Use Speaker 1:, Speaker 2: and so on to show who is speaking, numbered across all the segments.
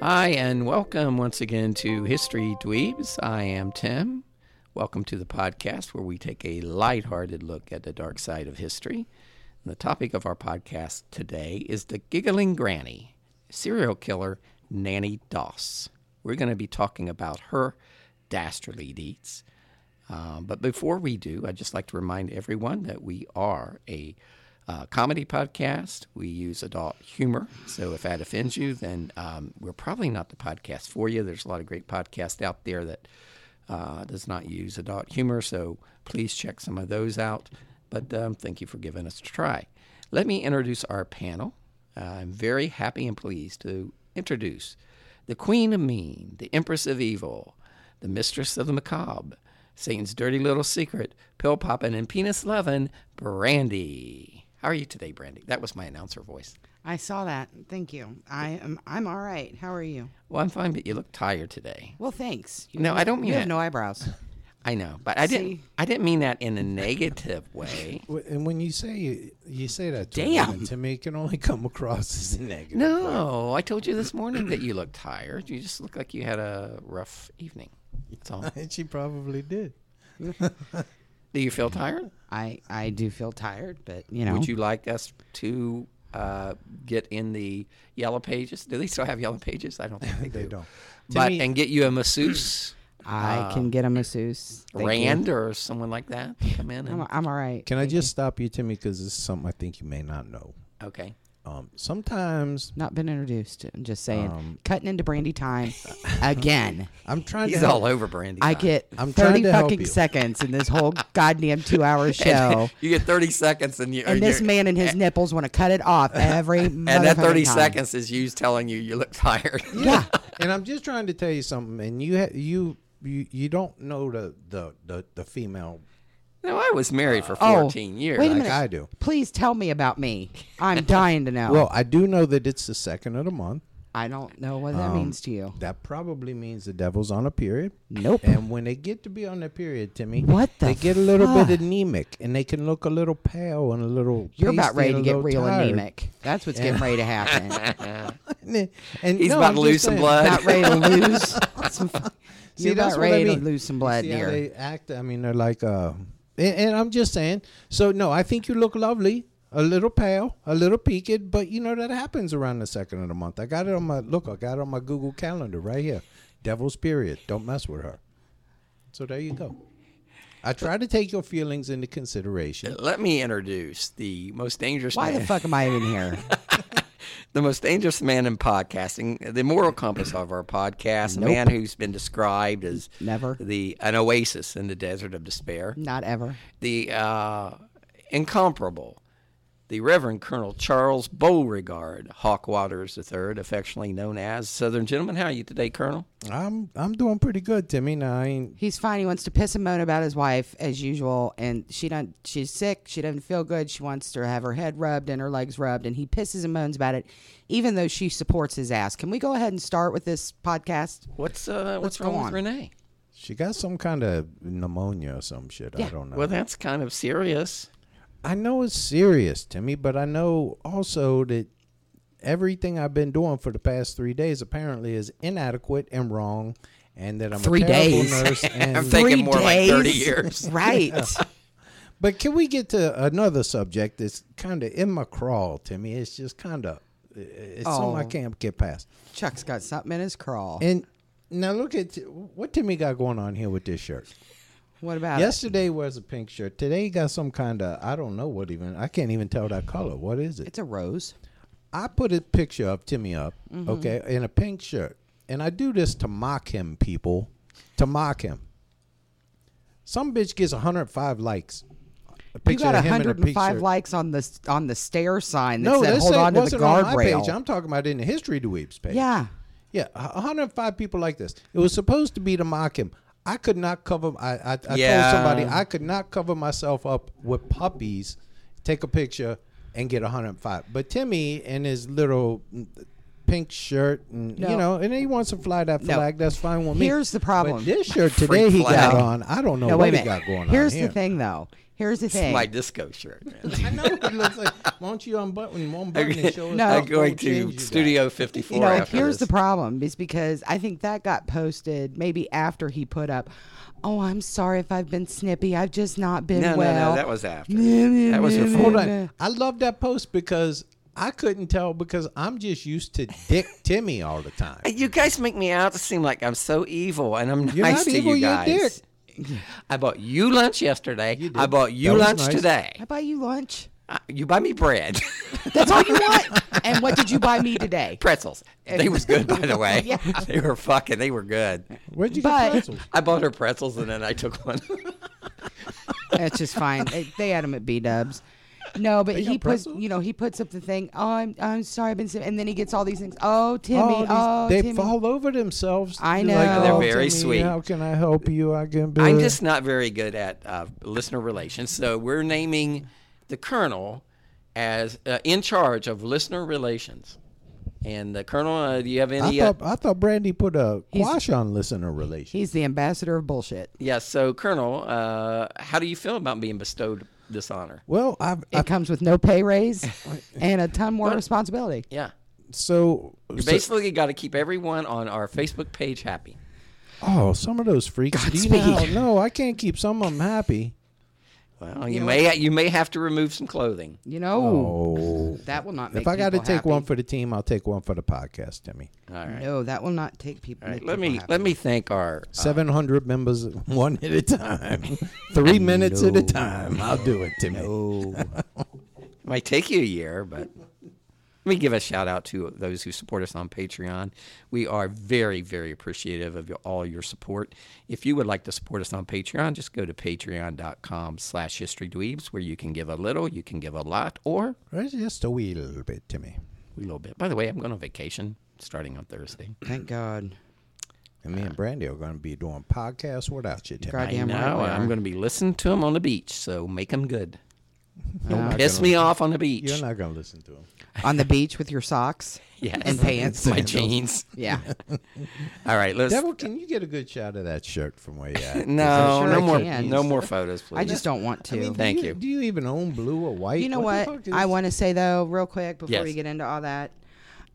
Speaker 1: Hi, and welcome once again to History Dweebs. I am Tim. Welcome to the podcast where we take a lighthearted look at the dark side of history. And the topic of our podcast today is the giggling granny, serial killer Nanny Doss. We're going to be talking about her dastardly deeds. Um, but before we do, I'd just like to remind everyone that we are a uh, comedy podcast. We use adult humor. So if that offends you, then um, we're probably not the podcast for you. There's a lot of great podcasts out there that uh, does not use adult humor. So please check some of those out. But um, thank you for giving us a try. Let me introduce our panel. Uh, I'm very happy and pleased to introduce the Queen of Mean, the Empress of Evil, the Mistress of the Macabre, Satan's Dirty Little Secret, Pill Poppin', and Penis Lovin', Brandy. How are you today, Brandy? That was my announcer voice.
Speaker 2: I saw that. Thank you. I am. I'm all right. How are you?
Speaker 1: Well, I'm fine, but you look tired today.
Speaker 2: Well, thanks. You
Speaker 1: No, I don't mean
Speaker 2: You
Speaker 1: it.
Speaker 2: have no eyebrows.
Speaker 1: I know, but I didn't.
Speaker 2: See?
Speaker 1: I didn't mean that in a negative way.
Speaker 3: Wh- And when you say you say that to
Speaker 1: Damn.
Speaker 3: a woman, to me, it can only come across as a negative.
Speaker 1: No, I told you this morning that you looked tired. You just look like you had a rough evening. That's all.
Speaker 3: And she probably did.
Speaker 1: Do you feel tired?
Speaker 2: I I do feel tired, but you know.
Speaker 1: Would you like us to uh, get in the yellow pages? Do they still have yellow pages? I don't think they,
Speaker 3: They
Speaker 1: do.
Speaker 3: don't.
Speaker 1: But
Speaker 3: me-
Speaker 1: and get you a masseuse,
Speaker 2: I can get a masseuse. Ah, Thank you.
Speaker 1: uh, Rand, or someone like that to come in.
Speaker 2: I'm,
Speaker 1: And,
Speaker 2: I'm all right.
Speaker 3: Can I
Speaker 1: Mhm.
Speaker 3: just stop you, Timmy? Because this is something I think you may not know.
Speaker 1: okay.
Speaker 3: Um, sometimes
Speaker 2: Not been introduced. I'm just saying.
Speaker 1: Um,
Speaker 2: Cutting into brandy time again.
Speaker 3: I'm trying
Speaker 1: He's
Speaker 3: to.
Speaker 1: all over Brandy.
Speaker 2: I
Speaker 1: time.
Speaker 2: get
Speaker 3: I'm
Speaker 2: thirty
Speaker 3: trying to help
Speaker 2: fucking
Speaker 3: you.
Speaker 2: seconds in this whole goddamn two-hour show,
Speaker 1: you get thirty seconds, and you
Speaker 2: oh. and this
Speaker 1: you're-
Speaker 2: man and his nipples want to cut it off every.
Speaker 1: and that thirty
Speaker 2: time.
Speaker 1: seconds is you telling you you look tired.
Speaker 3: Yeah. and I'm just trying to tell you something. And you ha- you you you don't know the the the, the female
Speaker 1: no, I was married for
Speaker 2: Oh,
Speaker 1: fourteen years.
Speaker 2: Wait a
Speaker 1: I-
Speaker 2: minute.
Speaker 3: I do.
Speaker 2: Please tell me about me. I'm dying to know.
Speaker 3: Well, I do know that it's the second of the month.
Speaker 2: I don't know what
Speaker 1: um,
Speaker 2: that means to you.
Speaker 3: That probably means the devil's on a period.
Speaker 2: Nope.
Speaker 3: And when they get to be on their period, Timmy,
Speaker 2: What the
Speaker 3: they get a little
Speaker 2: fuck?
Speaker 3: bit anemic, and they can look a little pale and a little.
Speaker 2: You're about
Speaker 3: pasty
Speaker 2: ready to
Speaker 3: and a
Speaker 2: get
Speaker 3: little
Speaker 2: real
Speaker 3: tired.
Speaker 2: anemic. That's what's getting ready to happen.
Speaker 3: And, and-
Speaker 1: He's
Speaker 3: no,
Speaker 1: about
Speaker 3: I'm
Speaker 1: to
Speaker 3: just
Speaker 1: lose some
Speaker 3: saying.
Speaker 1: blood.
Speaker 2: About ready to lose some.
Speaker 3: See,
Speaker 2: you're
Speaker 3: that's
Speaker 2: about
Speaker 3: what I
Speaker 2: ready
Speaker 3: mean.
Speaker 2: to lose some blood
Speaker 3: See how
Speaker 2: here.
Speaker 3: They act. I mean, they're like. Uh, and, and I'm just saying. So no, I think you look lovely. A little pale, a little peaked, but you know that happens around the second of the month. I got it on my look. I got it on my Google Calendar right here. Devil's period. Don't mess with her. So there you go. I try to take your feelings into consideration.
Speaker 1: Let me introduce the most dangerous
Speaker 2: Why
Speaker 1: man,
Speaker 2: the fuck am I even here?
Speaker 1: the most dangerous man in podcasting, the moral compass of our podcast, a man who's been described as
Speaker 2: Never.
Speaker 1: the an oasis in the desert of despair,
Speaker 2: Not ever.
Speaker 1: the uh, incomparable, the Reverend Colonel Charles Beauregard Hawk Waters III, affectionately known as Southern Gentleman. How are you today, Colonel?
Speaker 3: I'm I'm doing pretty good, Timmy. Now I ain't
Speaker 2: He's fine. He wants to piss and moan about his wife as usual, and she don't. She's sick. She doesn't feel good. She wants to have her head rubbed and her legs rubbed, and he pisses and moans about it, even though she supports his ass. Can we go ahead and start with this podcast?
Speaker 1: What's uh, what's
Speaker 2: go
Speaker 1: wrong with
Speaker 2: on.
Speaker 1: Renee?
Speaker 3: She got some kind of pneumonia or some shit. I don't know.
Speaker 1: Well, that's kind of serious.
Speaker 3: I know it's serious, Timmy, but I know also that everything I've been doing for the past three days apparently is inadequate and wrong, and that I'm
Speaker 2: Three
Speaker 3: a terrible
Speaker 2: days.
Speaker 3: nurse. And
Speaker 1: I'm thinking
Speaker 2: Three
Speaker 1: more like thirty
Speaker 2: days?
Speaker 1: years.
Speaker 2: Right.
Speaker 3: But can we get to another subject that's kind of in my crawl, Timmy? It's just kind of, it's something I
Speaker 2: Oh.
Speaker 3: can't get past.
Speaker 2: Chuck's got something in his crawl.
Speaker 3: And now look at what Timmy got going on here with this shirt.
Speaker 2: what about it?
Speaker 3: Yesterday was a pink shirt. Today he got some kind of, I don't know what even, I can't even tell that color. What is it?
Speaker 2: It's a rose.
Speaker 3: I put a picture of Timmy up,
Speaker 2: Mm-hmm.
Speaker 3: okay, in a pink shirt. And I do this to mock him, people. To mock him. Some bitch gets 105 likes. A
Speaker 2: You
Speaker 3: picture
Speaker 2: got
Speaker 3: of him in a pink
Speaker 2: 105
Speaker 3: shirt.
Speaker 2: likes on the on the stair sign that
Speaker 3: No,
Speaker 2: said
Speaker 3: that
Speaker 2: "Hold
Speaker 3: said-
Speaker 2: on to the
Speaker 3: wasn't on my page.
Speaker 2: guardrail."
Speaker 3: I'm talking about in the History Dweebs page.
Speaker 2: Yeah,
Speaker 3: Yeah, a 105 people like this. It was supposed to be to mock him. I could not cover. I I, I
Speaker 1: Yeah.
Speaker 3: told somebody I could not cover myself up with puppies, take a picture, and get 105. But Timmy in his little mm, pink shirt, and
Speaker 2: No.
Speaker 3: you know, and he wants to fly that
Speaker 2: No.
Speaker 3: flag. That's fine with me.
Speaker 2: Here's the
Speaker 3: But
Speaker 2: problem.
Speaker 3: this shirt today he
Speaker 1: flag.
Speaker 3: got on. I don't know
Speaker 2: No,
Speaker 3: what
Speaker 2: wait a
Speaker 3: he
Speaker 2: minute.
Speaker 3: got going on.
Speaker 2: Here's
Speaker 3: here.
Speaker 2: the thing, though. Here's the thing.
Speaker 1: My disco shirt. man.
Speaker 3: I know he looks like. Won't you unbutton one button and show us?
Speaker 2: No.
Speaker 3: how
Speaker 2: I'm
Speaker 1: I'm going
Speaker 3: cool jeans you
Speaker 1: to
Speaker 3: got?
Speaker 1: Studio 54
Speaker 2: you know,
Speaker 1: after
Speaker 2: here's
Speaker 1: this.
Speaker 2: the problem is because I think that got posted maybe after he put up. Oh, I'm sorry if I've been snippy. I've just not been
Speaker 1: No,
Speaker 2: well.
Speaker 1: no, no. That was after.
Speaker 2: meh,
Speaker 1: that was
Speaker 2: meh,
Speaker 1: her
Speaker 2: meh,
Speaker 1: fault.
Speaker 3: Hold on. I love that post because I couldn't tell because I'm just used to Dick Timmy all the time.
Speaker 1: You guys make me out to seem like I'm so evil, and I'm
Speaker 3: You're
Speaker 1: nice
Speaker 3: not
Speaker 1: to
Speaker 3: evil,
Speaker 1: you
Speaker 3: you're
Speaker 1: guys. I bought you lunch yesterday. I
Speaker 3: did.
Speaker 1: bought you
Speaker 3: That was
Speaker 1: lunch
Speaker 3: nice.
Speaker 1: today.
Speaker 2: I buy you lunch.
Speaker 1: I- Uh, you buy me bread,
Speaker 2: That's all you want. and what did you buy me today?
Speaker 1: pretzels. They was good, by the way.
Speaker 2: Yeah.
Speaker 1: They were fucking. They were good.
Speaker 3: Where'd you
Speaker 2: But-
Speaker 3: get pretzels?
Speaker 1: I bought her pretzels, and then I took one.
Speaker 2: That's just fine. They, they had him at B Dubs. No, but he
Speaker 3: got
Speaker 2: puts,
Speaker 3: pretzels?
Speaker 2: you know, he puts up the thing. Oh, I'm, I'm sorry, I've been, sick," and then he gets all these things. Oh, Timmy,
Speaker 3: All these-
Speaker 2: oh,
Speaker 3: they
Speaker 2: Timmy.
Speaker 3: fall over themselves.
Speaker 2: I
Speaker 3: They're
Speaker 2: know. They're
Speaker 1: very sweet.
Speaker 3: How can I help you? I can be.
Speaker 1: I'm just not very good at uh, listener relations, so we're naming the colonel as uh, in charge of listener relations. And the colonel, uh, do you have
Speaker 3: I
Speaker 1: any? uh,
Speaker 3: thought I thought Brandy put a quash on listener relation.
Speaker 2: He's the ambassador of bullshit.
Speaker 1: Yeah, so Colonel, uh, how do you feel about being bestowed this honor?
Speaker 3: Well, I,
Speaker 2: It
Speaker 3: I
Speaker 2: comes with no pay raise and a ton more responsibility.
Speaker 1: Yeah.
Speaker 3: so,
Speaker 1: You
Speaker 3: so-
Speaker 1: basically got to keep everyone on our Facebook page happy.
Speaker 3: oh some of those freaks. do you know how-
Speaker 2: Godspeed.
Speaker 3: no, I can't keep some of them happy.
Speaker 1: Well, you may you may have to remove some clothing.
Speaker 2: You know,
Speaker 3: Oh,
Speaker 2: that will not make
Speaker 3: if I got to
Speaker 2: people
Speaker 3: take
Speaker 2: happy.
Speaker 3: one for the team, I'll take one for the podcast, Timmy.
Speaker 1: All right.
Speaker 2: No, that will not take people.
Speaker 1: All right.
Speaker 2: make
Speaker 1: Let
Speaker 2: people
Speaker 1: me
Speaker 2: happy.
Speaker 1: let me thank our uh,
Speaker 3: Seven hundred members, one at a time, three minutes at a
Speaker 2: No.
Speaker 3: time. I'll do it, Timmy.
Speaker 1: It might take you a year, but let me give a shout out to those who support us on Patreon. We are very, very appreciative of your, all your support. If you would like to support us on Patreon, just go to patreon.com slash historydweebs where you can give a little, you can give a lot, or
Speaker 3: Right, Just a wee little bit, Timmy,
Speaker 1: a little bit. By the way, I'm going on vacation starting on Thursday.
Speaker 2: Thank God.
Speaker 3: and
Speaker 2: Ah.
Speaker 3: me and Brandy are going to be doing podcasts without you, Timmy.
Speaker 2: God
Speaker 1: I
Speaker 2: damn
Speaker 1: know,
Speaker 2: right. we
Speaker 1: and
Speaker 2: are.
Speaker 1: I'm going to be listening to them on the beach, so make them good.
Speaker 2: Uh,
Speaker 1: Don't piss me off on the beach.
Speaker 3: You're not going to listen to him.
Speaker 2: on the beach with your socks
Speaker 1: Yes.
Speaker 2: and pants.
Speaker 1: My jeans.
Speaker 2: Yeah.
Speaker 1: All right, let's...
Speaker 3: Devil, can you get a good shot of that shirt from where you're at?
Speaker 1: no,
Speaker 2: sure
Speaker 1: no
Speaker 2: I
Speaker 1: more,
Speaker 2: can.
Speaker 1: no more photos, please.
Speaker 2: I just don't want to.
Speaker 1: Thank
Speaker 3: do
Speaker 1: you.
Speaker 3: Do you even own blue or white?
Speaker 2: You know
Speaker 3: the
Speaker 2: what?
Speaker 3: fuck is-
Speaker 2: I want to say though, real quick, before
Speaker 1: Yes.
Speaker 2: we get into all that,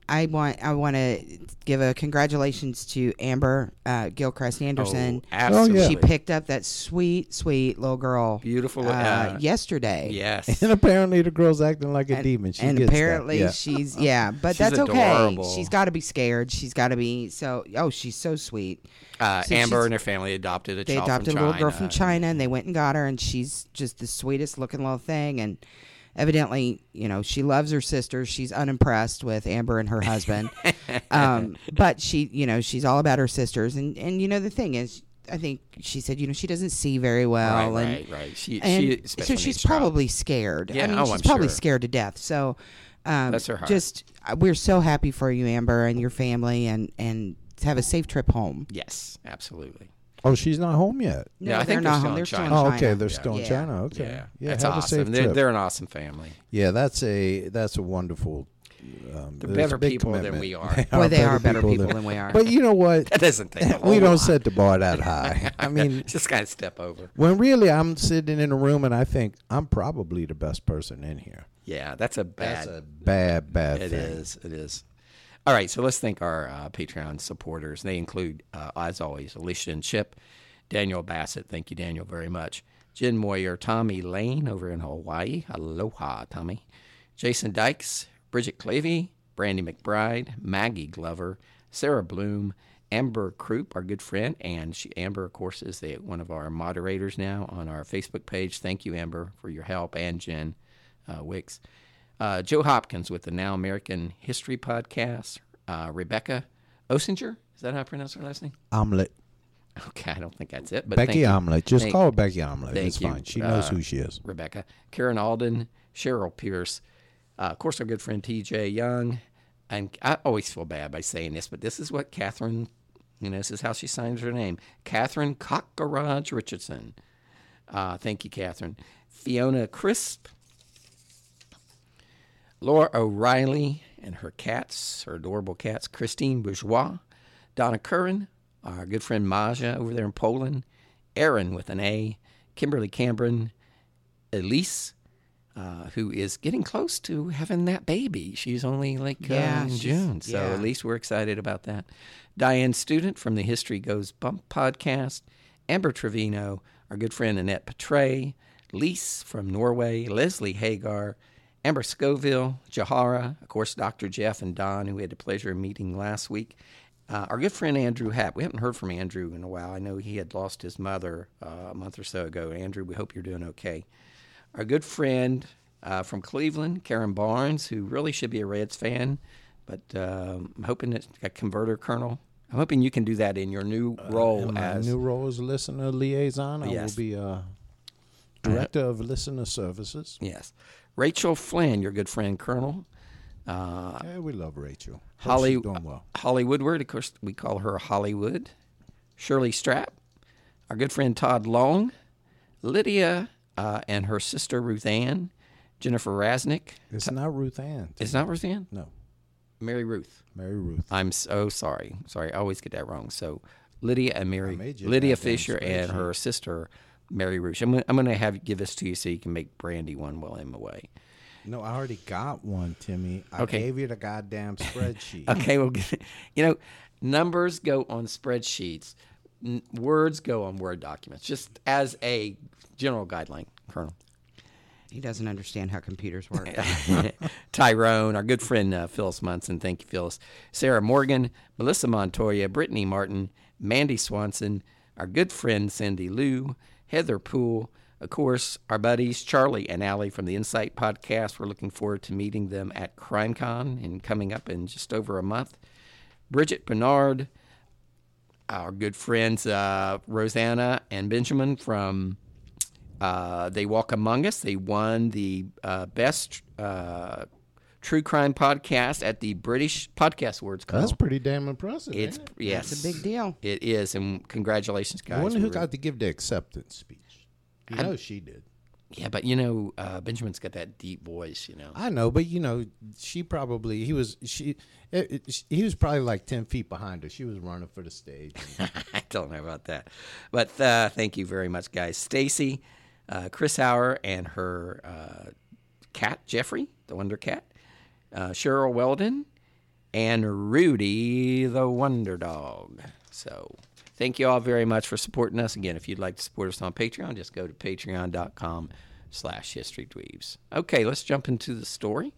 Speaker 2: I want I want to give a congratulations to Amber uh, Gilchrist Anderson.
Speaker 1: Oh, absolutely.
Speaker 2: She picked up that sweet, sweet little girl,
Speaker 1: Beautiful,
Speaker 2: uh,
Speaker 1: uh,
Speaker 2: yesterday.
Speaker 1: Yes.
Speaker 3: And apparently the girl's acting like a demon. She
Speaker 2: and
Speaker 3: gets that.
Speaker 2: apparently
Speaker 3: Yeah.
Speaker 2: she's yeah,
Speaker 1: She's
Speaker 2: but that's
Speaker 1: adorable.
Speaker 2: okay. She's got to be scared. She's got to be so. Oh, she's so sweet.
Speaker 1: Uh,
Speaker 2: So
Speaker 1: Amber
Speaker 2: she's-
Speaker 1: and her family adopted a
Speaker 2: they
Speaker 1: child
Speaker 2: adopted
Speaker 1: from
Speaker 2: a little girl from
Speaker 1: China.
Speaker 2: China and they went and got her and she's just the sweetest looking little thing and evidently you know she loves her sister she's unimpressed with Amber and her husband um, but she you know she's all about her sisters and and you know the thing is I think she said you know she doesn't see very well
Speaker 1: Right,
Speaker 2: and
Speaker 1: right, right. She, she,
Speaker 2: and
Speaker 1: special
Speaker 2: so
Speaker 1: needs
Speaker 2: she's
Speaker 1: child.
Speaker 2: probably scared.
Speaker 1: Yeah,
Speaker 2: I mean,
Speaker 1: oh,
Speaker 2: she's
Speaker 1: I'm
Speaker 2: probably
Speaker 1: sure.
Speaker 2: scared to death. So, um,
Speaker 1: Bless her heart.
Speaker 2: Just uh, we're so happy for you, Amber, and your family, and and have a safe trip home.
Speaker 1: Yes, absolutely.
Speaker 3: Oh, she's not home yet.
Speaker 2: No,
Speaker 1: Yeah, I
Speaker 2: they're
Speaker 1: think they're
Speaker 2: not
Speaker 1: still
Speaker 2: home.
Speaker 1: in
Speaker 2: They're still in
Speaker 1: China.
Speaker 3: Oh,
Speaker 2: China.
Speaker 3: okay. They're still
Speaker 2: Yeah.
Speaker 3: in China. Okay.
Speaker 1: Yeah,
Speaker 3: Yeah.
Speaker 1: that's
Speaker 3: have
Speaker 1: awesome.
Speaker 3: a safe
Speaker 1: They're,
Speaker 3: trip.
Speaker 1: they're an awesome family.
Speaker 3: Yeah, that's a that's a wonderful. Um,
Speaker 1: They're
Speaker 3: it's a
Speaker 1: better
Speaker 3: big
Speaker 1: people than
Speaker 3: commitment.
Speaker 1: we are.
Speaker 2: Boy, they are better people than we are.
Speaker 3: But you know what?
Speaker 1: That doesn't take a whole
Speaker 3: we don't
Speaker 1: lot.
Speaker 3: set the bar that high. I mean,
Speaker 1: Just got to step over.
Speaker 3: when really I'm sitting in a room and I think I'm probably the best person in here.
Speaker 1: Yeah, that's a
Speaker 3: That's
Speaker 1: bad.
Speaker 3: a bad, bad
Speaker 1: It
Speaker 3: thing.
Speaker 1: is. It is. All right, so let's thank our uh, Patreon supporters. They include, uh, as always, Alicia and Chip, Daniel Bassett. Thank you, Daniel, very much. Jen Moyer, Tommy Lane over in Hawaii. Aloha, Tommy. Jason Dykes, Bridget Clavey, Brandy McBride, Maggie Glover, Sarah Bloom, Amber Croup, our good friend, and she, Amber, of course, is the, one of our moderators now on our Facebook page. Thank you, Amber, for your help, and Jen uh, Wicks. Uh, Joe Hopkins with the Now American History Podcast. Uh, Rebecca Osinger, is that how I pronounce her last name?
Speaker 3: Omelet.
Speaker 1: Okay, I don't think that's it. But thank
Speaker 3: Becky
Speaker 1: you.
Speaker 3: Omelet. Just
Speaker 1: Thank-
Speaker 3: call her Becky Omelet.
Speaker 1: thank
Speaker 3: It's
Speaker 1: you,
Speaker 3: fine. She knows
Speaker 1: uh,
Speaker 3: who she is.
Speaker 1: Rebecca, Karen Alden, Cheryl Pierce, uh, of course, our good friend TJ Young. And I always feel bad by saying this, but this is what Catherine, you know, this is how she signs her name Catherine Cockgarage Richardson. Uh, thank you, Catherine. Fiona Crisp, Laura O'Reilly and her cats, her adorable cats, Christine Bourgeois, Donna Curran, our good friend Maja over there in Poland, Erin with an A, Kimberly Cameron, Elise, uh, who is getting close to having that baby. She's only like uh,
Speaker 2: Yeah,
Speaker 1: in
Speaker 2: she's-
Speaker 1: June. So
Speaker 2: yeah.
Speaker 1: Elise, we're excited about that. Diane Student from the History Goes Bump podcast, Amber Trevino, our good friend Annette Petray, Lise from Norway, Leslie Hagar, Amber Scoville, Jahara, of course, Dr. Jeff and Don, who we had the pleasure of meeting last week. Uh, our good friend Andrew Happ. We haven't heard from Andrew in a while. I know he had lost his mother uh, a month or so ago. Andrew, we hope you're doing okay. Our good friend uh, from Cleveland, Karen Barnes, who really should be a Reds fan, but um I'm hoping it's a converter colonel. I'm hoping you can do that in your new role
Speaker 3: Uh, In my
Speaker 1: oh, as
Speaker 3: new role as listener liaison, I
Speaker 1: Yes.
Speaker 3: will be uh, director of listener services.
Speaker 1: yes, Rachel Flynn, your good friend Colonel. Uh,
Speaker 3: Yeah, we love Rachel. Hope she's
Speaker 1: Holly, uh,
Speaker 3: doing well.
Speaker 1: Holly Woodward, of course, we call her Hollywood. Shirley Strapp, our good friend Todd Long, Lydia uh, and her sister Ruth Ann, Jennifer Rasnick.
Speaker 3: It's not Ruth Ann.
Speaker 1: Is not Ruth Ann?
Speaker 3: no,
Speaker 1: Mary Ruth.
Speaker 3: Mary Ruth.
Speaker 1: I'm so sorry. Sorry, I always get that wrong. So Lydia and Mary,
Speaker 3: made you
Speaker 1: Lydia
Speaker 3: that damn
Speaker 1: Fisher and her sister Mary Ruth. I'm gonna, I'm gonna have give this to you so you can make Brandy one while I'm away.
Speaker 3: No, I already got one, Timmy. I
Speaker 1: Okay.
Speaker 3: gave you the goddamn spreadsheet.
Speaker 1: Okay, well, you know, numbers go on spreadsheets, n- words go on Word documents. Just as a general guideline, Colonel.
Speaker 2: He doesn't understand how computers work.
Speaker 1: Tyrone, our good friend uh, Phyllis Munson, thank you, Phyllis. Sarah Morgan, Melissa Montoya, Brittany Martin, Mandy Swanson, our good friend Cindy Lou, Heather Poole, of course, our buddies Charlie and Allie from the Insight Podcast. We're looking forward to meeting them at CrimeCon and coming up in just over a month. Bridget Bernard, our good friends uh, Rosanna and Benjamin from uh, They Walk Among Us. They won the uh, best uh, true crime podcast at the British Podcast Awards. Colonel.
Speaker 3: Oh, That's pretty damn impressive.
Speaker 1: it's
Speaker 3: ain't it?
Speaker 1: yes,
Speaker 2: It's a big deal.
Speaker 1: It is, and congratulations, guys.
Speaker 3: I wonder
Speaker 1: We
Speaker 3: who
Speaker 1: were-
Speaker 3: got to give the acceptance speech. You know she did.
Speaker 1: yeah, but you know, uh, Benjamin's got that deep voice. You know,
Speaker 3: I know, but you know, she probably he was she it, it- he was probably like ten feet behind her. She was running for the stage.
Speaker 1: I don't know about that. But uh, thank you very much, guys. Stacy, uh, Chris Hauer, and her uh, cat, Jeffrey, the Wonder Cat, uh, Cheryl Weldon, and Rudy, the Wonder Dog. So thank you all very much for supporting us. Again, if you'd like to support us on Patreon, just go to patreon.com slash history dweebs. Okay, let's jump into the story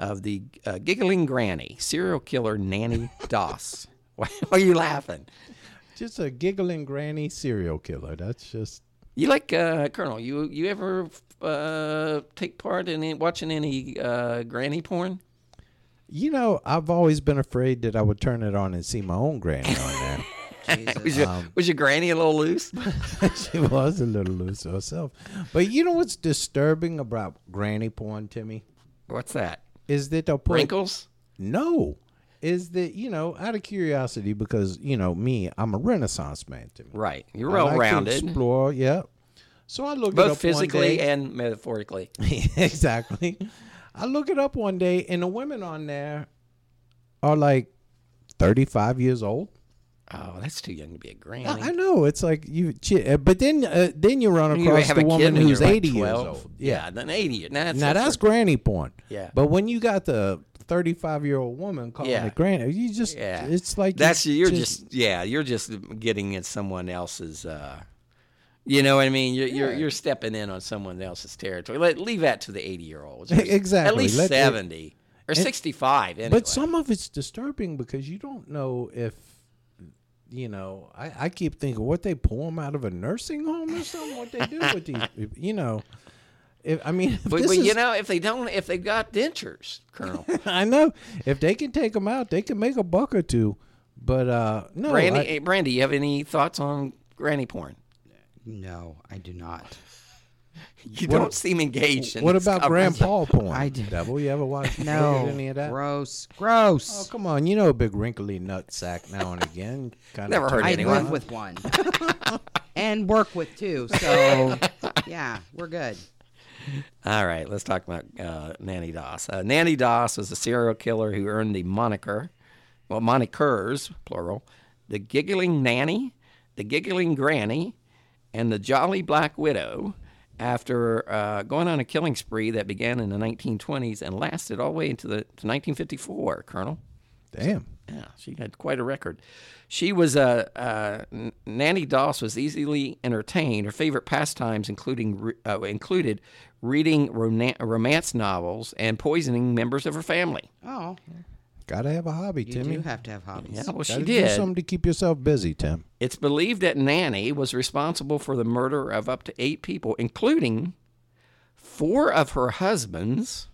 Speaker 1: of the uh, giggling granny, serial killer Nanny Doss. Why are you laughing?
Speaker 3: just a giggling granny serial killer. That's just
Speaker 1: You like uh, Colonel? You you ever uh, take part in any, watching any uh, granny porn?
Speaker 3: you know, I've always been afraid that I would turn it on and see my own granny on there.
Speaker 1: Was your, was your granny a little loose?
Speaker 3: she was a little loose herself. But you know what's disturbing about granny porn, Timmy?
Speaker 1: What's that?
Speaker 3: Is that they'll put
Speaker 1: Wrinkles?
Speaker 3: No. Is that, you know, out of curiosity, because, you know, me, I'm a renaissance man to me.
Speaker 1: Right. You're
Speaker 3: I
Speaker 1: well
Speaker 3: like to
Speaker 1: rounded,
Speaker 3: explore, yeah. So I looked it
Speaker 1: both
Speaker 3: up one
Speaker 1: physically
Speaker 3: day.
Speaker 1: and metaphorically.
Speaker 3: exactly. I look it up one day, and the women on there are like 35 years old.
Speaker 1: Oh, that's too young to be a granny.
Speaker 3: I, I know it's like you, chi- uh, but then uh, then you run
Speaker 1: You
Speaker 3: across
Speaker 1: have
Speaker 3: the
Speaker 1: a kid
Speaker 3: woman
Speaker 1: when
Speaker 3: who's
Speaker 1: you're like
Speaker 3: 80 years
Speaker 1: 12.
Speaker 3: old.
Speaker 1: Yeah, then 80. Now that's,
Speaker 3: Now that's granny porn.
Speaker 1: Yeah.
Speaker 3: But when you got the 35 year old woman calling
Speaker 1: Yeah.
Speaker 3: it granny, you just
Speaker 1: Yeah.
Speaker 3: it's like
Speaker 1: that's
Speaker 3: you
Speaker 1: you're just, yeah you're just getting at someone else's uh, You know what I mean? You're, you're you're stepping in on someone else's territory. Let, leave that to the eighty year olds. At
Speaker 3: Exactly.
Speaker 1: least
Speaker 3: Let the-
Speaker 1: seventy or sixty five. Anyway.
Speaker 3: But some of it's disturbing because you don't know if you know. I, I keep thinking, what they pull them out of a nursing home or something? What they do with these? peop- You know, if, I mean, if
Speaker 1: but,
Speaker 3: this
Speaker 1: but you
Speaker 3: is- Oh,
Speaker 1: know, if they don't, if they've got dentures, Colonel
Speaker 3: I know if they can take them out, they can make a buck or two. But uh no,
Speaker 1: Brandy,
Speaker 3: I-
Speaker 1: eh, Brandy, you have any thoughts on granny porn?
Speaker 2: No, I do not.
Speaker 1: You don't seem engaged. In
Speaker 3: what
Speaker 1: this
Speaker 3: about
Speaker 1: conversation.
Speaker 3: grandpa porn?
Speaker 2: I d-
Speaker 3: Devil, you ever watch look at
Speaker 2: No.
Speaker 3: any of that?
Speaker 2: Gross.
Speaker 3: Oh
Speaker 2: Gross.
Speaker 3: come on, you know a big wrinkly nut sack now and again. Kind
Speaker 1: Never heard
Speaker 2: I
Speaker 1: anyone.
Speaker 2: live with one and work with two. So, yeah, we're good.
Speaker 1: All right, let's talk about uh, Nanny Doss. Uh, Nanny Doss was a serial killer who earned the moniker, well, monikers, plural, the Giggling Nanny, the Giggling Granny, and the Jolly Black Widow after uh, going on a killing spree that began in the 1920s and lasted all the way into the, to 1954, Colonel.
Speaker 3: Damn.
Speaker 1: Yeah, she had quite a record. She was a uh, N- Nanny Doss was easily entertained. Her favorite pastimes including re- uh, included reading rona- romance novels and poisoning members of her family.
Speaker 2: Oh,
Speaker 3: Gotta have a hobby,
Speaker 2: you
Speaker 3: Timmy.
Speaker 2: do have to have hobbies.
Speaker 1: Yeah, well, she
Speaker 3: Gotta do
Speaker 1: did.
Speaker 3: something to keep yourself busy, Tim.
Speaker 1: It's believed that Nanny was responsible for the murder of up to eight people, including four of her husbands,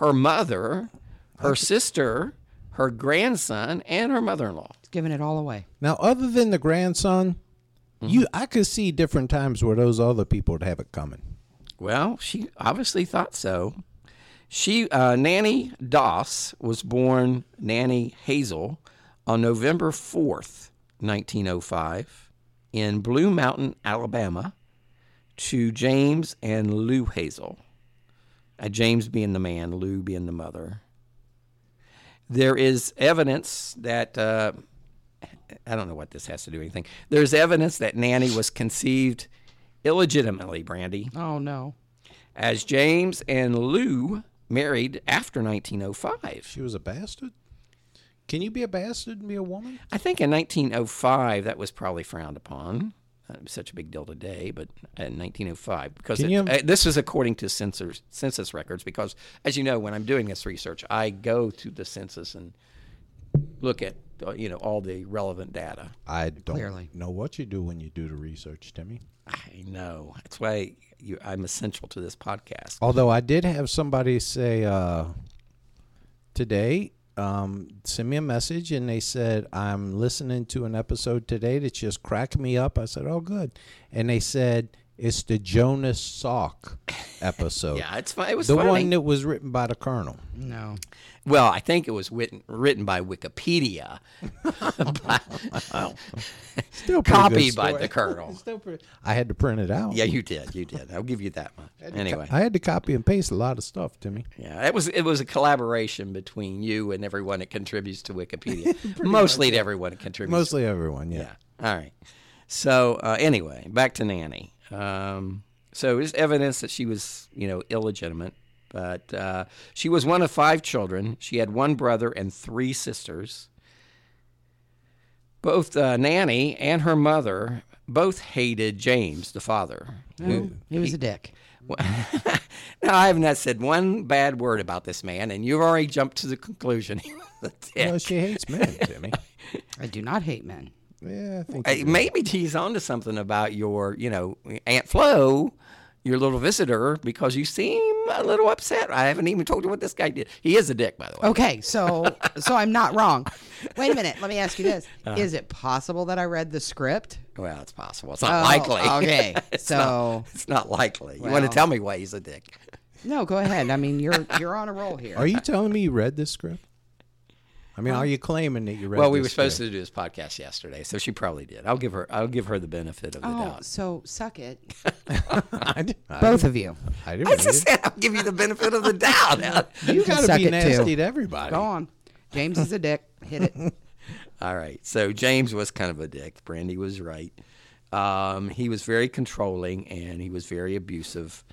Speaker 1: her mother, her sister, her grandson, and her mother-in-law.
Speaker 2: It's giving it all away.
Speaker 3: Now, other than the grandson,
Speaker 1: Mm-hmm.
Speaker 3: you I could see different times where those other people would have it coming.
Speaker 1: Well, she obviously thought so. She, uh, Nanny Doss, was born Nanny Hazel on November 4th, 1905, in Blue Mountain, Alabama, to James and Lou Hazel. Uh, James being the man, Lou being the mother. There is evidence that, uh, I don't know what this has to do with anything. There's evidence that Nanny was conceived illegitimately, Brandy
Speaker 2: Oh, no.
Speaker 1: as James and Lou married after 1905.
Speaker 3: She was a bastard. Can you be a bastard and be a woman?
Speaker 1: I think in 1905 that was probably frowned upon. Uh, such a big deal today, but uh, in 1905, because
Speaker 3: Can
Speaker 1: it-
Speaker 3: you- um,
Speaker 1: uh, this is according to census census records. Because as you know, when I'm doing this research, I go to the census and look at uh, you know all the relevant data.
Speaker 3: I don't
Speaker 2: Clearly.
Speaker 3: know what you do when you do the research, Timmy.
Speaker 1: I know that's why you, I'm essential to this podcast.
Speaker 3: Although I did have somebody say uh, today, um, send me a message, and they said I'm listening to an episode today that's just cracking me up. I said, "Oh, good," and they said it's the Jonas Salk episode,
Speaker 1: Yeah, it's fine. It was
Speaker 3: the
Speaker 1: funny.
Speaker 3: one that was written by the Colonel.
Speaker 2: No.
Speaker 1: Well, I think it was written, written by Wikipedia, But-
Speaker 3: Still pretty good
Speaker 1: copied by
Speaker 3: story.
Speaker 1: the Colonel.
Speaker 3: Still pretty- I had to print it out.
Speaker 1: yeah, you did, you did. I'll give you that much. Anyway,
Speaker 3: I had to copy and paste a lot of stuff, Timmy.
Speaker 1: yeah, it was it was a collaboration between you and everyone that contributes to Wikipedia, mostly to everyone that contributes.
Speaker 3: Mostly everyone, yeah.
Speaker 1: Yeah. All right. So uh, anyway, back to Nanny. Um, so there's evidence that she was, you know, illegitimate, but uh, she was one of five children. She had one brother and three sisters. Both uh, Nanny and her mother both hated James, the father. who-
Speaker 2: He was a dick.
Speaker 1: now, I have not said one bad word about this man, and you've already jumped to the conclusion. he was a dick.
Speaker 3: Well, she hates men, Timmy.
Speaker 2: I do not hate men.
Speaker 3: Yeah, I think.
Speaker 1: Hey, Uh, maybe he's onto something about your, you know, Aunt Flo, your little visitor, because you seem a little upset. I haven't even told you what this guy did. He is a dick, by the way.
Speaker 2: Okay, so so I'm not wrong. Wait a minute. Let me ask you this: Is it possible that I read the script? Oh,
Speaker 1: Well, it's possible. It's not likely.
Speaker 2: okay,
Speaker 1: It's
Speaker 2: so-
Speaker 1: not- it's not likely. you want to
Speaker 2: Well.
Speaker 1: tell me why he's a dick?
Speaker 2: No, go ahead. I mean, you're you're on a roll here.
Speaker 3: Are you telling me you read this script? I mean, are you claiming that you read?
Speaker 1: Well, we
Speaker 3: this
Speaker 1: were supposed to
Speaker 3: script?
Speaker 1: do this podcast yesterday, so she probably did. I'll give her. I'll give her the benefit of the
Speaker 2: Oh,
Speaker 1: doubt.
Speaker 2: so suck it,
Speaker 3: I did I,
Speaker 2: both of you.
Speaker 3: I didn't
Speaker 1: I
Speaker 3: read
Speaker 1: just
Speaker 3: it.
Speaker 1: said I'll give you the benefit of the doubt.
Speaker 3: You
Speaker 2: can
Speaker 3: gotta
Speaker 2: suck
Speaker 3: be
Speaker 2: it, too.
Speaker 3: nasty to everybody.
Speaker 2: Go on. James is a dick. Hit it.
Speaker 1: All right. So James was kind of a dick. Brandy was right. Um, he was very controlling and he was very abusive.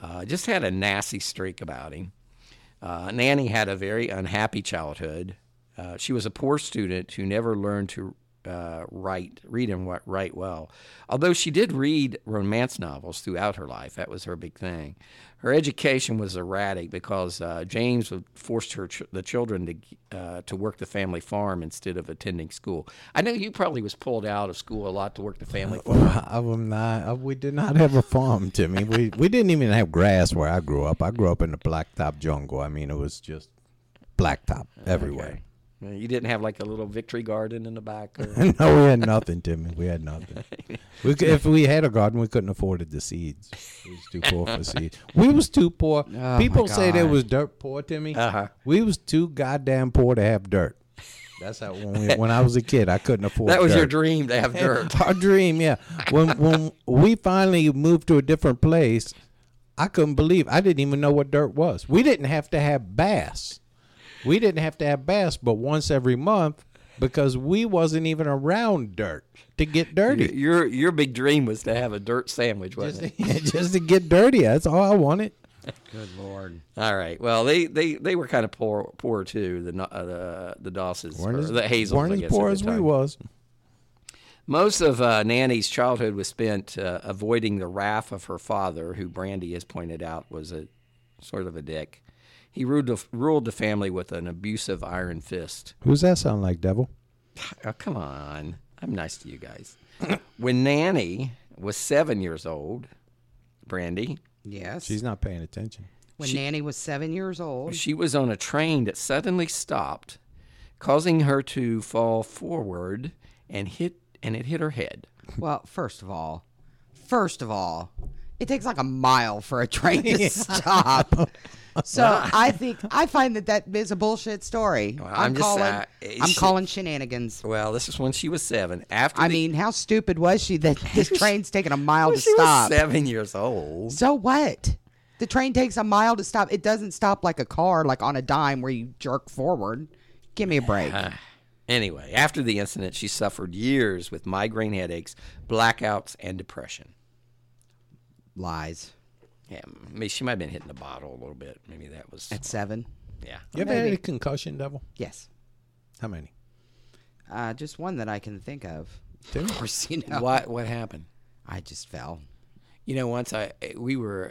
Speaker 1: Uh, just had a nasty streak about him. Uh, Nanny had a very unhappy childhood. Uh, she was a poor student who never learned to uh, write, read and what, write well. Although she did read romance novels throughout her life, that was her big thing. Her education was erratic because uh, James would force her ch- the children to uh, to work the family farm instead of attending school. I know you probably was pulled out of school a lot to work the family farm.
Speaker 3: I was not. I, we did not have a farm, Timmy. We we didn't even have grass where I grew up. I grew up in the blacktop jungle. I mean, it was just blacktop everywhere.
Speaker 1: You didn't have like a little victory garden in the back. Or,
Speaker 3: no, we had nothing, Timmy. We had nothing. We, c- if we had a garden, we couldn't afford it, the seeds. We was too poor for seeds. We was too poor.
Speaker 2: my
Speaker 3: People say they
Speaker 2: God.
Speaker 3: was dirt poor, Timmy.
Speaker 1: Oh, Uh-huh.
Speaker 3: We was too goddamn poor to have dirt. That's how when, we, when I was a kid, I couldn't afford.
Speaker 1: that was your
Speaker 3: dirt.
Speaker 1: dream to have dirt.
Speaker 3: Our dream, yeah. When when we finally moved to a different place, I couldn't believe I didn't even know what dirt was. We didn't have to have bass. We didn't have to have bass, but once every month because we wasn't even around dirt to get dirty.
Speaker 1: Your your big dream was to have a dirt sandwich, wasn't it?
Speaker 3: Just to get dirty. That's all I wanted.
Speaker 1: All right. Well, they, they, they were kind of poor poor too. The no- uh, the the Dosses,
Speaker 3: Weren't
Speaker 1: or
Speaker 3: as,
Speaker 1: the Hazels,
Speaker 3: weren't
Speaker 1: I
Speaker 3: as
Speaker 1: guess, at
Speaker 3: poor
Speaker 1: the
Speaker 3: as we
Speaker 1: time.
Speaker 3: was.
Speaker 1: Most of uh, Nanny's childhood was spent uh, avoiding the wrath of her father, who Brandy has pointed out was a sort of a dick. He ruled the, ruled the family with an abusive iron fist.
Speaker 3: Who's that sound like, Devil?
Speaker 1: Oh, come on. I'm nice to you guys. when Nanny was seven years old, Brandy,
Speaker 2: Yes.
Speaker 3: She's not paying attention.
Speaker 2: when Nanny was seven years old.
Speaker 1: she was on a train that suddenly stopped, causing her to fall forward and hit and it hit her head.
Speaker 2: Well, first of all, first of all, it takes like a mile for a train to stop. So I think I find that that is a bullshit story.
Speaker 1: I'm just-
Speaker 2: calling.
Speaker 1: uh,
Speaker 2: I'm
Speaker 1: she-
Speaker 2: calling shenanigans.
Speaker 1: Well, this is when she was seven. After
Speaker 2: I
Speaker 1: the-
Speaker 2: mean, how stupid was she that this train's taking a mile
Speaker 1: Well,
Speaker 2: to
Speaker 1: she was
Speaker 2: stop?
Speaker 1: seven years old.
Speaker 2: So what? The train takes a mile to stop. It doesn't stop like a car, like on a dime where you jerk forward. Give me a break.
Speaker 1: Anyway, after the incident, she suffered years with migraine headaches, blackouts, and depression.
Speaker 2: Lies
Speaker 1: Yeah, I mean, she might have been hitting the bottle a little bit. Maybe that was
Speaker 2: at seven.
Speaker 1: yeah.
Speaker 3: You ever had a concussion, Devil?
Speaker 2: Yes,
Speaker 3: How many?
Speaker 2: uh, just one that I can think of.
Speaker 3: Two?
Speaker 2: Of course, you know.
Speaker 1: What what happened?
Speaker 2: I just fell.
Speaker 1: You know, once I eh, we were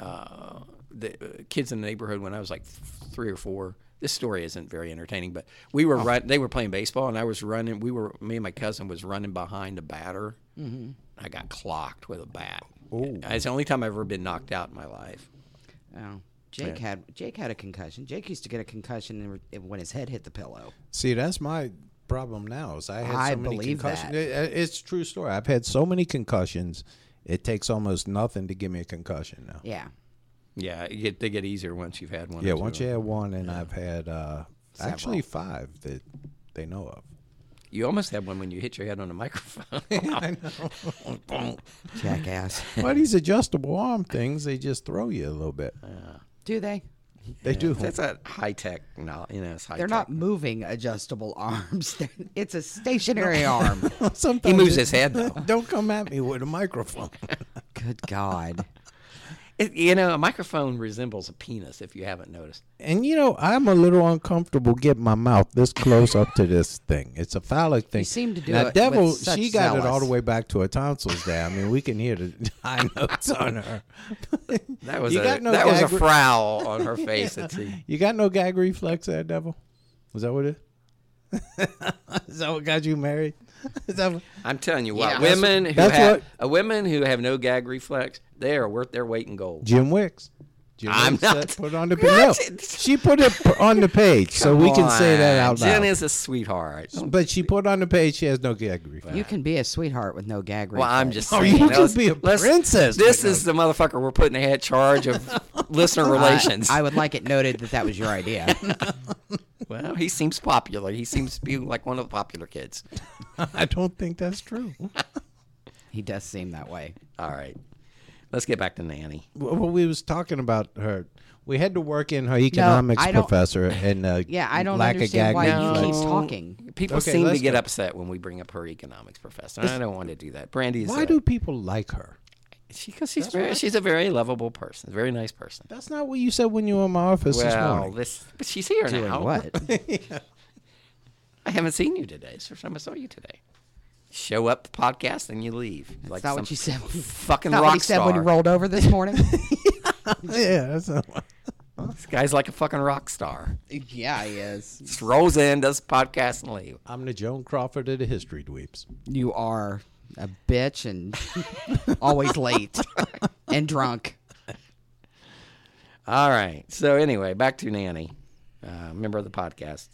Speaker 1: uh, uh, the uh, kids in the neighborhood when I was like f- three or four. This story isn't very entertaining, but we were run, They were playing baseball, and I was running. We were me and my cousin was running behind a batter. Mm-hmm. I got clocked with a bat. It's the only time I've ever been knocked out in my life.
Speaker 2: Oh, Jake had Jake had a concussion. Jake used to get a concussion and re- when his head hit the pillow.
Speaker 3: See, that's my problem now. Is I had
Speaker 2: I
Speaker 3: so many
Speaker 2: believe
Speaker 3: concussions.
Speaker 2: that.
Speaker 3: It- it's a true story. I've had so many concussions. It takes almost nothing to give me a concussion now.
Speaker 2: Yeah,
Speaker 1: Yeah, you get, they get easier once you've had one.
Speaker 3: Yeah,
Speaker 1: or
Speaker 3: once
Speaker 1: two.
Speaker 3: you had one, and I've had uh, actually five that they know of.
Speaker 1: You almost had one when you hit your head on a microphone.
Speaker 2: jackass.
Speaker 3: But these adjustable arm things, they just throw you a little bit.
Speaker 2: Do they?
Speaker 3: They do.
Speaker 1: That's a high tech. No, you know, it's high
Speaker 2: They're
Speaker 1: tech.
Speaker 2: not moving adjustable arms. it's a stationary arm.
Speaker 3: Sometimes
Speaker 1: He moves
Speaker 3: it-
Speaker 1: his head though.
Speaker 3: Don't come at me with a microphone.
Speaker 2: Good God.
Speaker 1: It, you know, a microphone resembles a penis if you haven't noticed.
Speaker 3: and you know, I'm a little uncomfortable getting my mouth this close up to this thing. It's a phallic thing.
Speaker 2: seem to do
Speaker 3: now,
Speaker 2: it
Speaker 3: Devil,
Speaker 2: with such
Speaker 3: she got it all
Speaker 2: zealous.
Speaker 3: the way back to her tonsils. There, I mean, we can hear the high notes on her.
Speaker 1: That was
Speaker 3: You
Speaker 1: a,
Speaker 3: got no
Speaker 1: that was a
Speaker 3: gag re-
Speaker 1: frown on her face. It's a-
Speaker 3: You got no gag reflex there, Devil? Is that what it is? is that what got you married? Is that what,
Speaker 1: I'm telling you what,
Speaker 2: Yeah. That's-
Speaker 1: women who
Speaker 3: that's
Speaker 1: have
Speaker 3: what-
Speaker 1: uh, women who have no gag reflex, they are worth their weight in gold.
Speaker 3: Jim Wicks. Jim
Speaker 1: I'm
Speaker 3: Wicks said-
Speaker 1: not-
Speaker 3: put it on the
Speaker 1: What?
Speaker 3: page. No, she put it p- on the page, so we can say that out
Speaker 1: Jen
Speaker 3: loud.
Speaker 1: is a sweetheart.
Speaker 3: But she put on the page. She has no gag reflex.
Speaker 2: You can be a sweetheart with no gag
Speaker 1: Well, I'm
Speaker 2: reflex.
Speaker 1: just
Speaker 3: Oh,
Speaker 1: saying.
Speaker 3: you
Speaker 1: Let's-
Speaker 3: could be a
Speaker 1: let's-
Speaker 3: princess
Speaker 1: This
Speaker 3: with
Speaker 1: is the motherfucker we're putting in charge of listener relations.
Speaker 2: I would like it noted that that was your idea.
Speaker 1: well, he seems popular. He seems to be like one of the popular kids.
Speaker 3: I don't think that's true.
Speaker 2: he does seem that way.
Speaker 1: All right. Let's get back to Nanny.
Speaker 3: well, we was talking about her. We had to work in her economics
Speaker 2: I don't-
Speaker 3: professor and uh,
Speaker 2: Yeah, I don't
Speaker 3: lack
Speaker 2: understand
Speaker 3: of gag
Speaker 2: why
Speaker 3: reflex.
Speaker 2: you keep talking.
Speaker 1: People
Speaker 3: Okay,
Speaker 1: seem to
Speaker 3: let's
Speaker 1: get
Speaker 3: go.
Speaker 1: upset when we bring up her economics professor. and I don't want to do that. Brandy is
Speaker 3: Why
Speaker 1: a-
Speaker 3: do people like her?
Speaker 1: she because she's very, she's a very lovable person, very nice person.
Speaker 3: That's not what you said when you were in my office this
Speaker 1: Well,
Speaker 3: morning.
Speaker 1: this but she's here
Speaker 2: Doing
Speaker 1: now.
Speaker 2: what?
Speaker 1: I haven't seen you today. It's the first time I saw you today. Show up the podcast and you leave. like
Speaker 2: not what
Speaker 1: some
Speaker 2: you said.
Speaker 1: Fucking
Speaker 2: Not
Speaker 1: rock
Speaker 2: what he said when he
Speaker 1: star.
Speaker 2: rolled over this morning.
Speaker 3: yeah, that's not
Speaker 1: This guy's like a fucking rock star.
Speaker 2: yeah, he is.
Speaker 1: Just rolls in, does podcast, and leave.
Speaker 3: I'm the Joan Crawford of the history dweebs.
Speaker 2: You are a bitch and always late and drunk.
Speaker 1: All right. So anyway, back to Nanny, uh, member of the podcast.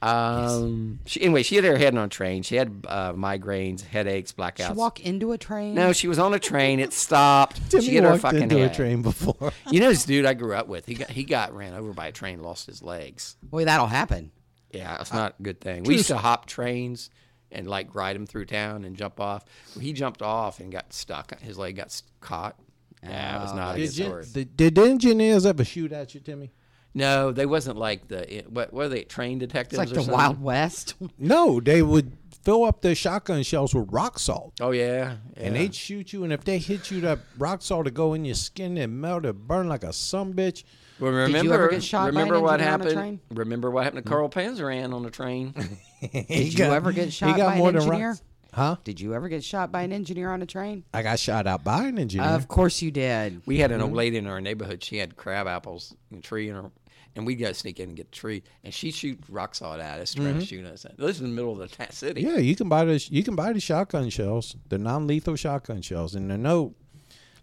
Speaker 1: Um, she, anyway, she had her head on a train. She had uh, migraines, headaches, blackouts.
Speaker 2: She walk into a train.
Speaker 1: no, she was on a train. It stopped.
Speaker 3: Timmy
Speaker 1: she hit her
Speaker 3: walked
Speaker 1: fucking
Speaker 3: into
Speaker 1: head.
Speaker 3: a train before.
Speaker 1: You know this dude I grew up with. He got he got ran over by a train, lost his legs.
Speaker 2: Boy, that'll happen.
Speaker 1: Yeah, it's not a good thing. We used to hop trains and like ride him through town and jump off. He jumped off and got stuck. His leg got s- caught. Yeah, it was not a good
Speaker 3: Did, you,
Speaker 1: story.
Speaker 3: did, did the engineers ever shoot at you, Timmy?
Speaker 1: No, they wasn't like the it- what were they train
Speaker 2: It's
Speaker 1: detectives?
Speaker 2: like
Speaker 1: or
Speaker 2: the
Speaker 1: something?
Speaker 2: Wild West.
Speaker 3: No, they would fill up their shotgun shells with rock salt.
Speaker 1: Oh yeah,
Speaker 3: And
Speaker 1: yeah.
Speaker 3: they'd shoot you, and if they hit you, that rock salt would go in your skin and melt and burn like a sun bitch.
Speaker 1: Well,
Speaker 2: you
Speaker 1: remember,
Speaker 2: ever get shot by an
Speaker 1: remember what
Speaker 2: engineer on a
Speaker 1: happened?
Speaker 2: train?
Speaker 1: Remember what happened to Carl Panzeran on the train?
Speaker 3: He
Speaker 2: Did you ever get
Speaker 3: he
Speaker 2: shot by an
Speaker 3: than rock-
Speaker 2: engineer?
Speaker 3: Huh?
Speaker 2: Did you ever get shot by an engineer on a train?
Speaker 3: I got shot out by an engineer.
Speaker 2: Of course you did.
Speaker 1: we had an old lady in our neighborhood. She had crab apples in a tree, in her, and we'd go sneak in and get the tree. And she shoot rock salt at us, trying to shoot us. This is in the middle of the ta- city.
Speaker 3: yeah, you can buy the you can buy the shotgun shells, the non-lethal shotgun shells, and they're no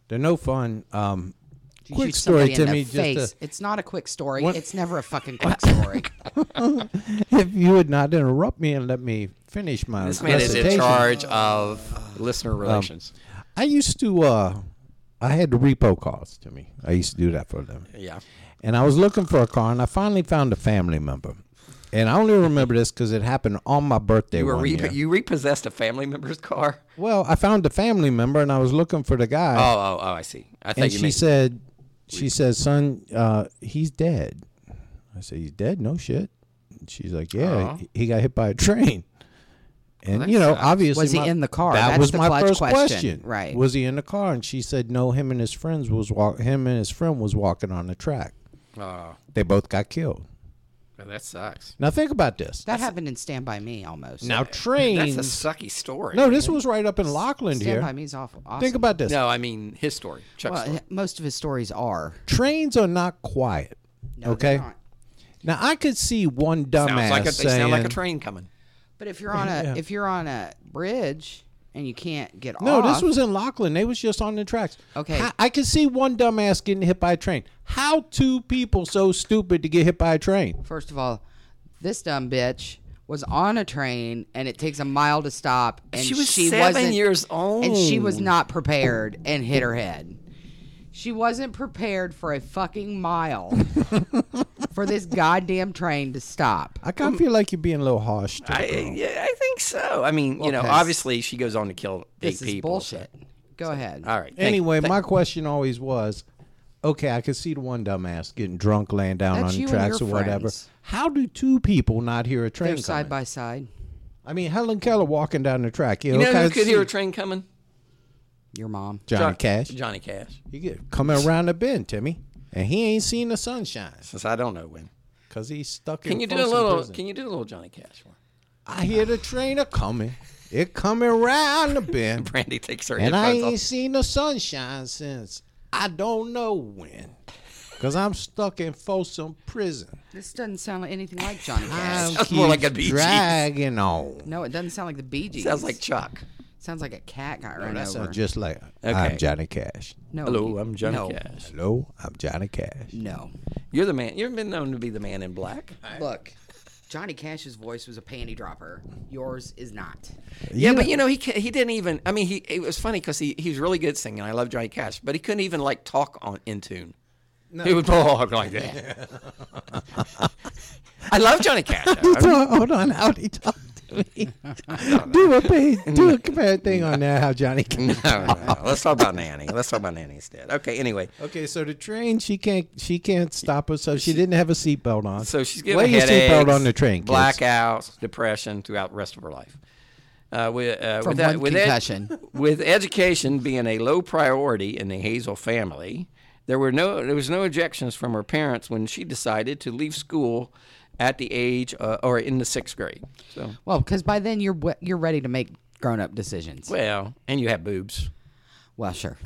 Speaker 3: they're no fun. Um,
Speaker 2: You
Speaker 3: quick
Speaker 2: shoot
Speaker 3: story,
Speaker 2: somebody in the
Speaker 3: Timmy. Just to-
Speaker 2: face. it's not a quick story.
Speaker 3: What-
Speaker 2: It's never a fucking quick story.
Speaker 3: if you would not interrupt me and let me finish my
Speaker 1: This man is in
Speaker 3: recitation.
Speaker 1: charge of listener relations.
Speaker 3: I used to uh I had the repo calls to me. I used to do that for a living.
Speaker 1: yeah,
Speaker 3: And I was looking for a car and I finally found a family member. And I only remember this because it happened on my birthday.
Speaker 1: you were
Speaker 3: one
Speaker 1: re-
Speaker 3: year.
Speaker 1: you repossessed a family member's car.
Speaker 3: well, I found a family member and I was looking for the guy.
Speaker 1: Oh, oh, oh! I see. I
Speaker 3: and
Speaker 1: think you
Speaker 3: she
Speaker 1: mean
Speaker 3: said, she said, son, uh, he's dead. I said, he's dead? No shit. And she's like,
Speaker 1: Uh-huh.
Speaker 3: yeah, he, he got hit by a train. And you know, obviously,
Speaker 2: Was he
Speaker 3: my-
Speaker 2: in the car?
Speaker 3: That
Speaker 2: That's
Speaker 3: was
Speaker 2: the
Speaker 3: my
Speaker 2: clutch
Speaker 3: first
Speaker 2: question. Right.
Speaker 3: Right? Was he in the car? And she said, no. Him and his friends was walk. Him and his friend was walking on the track.
Speaker 1: Oh,
Speaker 3: They both got killed.
Speaker 1: well, that sucks.
Speaker 3: Now think about this.
Speaker 2: That happened in Stand By Me almost.
Speaker 3: now
Speaker 1: That's a
Speaker 3: trains.
Speaker 1: sucky story.
Speaker 3: no, this was right up in Lachlan
Speaker 2: Stand
Speaker 3: here.
Speaker 2: By Me's awful. Awesome.
Speaker 3: Think about this.
Speaker 1: No, I mean his story. Chuck's
Speaker 2: well,
Speaker 1: story.
Speaker 2: h- most of his stories are.
Speaker 3: Trains are not quiet.
Speaker 2: No, they're
Speaker 3: okay.
Speaker 2: not.
Speaker 3: Now I could see one dumbass
Speaker 1: Sounds like a, they
Speaker 3: saying,
Speaker 1: sound like a train coming.
Speaker 2: But if you're on a if you're on a bridge and you can't get
Speaker 3: No,
Speaker 2: off,
Speaker 3: this was in Lachlan. They was just on the tracks.
Speaker 2: Okay.
Speaker 3: How- I, could see one dumbass getting hit by a train. How two people so stupid to get hit by a train?
Speaker 2: First of all, this dumb bitch was on a train and it takes a mile to stop and
Speaker 1: She was seven
Speaker 2: wasn't-
Speaker 1: years
Speaker 2: and she was
Speaker 1: old.
Speaker 2: not prepared and hit her head. She wasn't prepared for a fucking mile for this goddamn train to stop.
Speaker 3: I kind of feel like you're being a little harsh. To
Speaker 1: I,
Speaker 3: the girl.
Speaker 1: yeah, I think so. I mean, you know,
Speaker 2: 'cause
Speaker 1: obviously she goes on to kill eight
Speaker 2: This is
Speaker 1: people. so-
Speaker 2: bullshit. Go ahead.
Speaker 1: All right. thank-
Speaker 3: Anyway,
Speaker 1: thank-
Speaker 3: my question always was, okay, I could see the one dumbass getting drunk, laying down
Speaker 2: That's
Speaker 3: on
Speaker 2: you
Speaker 3: the
Speaker 2: and
Speaker 3: tracks
Speaker 2: your
Speaker 3: or whatever.
Speaker 2: friends.
Speaker 3: How do two people not hear a train
Speaker 2: They're side
Speaker 3: coming?
Speaker 2: by side.
Speaker 3: I mean, Helen Keller walking down the track. You,
Speaker 1: you know
Speaker 3: okay,
Speaker 1: who could hear
Speaker 3: see
Speaker 1: a train coming?
Speaker 2: Your mom.
Speaker 3: Johnny
Speaker 1: John-
Speaker 3: Cash.
Speaker 1: Johnny Cash.
Speaker 3: You get coming around the bend, Timmy, and he ain't seen the sunshine
Speaker 1: Since I don't know when.
Speaker 3: because he's stuck.
Speaker 1: Can
Speaker 3: in
Speaker 1: you do a
Speaker 3: Folsom
Speaker 1: little?
Speaker 3: Prison.
Speaker 1: Can you do a little Johnny Cash? one?
Speaker 3: I hear the train a coming. It coming round the bend.
Speaker 1: Brandy takes her
Speaker 3: and I
Speaker 1: headphones
Speaker 3: ain't
Speaker 1: off.
Speaker 3: seen the sunshine since I don't know when. Cause I'm stuck in Folsom prison.
Speaker 2: This doesn't sound like anything like Johnny Cash.
Speaker 3: Time
Speaker 1: Sounds more like
Speaker 3: keeps
Speaker 1: a Bee Gees.
Speaker 3: dragging on.
Speaker 2: No, it doesn't sound like the Bee Gees.
Speaker 1: Sounds like Chuck.
Speaker 2: sounds like a cat got run
Speaker 3: That
Speaker 2: over.
Speaker 3: sounds just like
Speaker 1: Okay.
Speaker 3: I'm Johnny Cash.
Speaker 2: no,
Speaker 1: Hello,
Speaker 2: you-
Speaker 1: I'm Johnny
Speaker 2: no,
Speaker 1: Cash.
Speaker 3: Hello, I'm Johnny Cash.
Speaker 2: No.
Speaker 1: You're the man. You've been known to be the man in black.
Speaker 2: Look, Johnny Cash's voice was a panty dropper. Yours is not.
Speaker 1: Yeah, but you know he ca- he didn't even. I mean, he it was funny because he, he was really good singing. I love Johnny Cash, but he couldn't even like talk on in tune. He would talk Oh, like that. I love Johnny Cash. I-
Speaker 3: hold on, how he talk to me? do a page, do a compare thing on there. How Johnny Cash.
Speaker 1: no, no, no. Let's talk about Nanny. Let's talk about Nanny instead. Okay. Anyway,
Speaker 3: Okay, so the train she can't she can't stop herself. She didn't have a seatbelt on.
Speaker 1: so she's getting
Speaker 3: Wear your
Speaker 1: headaches,
Speaker 3: seatbelt on the train. Kids.
Speaker 1: blackouts, depression throughout the rest of her life. Uh, with, uh,
Speaker 2: From
Speaker 1: with, that-
Speaker 2: one
Speaker 1: with ed-
Speaker 2: concussion.
Speaker 1: with education being a low priority in the Hazel family, there were no there was no ejections from her parents when she decided to leave school at the age uh, or in the sixth grade. So
Speaker 2: Well, because by then you're w- you're ready to make grown up decisions.
Speaker 1: well, and you have boobs.
Speaker 2: Well, sure.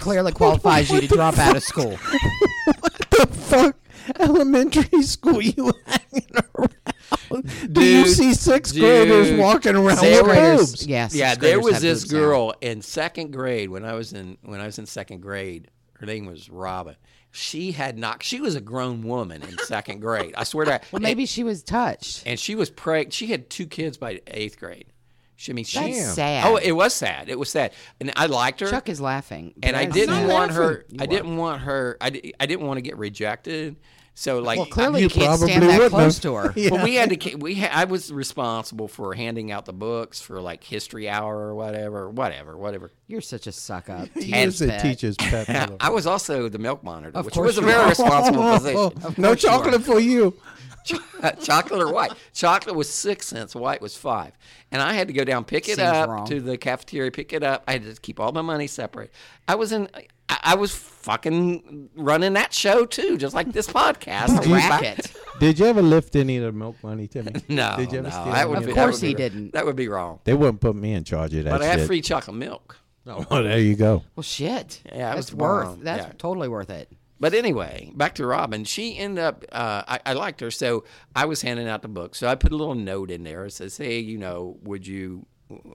Speaker 2: clearly qualifies you to drop out of school.
Speaker 3: the fuck elementary school you hanging around? Do you
Speaker 1: Dude,
Speaker 3: see sixth
Speaker 1: dude.
Speaker 3: graders walking around
Speaker 2: Sixth
Speaker 3: with
Speaker 2: graders,
Speaker 3: boobs?
Speaker 2: yeah, sixth
Speaker 1: yeah, there
Speaker 2: graders
Speaker 1: was
Speaker 2: have
Speaker 1: this
Speaker 2: boobs now.
Speaker 1: girl in second grade when I was in when I was in second grade. Her name was Robin. She had not. She was a grown woman in second grade. I swear to. God.
Speaker 2: Well, maybe she was touched.
Speaker 1: and she was pregnant. She had two kids by eighth grade. She, I mean, she,
Speaker 2: That's Damn. sad.
Speaker 1: Oh, it was sad. It was sad, and I liked her.
Speaker 2: Chuck is laughing. but
Speaker 1: and I
Speaker 2: that is
Speaker 1: didn't
Speaker 2: sad.
Speaker 1: want her.
Speaker 3: laughing.
Speaker 1: I didn't want her. I, di- I didn't want to get rejected. So like,
Speaker 2: Well, clearly you,
Speaker 3: You
Speaker 2: can't stand
Speaker 3: probably
Speaker 2: that
Speaker 3: wouldn't have.
Speaker 2: close to her.
Speaker 1: but we had to. ca- We ha- I was responsible for handing out the books for like history hour or whatever, whatever, whatever.
Speaker 2: You're such a suck up.
Speaker 3: He is a teacher's pet. mother-
Speaker 1: I was also the milk monitor, which
Speaker 2: course
Speaker 1: was a
Speaker 2: you
Speaker 1: very
Speaker 2: are.
Speaker 1: responsible position.
Speaker 3: no chocolate for you.
Speaker 1: chocolate or white. Chocolate was six cents, white was five. And I had to go down, pick it
Speaker 2: Seems
Speaker 1: up
Speaker 2: wrong.
Speaker 1: to the cafeteria, pick it up. I had to keep all my money separate. I was in. I I was fucking running that show too, just like this podcast.
Speaker 2: Racket.
Speaker 3: Did you ever lift any of the milk money, Timmy?
Speaker 1: No,
Speaker 3: Did you ever
Speaker 1: no,
Speaker 3: steal
Speaker 1: that
Speaker 3: any
Speaker 1: would
Speaker 3: of
Speaker 1: be,
Speaker 3: it?
Speaker 2: Of
Speaker 1: that would
Speaker 2: course
Speaker 1: be
Speaker 2: he
Speaker 1: wrong.
Speaker 2: didn't.
Speaker 1: That would be wrong.
Speaker 3: They wouldn't put me in charge of that
Speaker 1: But I had
Speaker 3: shit.
Speaker 1: free chocolate milk.
Speaker 3: oh, there you go.
Speaker 2: Well, shit.
Speaker 1: Yeah, I
Speaker 2: that's
Speaker 1: was
Speaker 2: worth.
Speaker 1: wrong.
Speaker 2: That's
Speaker 1: Yeah.
Speaker 2: totally worth it.
Speaker 1: But anyway, back to Robin. She ended up. Uh, I, I liked her, so I was handing out the book. So I put a little note in there. It says, "Hey, you know, would you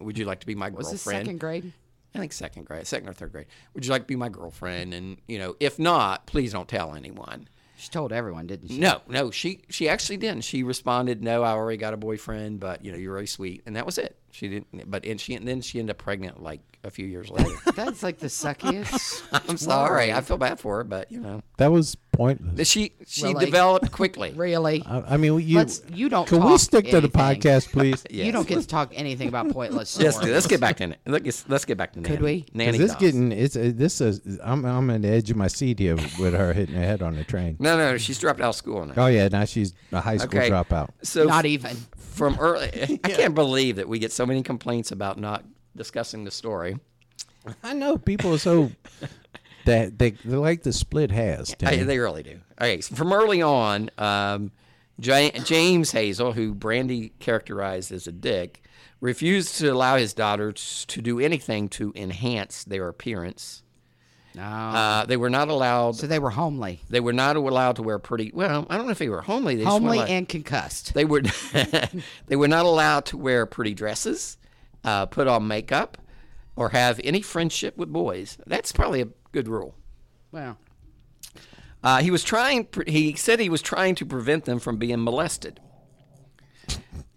Speaker 1: would you like to be my
Speaker 2: Was
Speaker 1: girlfriend?"
Speaker 2: this second grade?
Speaker 1: I think second grade, second or third grade. Would you like to be my girlfriend? And you know, if not, please don't tell anyone.
Speaker 2: She told everyone, didn't she?
Speaker 1: No, no, she she actually didn't. She responded, "No, I already got a boyfriend, but you know, you're really sweet," and that was it. She didn't, but and she and then she ended up pregnant like a few years later.
Speaker 2: That's like the suckiest.
Speaker 1: I'm sorry, I feel bad for her, but you know,
Speaker 3: That was pointless.
Speaker 1: she she
Speaker 2: Well, like-
Speaker 1: developed quickly.
Speaker 2: really?
Speaker 3: I, I mean, you
Speaker 2: Let's- you don't
Speaker 3: Can we
Speaker 2: talk
Speaker 3: stick to the
Speaker 2: anything.
Speaker 3: podcast, please?
Speaker 2: You don't get to talk anything about pointless stories.
Speaker 1: Yes, dude, let's get back to it. Let's let's get back to Nanny.
Speaker 2: Could we? 'Cause
Speaker 1: Nanny
Speaker 3: this
Speaker 1: Doss.
Speaker 3: getting it's uh, this is I'm I'm on the edge of my seat here with her hitting her head on the train.
Speaker 1: No, no, she's dropped out of school now.
Speaker 3: Oh yeah, now she's a high school
Speaker 1: Okay.
Speaker 3: dropout.
Speaker 1: So
Speaker 2: Not even.
Speaker 1: from early. I can't believe that we get so many complaints about not discussing the story.
Speaker 3: I know people are so that they, they like the split hairs.
Speaker 1: I,
Speaker 3: Timmy.
Speaker 1: they really do. Okay, so from early on, um, Ja- James Hazel, who Brandy characterized as a dick, refused to allow his daughters to do anything to enhance their appearance.
Speaker 2: No.
Speaker 1: Uh, they were not allowed.
Speaker 2: so they were homely,
Speaker 1: they were not allowed to wear pretty. Well, I don't know if they were homely. They just weren't
Speaker 2: homely
Speaker 1: allowed-
Speaker 2: and concussed.
Speaker 1: They were they were not allowed to wear pretty dresses, uh, put on makeup, or have any friendship with boys. That's probably a good rule.
Speaker 2: Well,
Speaker 1: Uh, he was trying. He said he was trying to prevent them from being molested.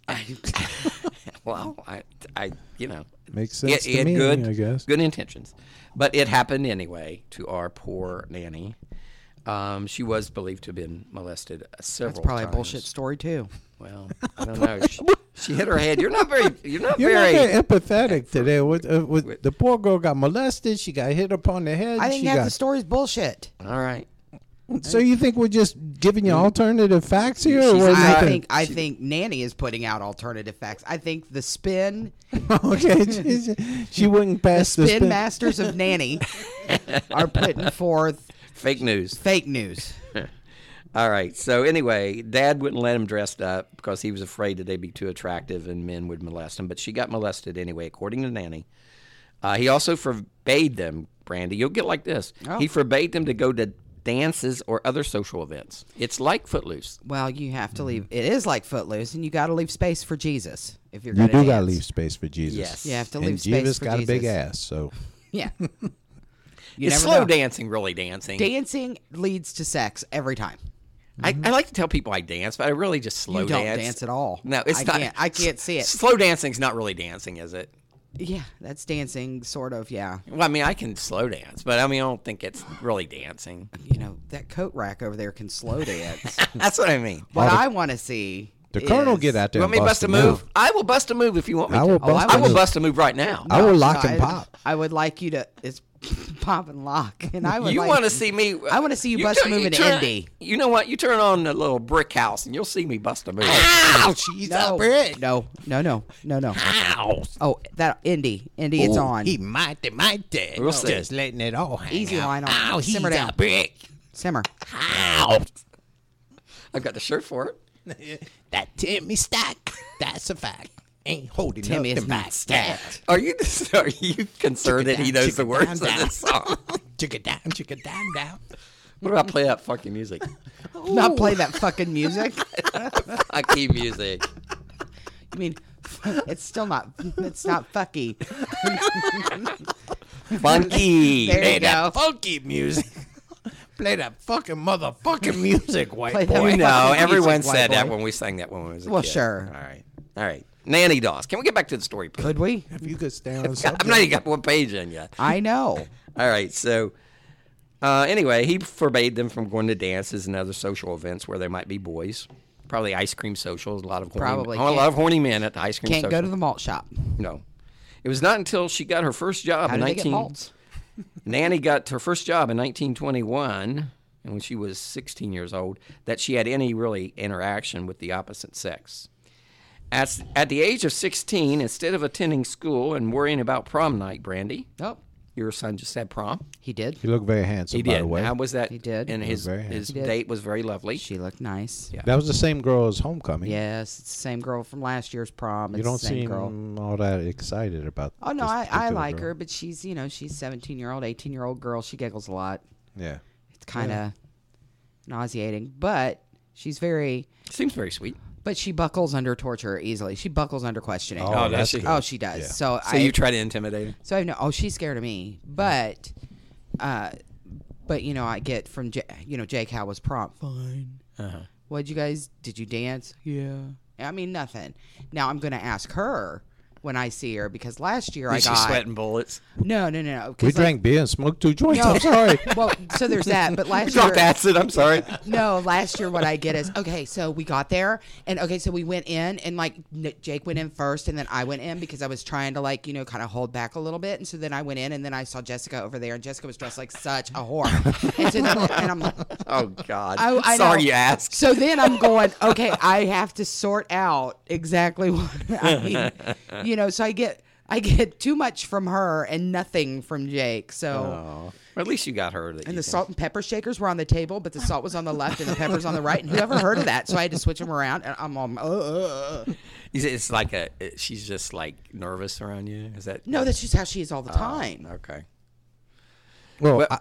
Speaker 1: well, I, I, you know,
Speaker 3: Makes
Speaker 1: he-
Speaker 3: sense
Speaker 1: he
Speaker 3: to
Speaker 1: had
Speaker 3: me,
Speaker 1: good,
Speaker 3: I guess.
Speaker 1: good intentions, but it happened anyway to our poor nanny. Um, she was believed to have been molested uh, several.
Speaker 2: that's probably a
Speaker 1: times.
Speaker 2: bullshit story too.
Speaker 1: Well, I don't know. She, she hit her head. You're not very. You're not
Speaker 3: You're
Speaker 1: very.
Speaker 3: not very empathetic today. With, uh, with, the poor girl got molested. She got hit upon the head.
Speaker 2: I think
Speaker 3: she
Speaker 2: half
Speaker 3: got,
Speaker 2: the story's bullshit.
Speaker 1: all right.
Speaker 3: so you think we're just giving you alternative facts here? Or what do you
Speaker 2: I think I think Nanny is putting out alternative facts. I think the spin
Speaker 3: okay, she's- she wouldn't pass Oh, the
Speaker 2: spin,
Speaker 3: spin.
Speaker 2: masters of Nanny are putting forth
Speaker 1: Fake news.
Speaker 2: fake news.
Speaker 1: All right. So anyway, Dad wouldn't let him dressed up because he was afraid that they'd be too attractive and men would molest him. But she got molested anyway, according to Nanny. Uh, he also forbade them, Brandy. You'll get like this. He forbade them to go to dances or other social events. It's like Footloose.
Speaker 2: Well, you have to leave. It is like Footloose, and you got to leave space for Jesus if you're.
Speaker 3: You
Speaker 2: gonna
Speaker 3: do gotta
Speaker 2: dance.
Speaker 3: leave space for Jesus.
Speaker 1: Yes.
Speaker 2: You have to
Speaker 3: and
Speaker 2: leave space
Speaker 3: Jesus
Speaker 2: for
Speaker 3: got a big
Speaker 2: Jesus.
Speaker 3: ass, so
Speaker 2: Yeah. You
Speaker 1: it's
Speaker 2: never
Speaker 1: slow
Speaker 2: know.
Speaker 1: dancing, really dancing.
Speaker 2: Dancing leads to sex every time.
Speaker 1: I, I like to tell people I dance, but I really just slow
Speaker 2: Mm-hmm. You don't
Speaker 1: dance.
Speaker 2: dance at all.
Speaker 1: No, it's
Speaker 2: I
Speaker 1: not.
Speaker 2: can't- I can't see it.
Speaker 1: Slow dancing's not really dancing, is it?
Speaker 2: Yeah, that's dancing, sort of. Yeah.
Speaker 1: Well, I mean, I can slow dance, but I mean, I don't think it's really dancing.
Speaker 2: You know that coat rack over there can slow dance.
Speaker 1: That's what I mean.
Speaker 2: what I want to see.
Speaker 3: the colonel
Speaker 2: is-
Speaker 3: get out
Speaker 1: You
Speaker 3: there.
Speaker 1: want me to
Speaker 3: and
Speaker 1: bust a move? I will bust a move if you want me
Speaker 3: I
Speaker 1: to. Oh,
Speaker 3: will bust
Speaker 1: I
Speaker 3: a
Speaker 1: will
Speaker 3: move.
Speaker 1: bust a move right now.
Speaker 3: I will lock
Speaker 2: I-
Speaker 3: and pop.
Speaker 2: I would like you to it's pop and lock, and I would.
Speaker 1: you
Speaker 2: like,
Speaker 1: want to see me? uh,
Speaker 2: I wanna see you bust a
Speaker 1: turn-
Speaker 2: move in
Speaker 1: turn-
Speaker 2: Indy.
Speaker 1: You know what? You turn on the little brick house and you'll see me bust a move.
Speaker 2: Ah!
Speaker 1: Ow! She's
Speaker 2: No, no, no, no, no, no.
Speaker 1: Ow!
Speaker 2: Oh, that Indy, Indy, it's on.
Speaker 3: He mighty mighty.
Speaker 1: We'll
Speaker 3: He's
Speaker 1: see.
Speaker 3: just letting it all hang
Speaker 2: Easy
Speaker 3: out.
Speaker 2: line on.
Speaker 3: Ow, he's
Speaker 2: Simmer
Speaker 3: a
Speaker 2: down.
Speaker 3: brick.
Speaker 2: Simmer.
Speaker 1: Ow! I've got the shirt for it.
Speaker 3: That Timmy Stack, that's a fact. Ain't holding
Speaker 2: Timmy is
Speaker 3: nothing
Speaker 2: not
Speaker 3: back.
Speaker 2: stacked.
Speaker 1: Are you are you concerned that he knows the words of this song?
Speaker 3: Chicka down, chicka down, down.
Speaker 1: What about play that fucking music?
Speaker 2: Not play that fucking music.
Speaker 1: Fucking music.
Speaker 2: I mean, it's still not. It's not fucky.
Speaker 1: Funky.
Speaker 2: There
Speaker 3: Play
Speaker 2: you
Speaker 3: that
Speaker 2: go.
Speaker 3: funky music. Play that fucking motherfucking music, white
Speaker 2: Play that
Speaker 3: boy.
Speaker 2: fucking
Speaker 1: No,
Speaker 2: music,
Speaker 1: everyone
Speaker 2: white
Speaker 1: said that
Speaker 2: boy.
Speaker 1: when we sang that when we was a
Speaker 2: Well,
Speaker 1: kid.
Speaker 2: sure.
Speaker 1: All right. All right. Nanny Doss. Can we get back to the story, please?
Speaker 2: Could we?
Speaker 3: If you could stay on the
Speaker 1: I'm
Speaker 3: subject.
Speaker 1: not even got one page in yet.
Speaker 2: I know.
Speaker 1: All right. So, uh, anyway, he forbade them from going to dances and other social events where there might be boys. Probably ice cream socials. A lot of horny,
Speaker 2: Probably
Speaker 1: a lot
Speaker 2: can't-
Speaker 1: of horny men at the ice cream.
Speaker 2: Can't go
Speaker 1: social.
Speaker 2: to the malt shop.
Speaker 1: No. It was not until she got her first job
Speaker 2: How
Speaker 1: in
Speaker 2: do they get
Speaker 1: 19
Speaker 2: malts?
Speaker 1: Nanny got her first job in 1921 and when she was 16 years old that she had any really interaction with the opposite sex. At, at the age of 16, instead of attending school and worrying about prom night, Brandy,
Speaker 2: Oh,
Speaker 1: your son just said prom.
Speaker 2: he did.
Speaker 3: You look very handsome,
Speaker 1: He
Speaker 3: by
Speaker 1: did.
Speaker 3: the way.
Speaker 1: How was that?
Speaker 2: He did.
Speaker 1: And his
Speaker 3: very
Speaker 1: his
Speaker 2: did.
Speaker 1: date was very lovely.
Speaker 2: She looked nice.
Speaker 1: Yeah.
Speaker 3: that was the same girl as Homecoming.
Speaker 2: Yes, it's the same girl from last year's prom. It's
Speaker 3: You don't
Speaker 2: the same
Speaker 3: seem
Speaker 2: girl.
Speaker 3: all that excited about.
Speaker 2: Oh no,
Speaker 3: this
Speaker 2: I, I
Speaker 3: particular
Speaker 2: like
Speaker 3: girl.
Speaker 2: her, but she's you know she's seventeen year old, eighteen year old girl. She giggles a lot.
Speaker 3: Yeah.
Speaker 2: It's kind of nauseating, but she's very.
Speaker 1: Seems very sweet.
Speaker 2: But she buckles under torture easily. She buckles under questioning.
Speaker 3: Oh,
Speaker 1: does
Speaker 3: that's
Speaker 1: she?
Speaker 3: good.
Speaker 2: Oh, she does.
Speaker 3: Yeah.
Speaker 2: So,
Speaker 1: So
Speaker 2: I,
Speaker 1: you try to intimidate her?
Speaker 2: so I know. Oh, she's scared of me. But, uh, but you know, I get from J- you know Jake how was prom. Fine. What'd you guys? Did you dance? Yeah. I mean nothing. Now I'm gonna ask her when I see her because last year I
Speaker 1: She's
Speaker 2: got
Speaker 1: sweating bullets.
Speaker 2: no no no no. 'cause,
Speaker 3: We
Speaker 2: like-
Speaker 3: drank beer and smoked two joints.
Speaker 2: No.
Speaker 3: I'm sorry.
Speaker 2: Well, so there's that. But last year,
Speaker 1: Dropped acid. I'm sorry.
Speaker 2: no, last year what I get is okay. So we got there, and okay, so we went in, and like n- Jake went in first, and then I went in because I was trying to like you know kind of hold back a little bit, and so then I went in, and then I saw Jessica over there, and Jessica was dressed like such a whore, and, so then, and I'm like,
Speaker 1: Oh God.
Speaker 2: oh, I know.
Speaker 1: sorry you asked.
Speaker 2: So then I'm going, okay, I have to sort out exactly what I mean, you know. So I get. I get too much from her and nothing from Jake. So,
Speaker 1: Oh. Or at least you got her. That
Speaker 2: and
Speaker 1: you can-
Speaker 2: the salt and pepper shakers were on the table, but the salt was on the left and the peppers on the right. And whoever heard of that? So I had to switch them around. And I'm on. Uh, uh, uh.
Speaker 1: Is it- It's like a. it- She's just like nervous around you. Is that
Speaker 2: No, that's just how she is
Speaker 3: Oh,
Speaker 2: all the time.
Speaker 1: okay?
Speaker 3: Well, I,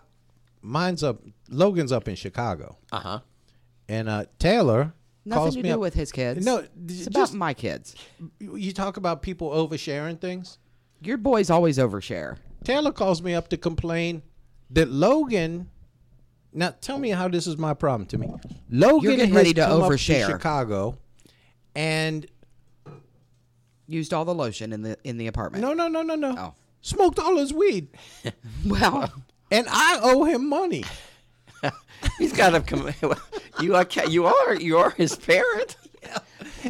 Speaker 3: mine's up. Logan's up in Chicago,
Speaker 1: Uh huh.
Speaker 3: and uh, Taylor calls
Speaker 2: Nothing to
Speaker 3: me
Speaker 2: do
Speaker 3: up-
Speaker 2: with his kids.
Speaker 3: No,
Speaker 2: it's
Speaker 3: d-
Speaker 2: about
Speaker 3: just-
Speaker 2: my kids.
Speaker 3: You you talk about people oversharing things.
Speaker 2: Your boys always overshare.
Speaker 3: Taylor calls me up to complain that Logan. Now tell me how this is my problem to me. Logan
Speaker 2: You're getting
Speaker 3: has
Speaker 2: ready to
Speaker 3: come up
Speaker 2: overshare.
Speaker 3: Chicago, and
Speaker 2: Used all the lotion in the in the apartment.
Speaker 3: no, no, no, no, no.
Speaker 2: Oh.
Speaker 3: Smoked all his weed,
Speaker 2: Well,
Speaker 3: and I owe him money.
Speaker 1: He's got to come. you are. ca- You are. You are his parent.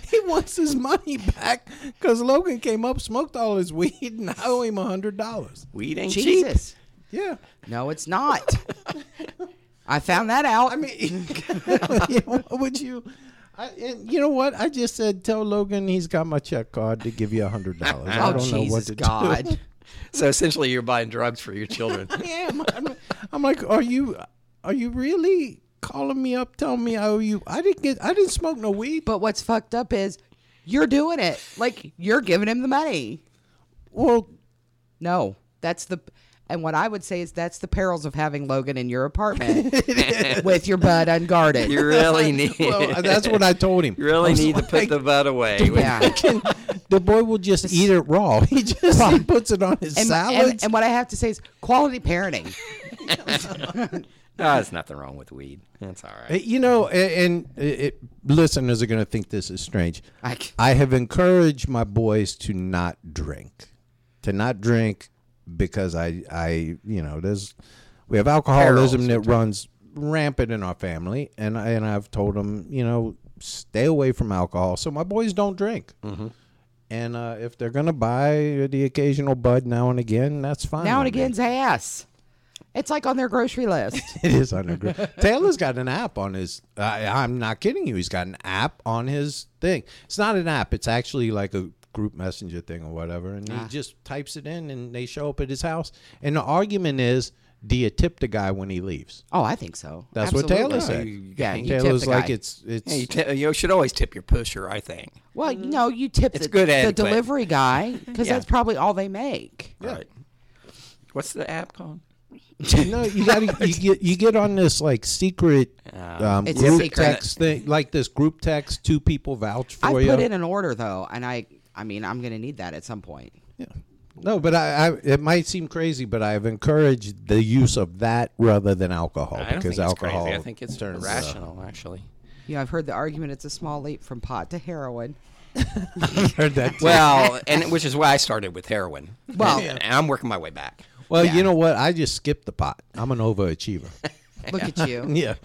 Speaker 3: He wants his money back because Logan came up, smoked all his weed, and I owe him a hundred dollars.
Speaker 1: Weed ain't cheap.
Speaker 2: Jesus.
Speaker 3: Yeah,
Speaker 2: No, it's not. I found that out.
Speaker 3: I mean, you know, what would you? I, and you know what? I just said tell Logan he's got my check card to give you a hundred dollars. I
Speaker 2: oh
Speaker 3: don't know what
Speaker 2: Jesus
Speaker 3: to
Speaker 2: God!
Speaker 3: do.
Speaker 1: So essentially, you're buying drugs for your children.
Speaker 3: Yeah, I'm, I'm- I'm like, are you, are you really calling me up, telling me I owe you? I didn't get, I didn't smoke no weed.
Speaker 2: But what's fucked up is you're doing it. Like you're giving him the money.
Speaker 3: Well,
Speaker 2: No, that's the. And what I would say is that's the perils of having Logan in your apartment with your bud unguarded.
Speaker 1: You really need.
Speaker 3: well, uh, that's what I told him.
Speaker 1: you really
Speaker 3: I was
Speaker 1: need to
Speaker 3: like,
Speaker 1: put the butt away.
Speaker 2: yeah.
Speaker 3: The boy will just eat it raw. He just he puts it on his
Speaker 2: And,
Speaker 3: salads.
Speaker 2: and, and what I have to say is quality parenting.
Speaker 1: No, there's nothing wrong with weed. That's all
Speaker 3: Uh,
Speaker 1: right.
Speaker 3: You know, a- and, it, it, listeners are going to think this is strange.
Speaker 2: I c-
Speaker 3: I have encouraged my boys to not drink, to not drink, because I, I, you know, there's we have alcoholism that runs rampant in our family, and I, and I've told them, you know, stay away from alcohol. So my boys don't drink.
Speaker 2: Mm-hmm.
Speaker 3: And uh, if they're gonna buy the occasional bud now and again, that's fine.
Speaker 2: Now and
Speaker 3: with me.
Speaker 2: again's ass. It's like on their grocery list.
Speaker 3: It is underground. Taylor's got an app on his. I I'm not kidding you. He's got an app on his thing. It's not an app. It's actually like a group
Speaker 2: Ah.
Speaker 3: messenger thing or whatever. And he just types it in, and they show up at his house. And the argument is do you tip the guy when he leaves?
Speaker 2: Oh, I think so.
Speaker 3: That's
Speaker 2: Absolutely.
Speaker 3: what Taylor
Speaker 1: Oh,
Speaker 3: said.
Speaker 1: you- you Yeah, can't- you tip
Speaker 3: Taylor's
Speaker 2: the
Speaker 3: like
Speaker 2: guy.
Speaker 3: it's it's
Speaker 1: Yeah, you, t- you should always tip your pusher, I think.
Speaker 2: Well, no, you tip
Speaker 1: It's
Speaker 2: the,
Speaker 1: good
Speaker 2: the
Speaker 1: etiquette.
Speaker 2: delivery guy because
Speaker 1: Yeah.
Speaker 2: that's probably all they make.
Speaker 1: Right. What's the app called?
Speaker 3: no, you got to you get you get on this like secret um,
Speaker 2: It's a
Speaker 3: group
Speaker 2: secret.
Speaker 3: text thing, like this group text. Two people vouch for
Speaker 2: I
Speaker 3: you.
Speaker 2: put in an order though, and I, I mean, I'm gonna need that at some point.
Speaker 3: Yeah. No, but I, I it might seem crazy, but I've encouraged the use of that rather than alcohol
Speaker 1: I don't
Speaker 3: because
Speaker 1: think it's
Speaker 3: alcohol.
Speaker 1: crazy. I think it's
Speaker 3: turns, uh,
Speaker 1: rational, actually.
Speaker 2: You know, I've heard the argument it's a small leap from pot to heroin.
Speaker 3: heard that too.
Speaker 1: Well, and which is why I started with heroin.
Speaker 2: Well-
Speaker 1: and, and I'm working my way back.
Speaker 3: Well, you know what? I just skipped the pot. I'm an overachiever.
Speaker 2: Look at you,
Speaker 3: yeah.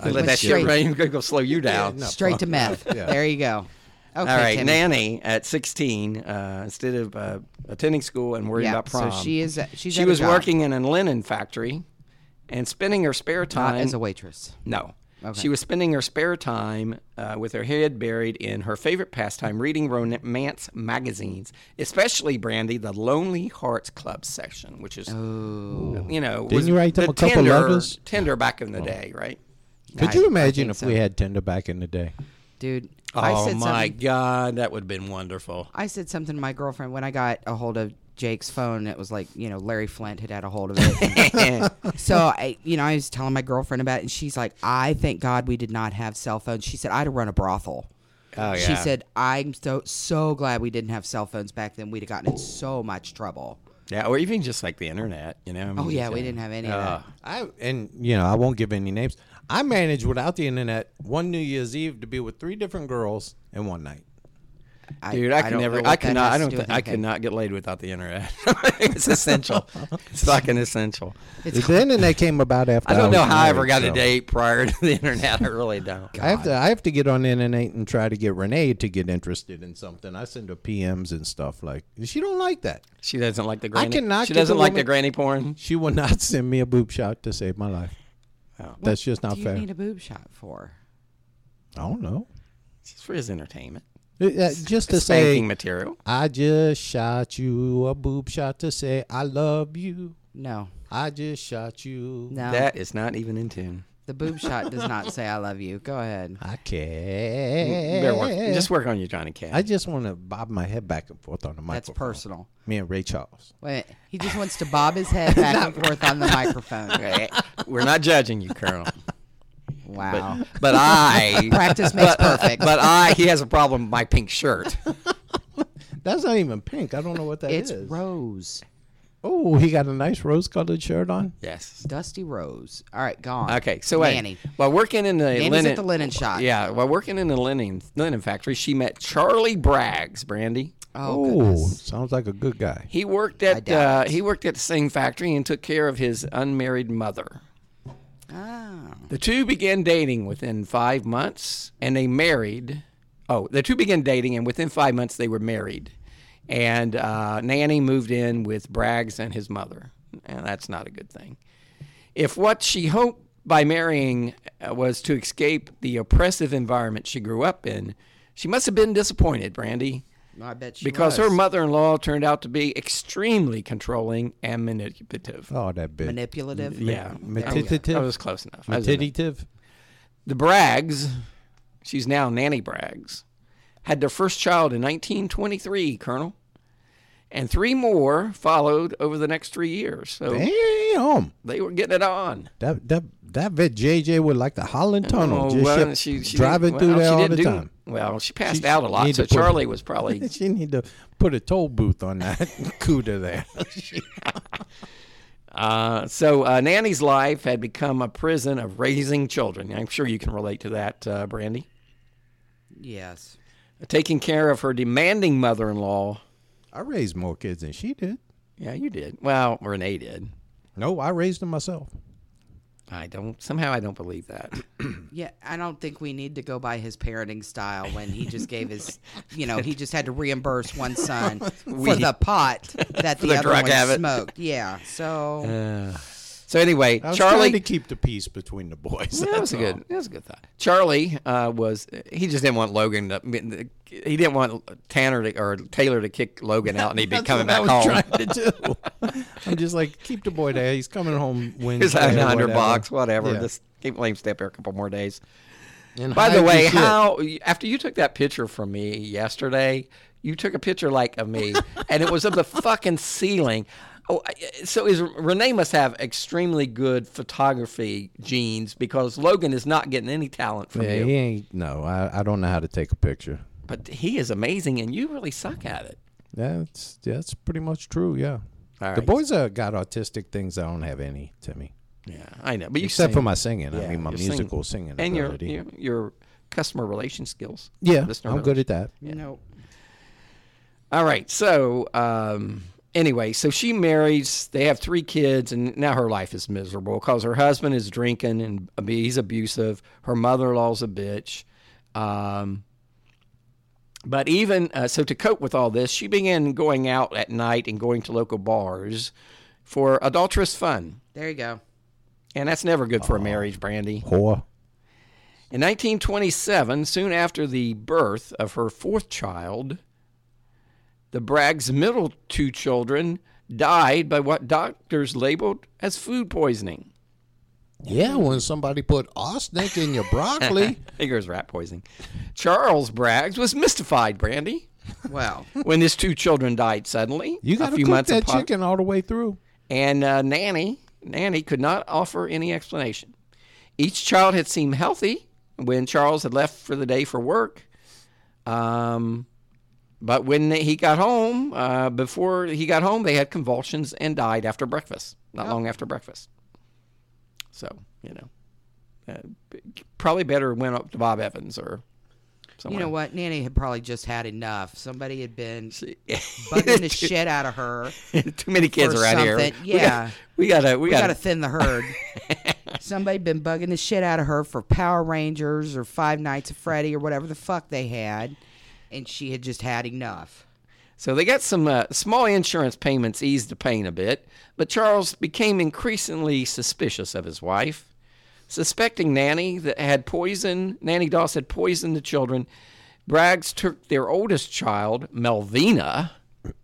Speaker 1: I let
Speaker 2: went
Speaker 1: that shit
Speaker 2: straight-
Speaker 1: rain go, go slow you down.
Speaker 2: straight to meth.
Speaker 3: Yeah.
Speaker 2: There you go. Okay,
Speaker 1: All right,
Speaker 2: Timmy.
Speaker 1: Nanny at 16, uh, instead of uh, attending school and worrying
Speaker 2: Yeah,
Speaker 1: about
Speaker 2: so
Speaker 1: prom,
Speaker 2: she is- uh, she's
Speaker 1: she
Speaker 2: at a
Speaker 1: was
Speaker 2: job.
Speaker 1: working in a linen factory and spending her spare time
Speaker 2: Not as a waitress.
Speaker 1: No. She was spending her spare time uh, with her head buried in her favorite pastime, reading romance magazines, especially Brandy, the Lonely Hearts Club section, which is,
Speaker 2: Oh.
Speaker 1: you know,
Speaker 3: Didn't
Speaker 1: was
Speaker 3: you write them
Speaker 1: the
Speaker 3: a couple
Speaker 1: Tinder,
Speaker 3: letters? Oh.
Speaker 1: Tinder back in the day, right?
Speaker 3: Could
Speaker 2: I-
Speaker 3: you
Speaker 2: I
Speaker 3: imagine
Speaker 2: think
Speaker 3: if
Speaker 2: so.
Speaker 3: we had Tinder back in the day?
Speaker 2: dude? I
Speaker 1: oh
Speaker 2: said
Speaker 1: my
Speaker 2: something-
Speaker 1: God, that would have been wonderful.
Speaker 2: I said something to my girlfriend when I got a hold of Jake's phone. It was like, you know, Larry Flint had had a hold of it. so I, you know, I was telling my girlfriend about it, and she's like, "I thank God we did not have cell phones." She said, "I'd have run a brothel."
Speaker 1: Oh,
Speaker 2: She
Speaker 1: yeah.
Speaker 2: said, "I'm so so glad we didn't have cell phones back then. We'd have gotten in so much trouble."
Speaker 1: Yeah, or even just like the internet, you Uh, know.
Speaker 2: Oh yeah, we didn't have any of that.
Speaker 3: I and you know I won't give any names. I managed without the internet one New Year's Eve to be with three different girls in one night.
Speaker 2: I,
Speaker 1: Dude, I, can
Speaker 2: don't know
Speaker 1: never.
Speaker 2: what
Speaker 1: I
Speaker 2: that
Speaker 1: cannot.
Speaker 2: has
Speaker 1: I
Speaker 2: to
Speaker 1: don't.
Speaker 2: do
Speaker 1: Th-
Speaker 2: with
Speaker 1: I
Speaker 2: anything.
Speaker 1: cannot get laid without the internet. it's essential. it's fucking essential.
Speaker 3: the internet came about after.
Speaker 1: I don't
Speaker 3: was
Speaker 1: know how I ever
Speaker 3: married,
Speaker 1: got a
Speaker 3: so.
Speaker 1: date prior to the internet. I really don't.
Speaker 3: I have to I have to get on the internet and try to get Renee to get interested in something. I send her PMs and stuff like she don't like that.
Speaker 1: She doesn't like the granny.
Speaker 3: cannot
Speaker 1: She
Speaker 3: get
Speaker 1: doesn't
Speaker 3: the
Speaker 1: like the
Speaker 3: woman-
Speaker 1: granny porn.
Speaker 3: She will not send me a boob shot to save my life. That's just not
Speaker 2: Do you
Speaker 3: fair.
Speaker 2: need a boob shot for?
Speaker 3: I don't know.
Speaker 1: It's for his entertainment.
Speaker 3: Uh, uh, Just to say,
Speaker 1: Spanking material.
Speaker 3: I just shot you a boob shot to say I love you.
Speaker 2: No,
Speaker 3: I just shot you.
Speaker 2: no.
Speaker 1: That is not even in tune.
Speaker 2: the boob shot does not say "I love you." Go ahead.
Speaker 3: I
Speaker 1: You
Speaker 3: care.
Speaker 1: better work- Just work on your Johnny Cash.
Speaker 3: I just want to bob my head back and forth on the microphone.
Speaker 2: That's personal.
Speaker 3: Me and Ray Charles.
Speaker 2: Wait, he just wants to bob his head back and forth on the microphone.
Speaker 1: We're not judging you, Colonel.
Speaker 2: Wow.
Speaker 1: But I
Speaker 2: Practice makes perfect.
Speaker 1: But I he has a problem with my pink shirt.
Speaker 3: That's not even pink. I don't know what that is.
Speaker 2: it's Rose.
Speaker 3: Oh, he got a nice rose-colored shirt on.
Speaker 1: Yes.
Speaker 2: Dusty Rose. All right, gone.
Speaker 1: Okay, so wait.
Speaker 2: Nanny.
Speaker 1: While working in the
Speaker 2: at
Speaker 1: linen,
Speaker 2: the linen shop.
Speaker 1: Yeah, while working in the linen linen factory, she met Charlie Braggs, Brandy.
Speaker 2: Oh,
Speaker 3: Oh,
Speaker 2: goodness.
Speaker 3: sounds like a good guy.
Speaker 1: He worked at uh, he worked at the same factory and took care of his unmarried mother.
Speaker 2: Oh.
Speaker 1: The two began dating within five months, and they married. Oh, the two began dating, and within five months they were married. And uh, Nanny moved in with Braggs and his mother, and that's not a good thing. If what she hoped by marrying uh, was to escape the oppressive environment she grew up in, she must have been disappointed, Brandy
Speaker 2: No, I bet she
Speaker 1: because her
Speaker 2: was.
Speaker 1: mother-in-law turned out to be extremely controlling and manipulative.
Speaker 3: Oh, that bitch.
Speaker 2: manipulative.
Speaker 1: Yeah,
Speaker 2: oh,
Speaker 3: Manipulative?
Speaker 1: I was close enough. I was in it.
Speaker 3: Manipulative.
Speaker 1: The Braggs, she's now Nanny Braggs, had their first child in 1923, Colonel, and three more followed over the next three years. So
Speaker 3: Damn.
Speaker 1: they were getting it on.
Speaker 3: That that that vet JJ would like the Holland Tunnel.
Speaker 1: Oh,
Speaker 3: just
Speaker 1: well,
Speaker 3: ship-
Speaker 1: she- she
Speaker 3: driving
Speaker 1: didn't-
Speaker 3: through
Speaker 1: well,
Speaker 3: there
Speaker 1: she
Speaker 3: all
Speaker 1: didn't
Speaker 3: the
Speaker 1: do-
Speaker 3: time.
Speaker 1: Well, she passed
Speaker 3: She
Speaker 1: out a lot,
Speaker 3: need
Speaker 1: so
Speaker 3: to put-
Speaker 1: Charlie was probably
Speaker 3: she need to put a toll booth on that cooter there.
Speaker 1: Uh, so uh, Nanny's life had become a prison of raising children. I'm sure you can relate to that, uh, Brandy.
Speaker 2: Yes.
Speaker 1: Taking care of her demanding mother-in-law.
Speaker 3: I raised more kids than she did.
Speaker 1: Yeah, you did. Well, Renee did.
Speaker 3: No, I raised them myself.
Speaker 1: I don't. Somehow, I don't believe that.
Speaker 2: Yeah, I don't think we need to go by his parenting style when he just gave his, you know, he just had to reimburse one son for the pot that the,
Speaker 1: the
Speaker 2: other
Speaker 1: drug Uh,
Speaker 2: one
Speaker 1: habit.
Speaker 2: smoked. Yeah, so
Speaker 1: So anyway,
Speaker 3: I was
Speaker 1: Charlie
Speaker 3: trying to keep the peace between the boys.
Speaker 1: Yeah, that was a
Speaker 3: that's all.
Speaker 1: good. That was a good thought. Charlie uh, was. He just didn't want Logan. To, I mean, he didn't want Tanner to, or Taylor to kick Logan out, and he'd be
Speaker 3: That's
Speaker 1: coming back
Speaker 3: what
Speaker 1: home.
Speaker 3: I was trying to do. I'm just like, keep the boy there. He's coming home Wednesday.
Speaker 1: Here's a
Speaker 3: or
Speaker 1: hundred
Speaker 3: whatever.
Speaker 1: bucks, whatever.
Speaker 3: Yeah.
Speaker 1: Just keep letting him stay up here a couple more days.
Speaker 3: And
Speaker 1: By the
Speaker 3: hide
Speaker 1: way,
Speaker 3: your shit.
Speaker 1: how after you took that picture from me yesterday, you took a picture like of me, and it was of the fucking ceiling. Oh, I- so is Renee must have extremely good photography genes because Logan is not getting any talent from
Speaker 3: Yeah,
Speaker 1: you,
Speaker 3: he ain't. No, I, I don't know how to take a picture.
Speaker 1: but he is amazing, and you really suck at it.
Speaker 3: That's that's pretty much true. Yeah.
Speaker 1: All
Speaker 3: The
Speaker 1: right.
Speaker 3: boys uh, got autistic things. I don't have any, Timmy.
Speaker 1: Yeah, I know. But you
Speaker 3: Except
Speaker 1: sing.
Speaker 3: for my singing. I
Speaker 1: Yeah,
Speaker 3: mean, my
Speaker 1: you sing.
Speaker 3: musical singing
Speaker 1: and your,
Speaker 3: ability.
Speaker 1: your your customer relation skills.
Speaker 3: yeah,
Speaker 1: Listener
Speaker 3: I'm good
Speaker 1: relation.
Speaker 3: at that.
Speaker 2: You know,
Speaker 1: All right. So um, anyway, so she marries. They have three kids, and now her life is miserable because her husband is drinking and ab- he's abusive. Her mother-in-law's a bitch. Um, but even uh, so, to cope with all this, she began going out at night and going to local bars for adulterous fun.
Speaker 2: there you go.
Speaker 1: And that's never good for a marriage, Brandy.
Speaker 3: Whore.
Speaker 1: In 1927, soon after the birth of her fourth child, the Bragg's middle two children died by what doctors labeled as food poisoning.
Speaker 3: Yeah, when somebody put arsenic in your broccoli.
Speaker 1: I think it was rat poisoning. Charles Braggs was mystified, Brandy,
Speaker 2: Well,
Speaker 1: when his two children died suddenly.
Speaker 3: You
Speaker 1: got
Speaker 3: got
Speaker 1: a
Speaker 3: to
Speaker 1: few
Speaker 3: cook
Speaker 1: months
Speaker 3: that
Speaker 1: apart.
Speaker 3: chicken all the way through.
Speaker 1: and uh, Nanny Nanny could not offer any explanation. Each child had seemed healthy when Charles had left for the day for work, um, but when he got home, uh, before he got home, they had convulsions and died after breakfast. Not
Speaker 2: Oh.
Speaker 1: long after breakfast. So you know, uh, b- probably better went up to Bob Evans or.
Speaker 2: you
Speaker 1: Someone.
Speaker 2: know what? Nanny had probably just had enough. Somebody had been bugging the shit out of her.
Speaker 1: Too many kids
Speaker 2: or
Speaker 1: are out here.
Speaker 2: something,
Speaker 1: We got-
Speaker 2: yeah.
Speaker 1: we gotta, we
Speaker 2: We got
Speaker 1: gotta,
Speaker 2: to thin the herd. Somebody been bugging the shit out of her for Power Rangers or Five Nights at Freddy or whatever the fuck they had, and she had just had enough.
Speaker 1: So they got some uh, small insurance payments eased the pain a bit, but Charles became increasingly suspicious of his wife, suspecting Nanny that had poisoned Nanny Doss had poisoned the children. Braggs took their oldest child, Melvina.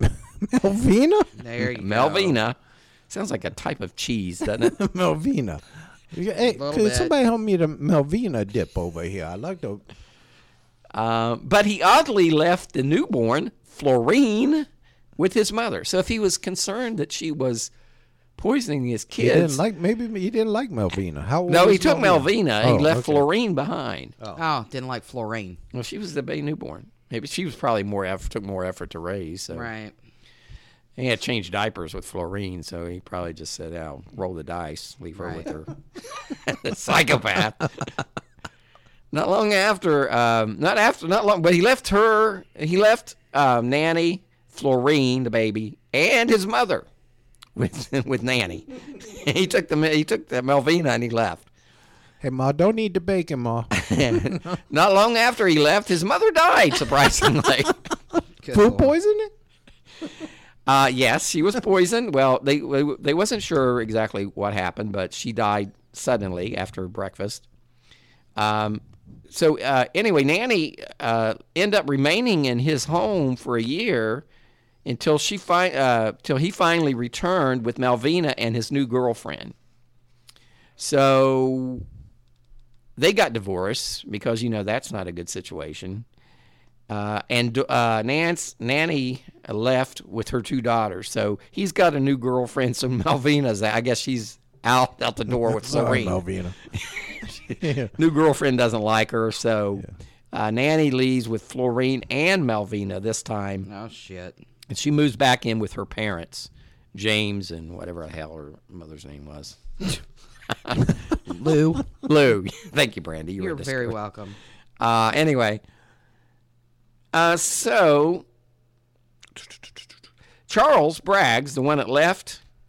Speaker 3: Melvina?
Speaker 2: There you go.
Speaker 1: Melvina
Speaker 3: Oh.
Speaker 1: sounds like a type of cheese, doesn't it?
Speaker 3: Melvina. You- Hey,
Speaker 2: Little
Speaker 3: could
Speaker 2: bit.
Speaker 3: somebody help me the Melvina dip over here? I like the.
Speaker 1: Uh, but he oddly left the newborn, Florine, with his mother. So if he was concerned that she was poisoning his
Speaker 3: He didn't
Speaker 1: kids,
Speaker 3: like. Maybe he didn't like Melvina. How old
Speaker 1: No, he
Speaker 3: was
Speaker 1: took Melvina.
Speaker 3: Oh,
Speaker 1: he left
Speaker 3: okay.
Speaker 1: Florine behind.
Speaker 2: Oh, didn't like Florine.
Speaker 1: Well, she was the baby newborn. Maybe she was probably more effort, took more effort to raise. So.
Speaker 2: Right.
Speaker 1: And he had changed diapers with Florine, so he probably just said, "I'll roll the dice, leave her with her psychopath." not long after, um, not after, not long, but he left her. He left um, Nanny, Florine, the baby, and his mother with with Nanny. he took the he took the Melvina and he left.
Speaker 3: Hey, ma, don't need the bacon, ma.
Speaker 1: Not long after he left, his mother died, surprisingly.
Speaker 3: Food poisoning?
Speaker 1: uh, yes, she was poisoned. Well, they, they wasn't sure exactly what happened, but she died suddenly after breakfast. Um, so uh, anyway, Nanny uh, ended up remaining in his home for a year until she fi- uh, till he finally returned with Malvina and his new girlfriend. So they got divorced because you know that's not a good situation. Uh, and uh, Nance Nanny left with her two daughters, so he's got a new girlfriend. So Malvina's, I guess she's out out the door with
Speaker 3: Sorry,
Speaker 1: Serene
Speaker 3: Melvina.
Speaker 1: new girlfriend doesn't like her, so uh, Nanny leaves with Florine and Malvina this time,
Speaker 2: Oh shit.
Speaker 1: and she moves back in with her parents, James and whatever the hell her mother's name was,
Speaker 2: Lou,
Speaker 1: Lou. Thank you, Brandy. You
Speaker 2: you're
Speaker 1: were
Speaker 2: very
Speaker 1: discreet.
Speaker 2: welcome.
Speaker 1: Uh, anyway, uh, so Charles Braggs, the one that left,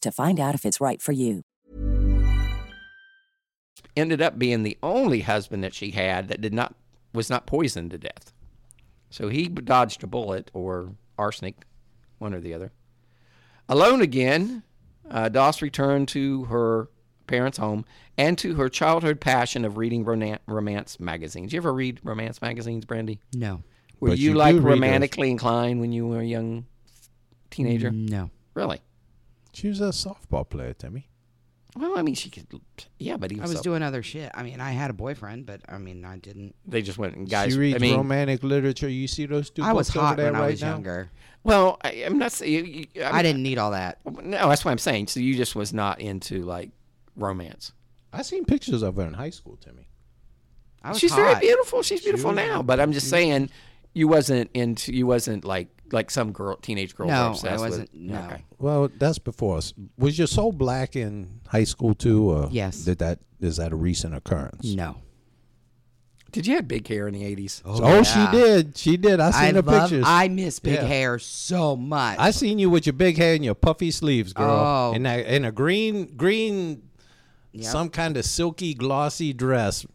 Speaker 4: to find out if it's right for you.
Speaker 1: ended up being the only husband that she had that did not was not poisoned to death. So he dodged a bullet or arsenic, one or the other. Alone again, uh, Doss returned to her parents' home and to her childhood passion of reading ronan- romance magazines. You ever read romance magazines, Brandy?
Speaker 2: No.
Speaker 1: Were
Speaker 3: But
Speaker 1: you,
Speaker 3: you do
Speaker 1: like
Speaker 3: read those.
Speaker 1: romantically inclined when you were a young teenager?
Speaker 3: Mm.
Speaker 2: No.
Speaker 1: Really?
Speaker 3: She was a softball player, Timmy.
Speaker 1: Well, I mean, she could. Yeah, but he
Speaker 2: I was doing other shit. I mean, I had a boyfriend, but I mean, I didn't.
Speaker 1: They just went and guys.
Speaker 3: she reads
Speaker 1: I mean,
Speaker 3: romantic literature. You see those two.
Speaker 2: I was
Speaker 3: books over
Speaker 2: hot
Speaker 3: there
Speaker 2: when I
Speaker 3: right
Speaker 2: was
Speaker 3: now?
Speaker 2: younger.
Speaker 1: Well, I, I'm not saying. I,
Speaker 2: I didn't need all that.
Speaker 1: No, that's what I'm saying. So you just was not into like romance.
Speaker 3: I seen pictures of her in high school, Timmy.
Speaker 2: I was
Speaker 1: She's
Speaker 2: hot.
Speaker 1: very beautiful. She's beautiful now. But I'm just saying, you wasn't into. You wasn't like like some girl, teenage girl.
Speaker 2: No,
Speaker 1: were
Speaker 2: I
Speaker 1: obsessed with.
Speaker 2: wasn't. No.
Speaker 3: Well, that's before us. Was your soul black in high school too? Or
Speaker 2: Yes.
Speaker 3: Did that is that a recent occurrence?
Speaker 2: No.
Speaker 1: Did you have big hair in the 80s?
Speaker 3: Oh, she did. She did. I
Speaker 2: I
Speaker 3: seen her
Speaker 2: love.
Speaker 3: pictures.
Speaker 2: I miss big
Speaker 3: Yeah.
Speaker 2: hair so much.
Speaker 3: I seen you with your big hair and your puffy sleeves, girl,
Speaker 2: Oh.
Speaker 3: and that in a green green, some kind of silky glossy dress.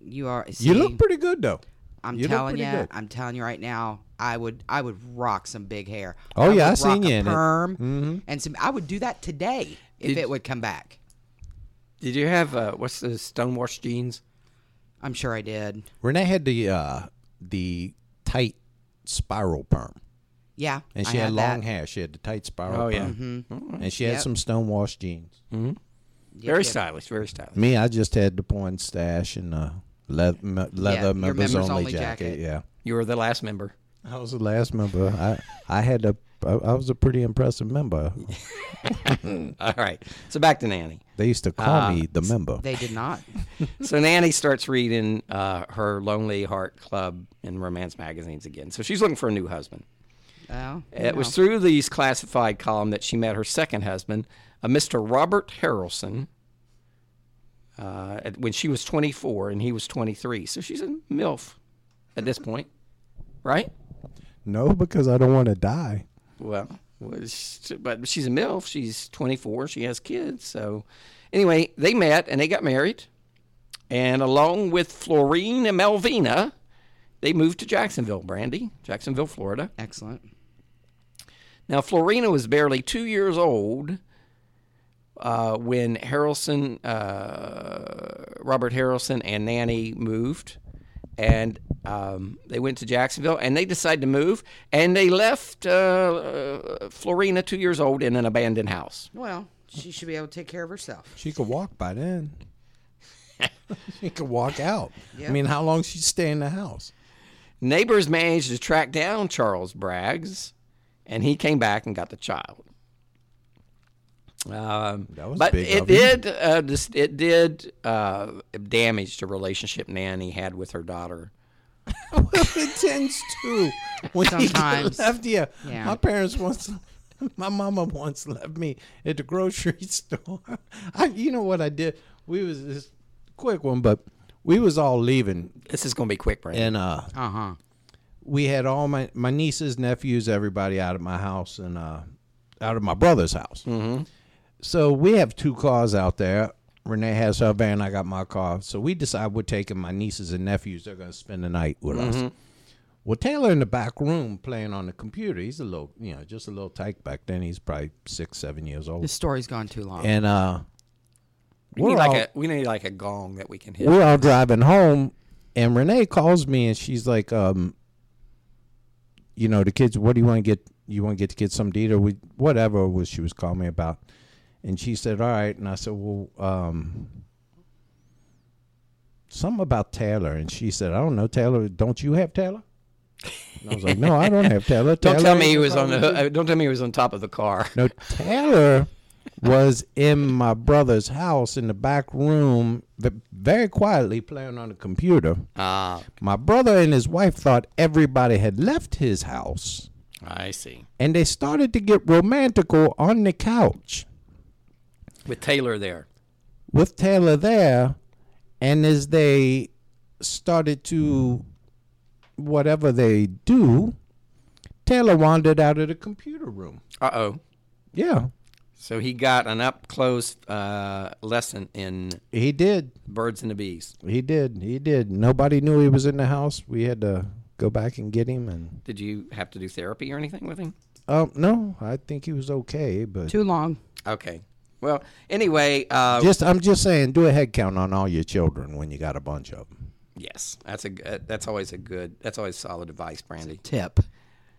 Speaker 2: you are.
Speaker 3: you
Speaker 2: see,
Speaker 3: look pretty good though.
Speaker 2: I'm
Speaker 3: you look
Speaker 2: telling
Speaker 3: pretty
Speaker 2: you.
Speaker 3: good.
Speaker 2: I'm telling you right now. I would. I would rock some big hair.
Speaker 3: Oh, yeah, I
Speaker 2: would
Speaker 3: seen
Speaker 2: rock
Speaker 3: you
Speaker 2: a
Speaker 3: in it. Mm-hmm.
Speaker 2: perm and some. I would do that today if
Speaker 1: Did-
Speaker 2: it would come back.
Speaker 1: Did you have uh, what's the stonewashed jeans?
Speaker 2: I'm sure I did.
Speaker 3: Renee had the uh, the tight spiral perm,
Speaker 2: Yeah.
Speaker 3: and
Speaker 2: I
Speaker 3: she
Speaker 2: that.
Speaker 3: had,
Speaker 2: Mm-hmm.
Speaker 3: long hair. She had the tight spiral.
Speaker 1: Oh, yeah.
Speaker 3: perm. and she had
Speaker 2: Yep.
Speaker 3: some stonewashed jeans.
Speaker 1: very stylish. Very stylish.
Speaker 3: Me, I just had the porn stash and the leather, leather
Speaker 2: your
Speaker 3: members,
Speaker 2: members
Speaker 3: only,
Speaker 2: only
Speaker 3: jacket.
Speaker 2: jacket.
Speaker 3: Yeah,
Speaker 1: You were the last member.
Speaker 3: I was the last member. I I had a I, I was a pretty impressive member.
Speaker 1: All right. So back to Nanny.
Speaker 3: They used to call me the member.
Speaker 2: Uh, They did not.
Speaker 1: So Nanny starts reading uh, her Lonely Heart Club and romance magazines again. So she's looking for a new husband.
Speaker 2: Oh,
Speaker 1: It was through these classified column that she met her second husband, a Mr. Robert Harrelson, uh, at- when she was 24 and he was 23. So she's a MILF at this point, right?
Speaker 3: no, because I don't want to die.
Speaker 1: Well, was, but she's a MILF. She's 24. She has kids. So anyway, they met and they got married. And along with Florine and Melvina, they moved to Jacksonville, Brandy, Jacksonville, Florida.
Speaker 2: excellent.
Speaker 1: Now, Florina was barely two years old uh, when Harrelson, uh, Robert Harrelson, and Nanny moved, and um, they went to Jacksonville, and they decided to move, and they left uh, uh, Florina two years old in an abandoned house.
Speaker 2: Well, she should be able to take care of herself.
Speaker 3: She could walk by then. she could walk out. I mean, how long she stay in the house?
Speaker 1: Neighbors managed to track down Charles Braggs, and he came back and got the child. Um,
Speaker 3: That was
Speaker 1: but
Speaker 3: big
Speaker 1: it
Speaker 3: of him.
Speaker 1: did, uh, dis- it did uh, damage the relationship Nanny had with her daughter.
Speaker 3: it tends to. When you get
Speaker 2: Sometimes.
Speaker 3: left, yeah.
Speaker 2: Yeah.
Speaker 3: My parents once, my mama once left me at the grocery store. I, you know what I did? We was this quick one, but we was all leaving,
Speaker 1: This is going to be quick, Brandon.
Speaker 3: and uh,
Speaker 2: Uh huh.
Speaker 3: we had all my my nieces, nephews, everybody out of my house and uh, out of my brother's house. Mm-hmm. So we have two cars out there. Renee has her van. I got my car. So we decide we're taking my nieces and nephews. They're going to spend the night with
Speaker 1: Mm-hmm.
Speaker 3: us. Well, Taylor in the back room playing on the computer. He's a little, you know, just a little tight back then. He's probably six, seven years old.
Speaker 2: This story's gone too long.
Speaker 3: and uh,
Speaker 1: we
Speaker 3: we're
Speaker 1: need like
Speaker 3: all-
Speaker 1: a we need like a gong that we can hit.
Speaker 3: we're all driving home and renee calls me and she's like um you know the kids what do you want to get you want to get the kids some to eat or we, whatever it was she was calling me about and she said all right and i said well um something about taylor and she said i don't know taylor don't you have taylor and i was like no i don't have taylor,
Speaker 1: don't
Speaker 3: Taylor
Speaker 1: tell
Speaker 3: ain't
Speaker 1: me he
Speaker 3: no
Speaker 1: was on the.
Speaker 3: problem."
Speaker 1: Uh, don't tell me he was on top of the car.
Speaker 3: No, Taylor was in my brother's house in the back room, v- very quietly playing on the computer.
Speaker 1: Ah,
Speaker 3: My brother and his wife thought everybody had left his house,
Speaker 1: I see.
Speaker 3: and they started to get romantical on the couch
Speaker 1: With Taylor there,
Speaker 3: with Taylor there. And as they started to whatever they do, Taylor wandered out of the computer room.
Speaker 1: uh oh.
Speaker 3: Yeah,
Speaker 1: So he got an up close uh, lesson in
Speaker 3: he did.
Speaker 1: birds and the bees.
Speaker 3: He did. He did. Nobody knew he was in the house. We had to go back and get him. And
Speaker 1: Did you have to do therapy or anything with him?
Speaker 3: um, no, I think he was okay. But
Speaker 2: too long.
Speaker 1: Okay. Well, anyway, uh,
Speaker 3: just I'm just saying, do a head count on all your children when you got a bunch of them.
Speaker 1: yes, that's a g- uh, that's always a good that's always solid advice, Brandy.
Speaker 2: Tip.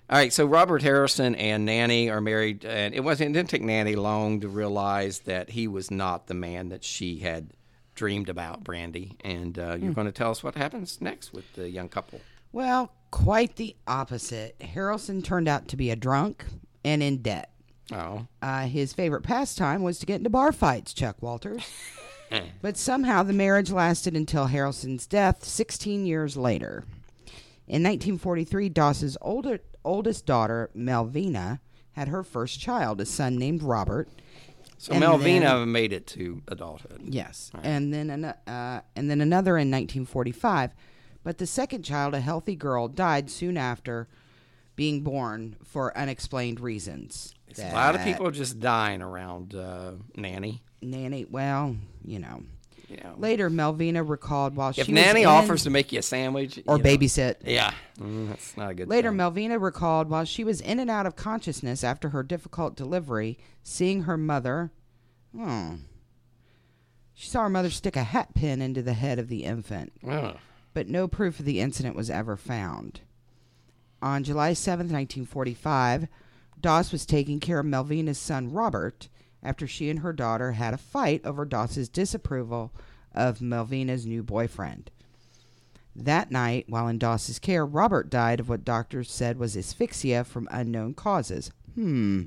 Speaker 1: All right, so Robert Harrison and Nanny are married, and it wasn't it didn't take Nanny long to realize that he was not the man that she had dreamed about, Brandy. And uh,
Speaker 2: Hmm.
Speaker 1: you're going to tell us what happens next with the young couple.
Speaker 2: Well, quite the opposite. Harrelson turned out to be a drunk and in debt.
Speaker 1: Oh,
Speaker 2: Uh, his favorite pastime was to get into bar fights, Chuck Walters. but somehow the marriage lasted until Harrelson's death 16 years later. In 1943, Doss's older, oldest daughter, Melvina, had her first child, a son named Robert.
Speaker 1: so
Speaker 2: And
Speaker 1: Melvina made it to adulthood.
Speaker 2: Yes, and then an, uh, and then another in 1945, but the second child, a healthy girl, died soon after being born for unexplained reasons.
Speaker 1: A lot of people are just dying around uh, Nanny.
Speaker 2: Nanny, well, you know.
Speaker 1: You know,
Speaker 2: Later, Melvina recalled while
Speaker 1: if
Speaker 2: she
Speaker 1: Nanny
Speaker 2: was in-
Speaker 1: offers to make you a sandwich
Speaker 2: or
Speaker 1: you know,
Speaker 2: babysit.
Speaker 1: yeah, mm, that's not a good.
Speaker 2: Later,
Speaker 1: thing.
Speaker 2: Melvina recalled while she was in and out of consciousness after her difficult delivery, seeing her mother. Hmm. She saw her mother stick a hat pin into the head of the infant.
Speaker 1: Oh.
Speaker 2: but no proof of the incident was ever found. On July seventh, 1945, Doss was taking care of Melvina's son Robert after she and her daughter had a fight over Doss's disapproval of Melvina's new boyfriend. That night, while in Doss's care, Robert died of what doctors said was asphyxia from unknown causes. Hmm.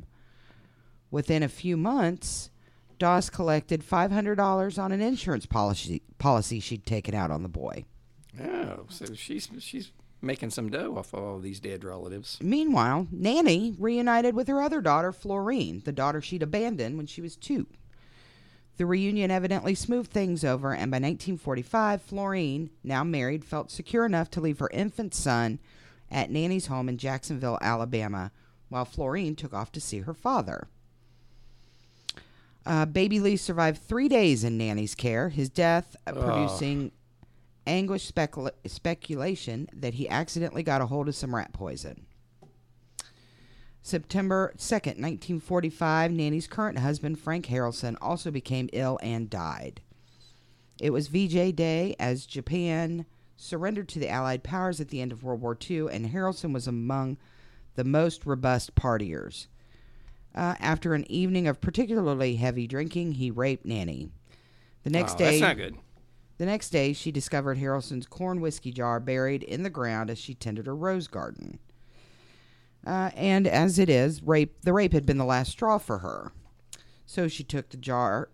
Speaker 2: Within a few months, Doss collected $500 on an insurance policy, policy she'd taken out on the boy.
Speaker 1: Oh, so she's she's making some dough off of all these dead relatives.
Speaker 2: Meanwhile, Nanny reunited with her other daughter, Florine, the daughter she'd abandoned when she was two. The reunion evidently smoothed things over, and by 1945, Florine, now married, felt secure enough to leave her infant son at Nanny's home in Jacksonville, Alabama, while Florine took off to see her father. Uh, Baby Lee survived three days in Nanny's care, his death uh, producing anguish specula- speculation that he accidentally got a hold of some rat poison. September 2nd, 1945, Nanny's current husband, Frank Harrelson, also became ill and died. It was VJ Day as Japan surrendered to the Allied powers at the end of World War II, and Harrelson was among the most robust partiers. Uh, after an evening of particularly heavy drinking, he raped Nanny. The next
Speaker 1: oh,
Speaker 2: day,
Speaker 1: that's not good.
Speaker 2: the next day, she discovered Harrelson's corn whiskey jar buried in the ground as she tended her rose garden. Uh, and as it is, rape the rape had been the last straw for her. So she took the jar,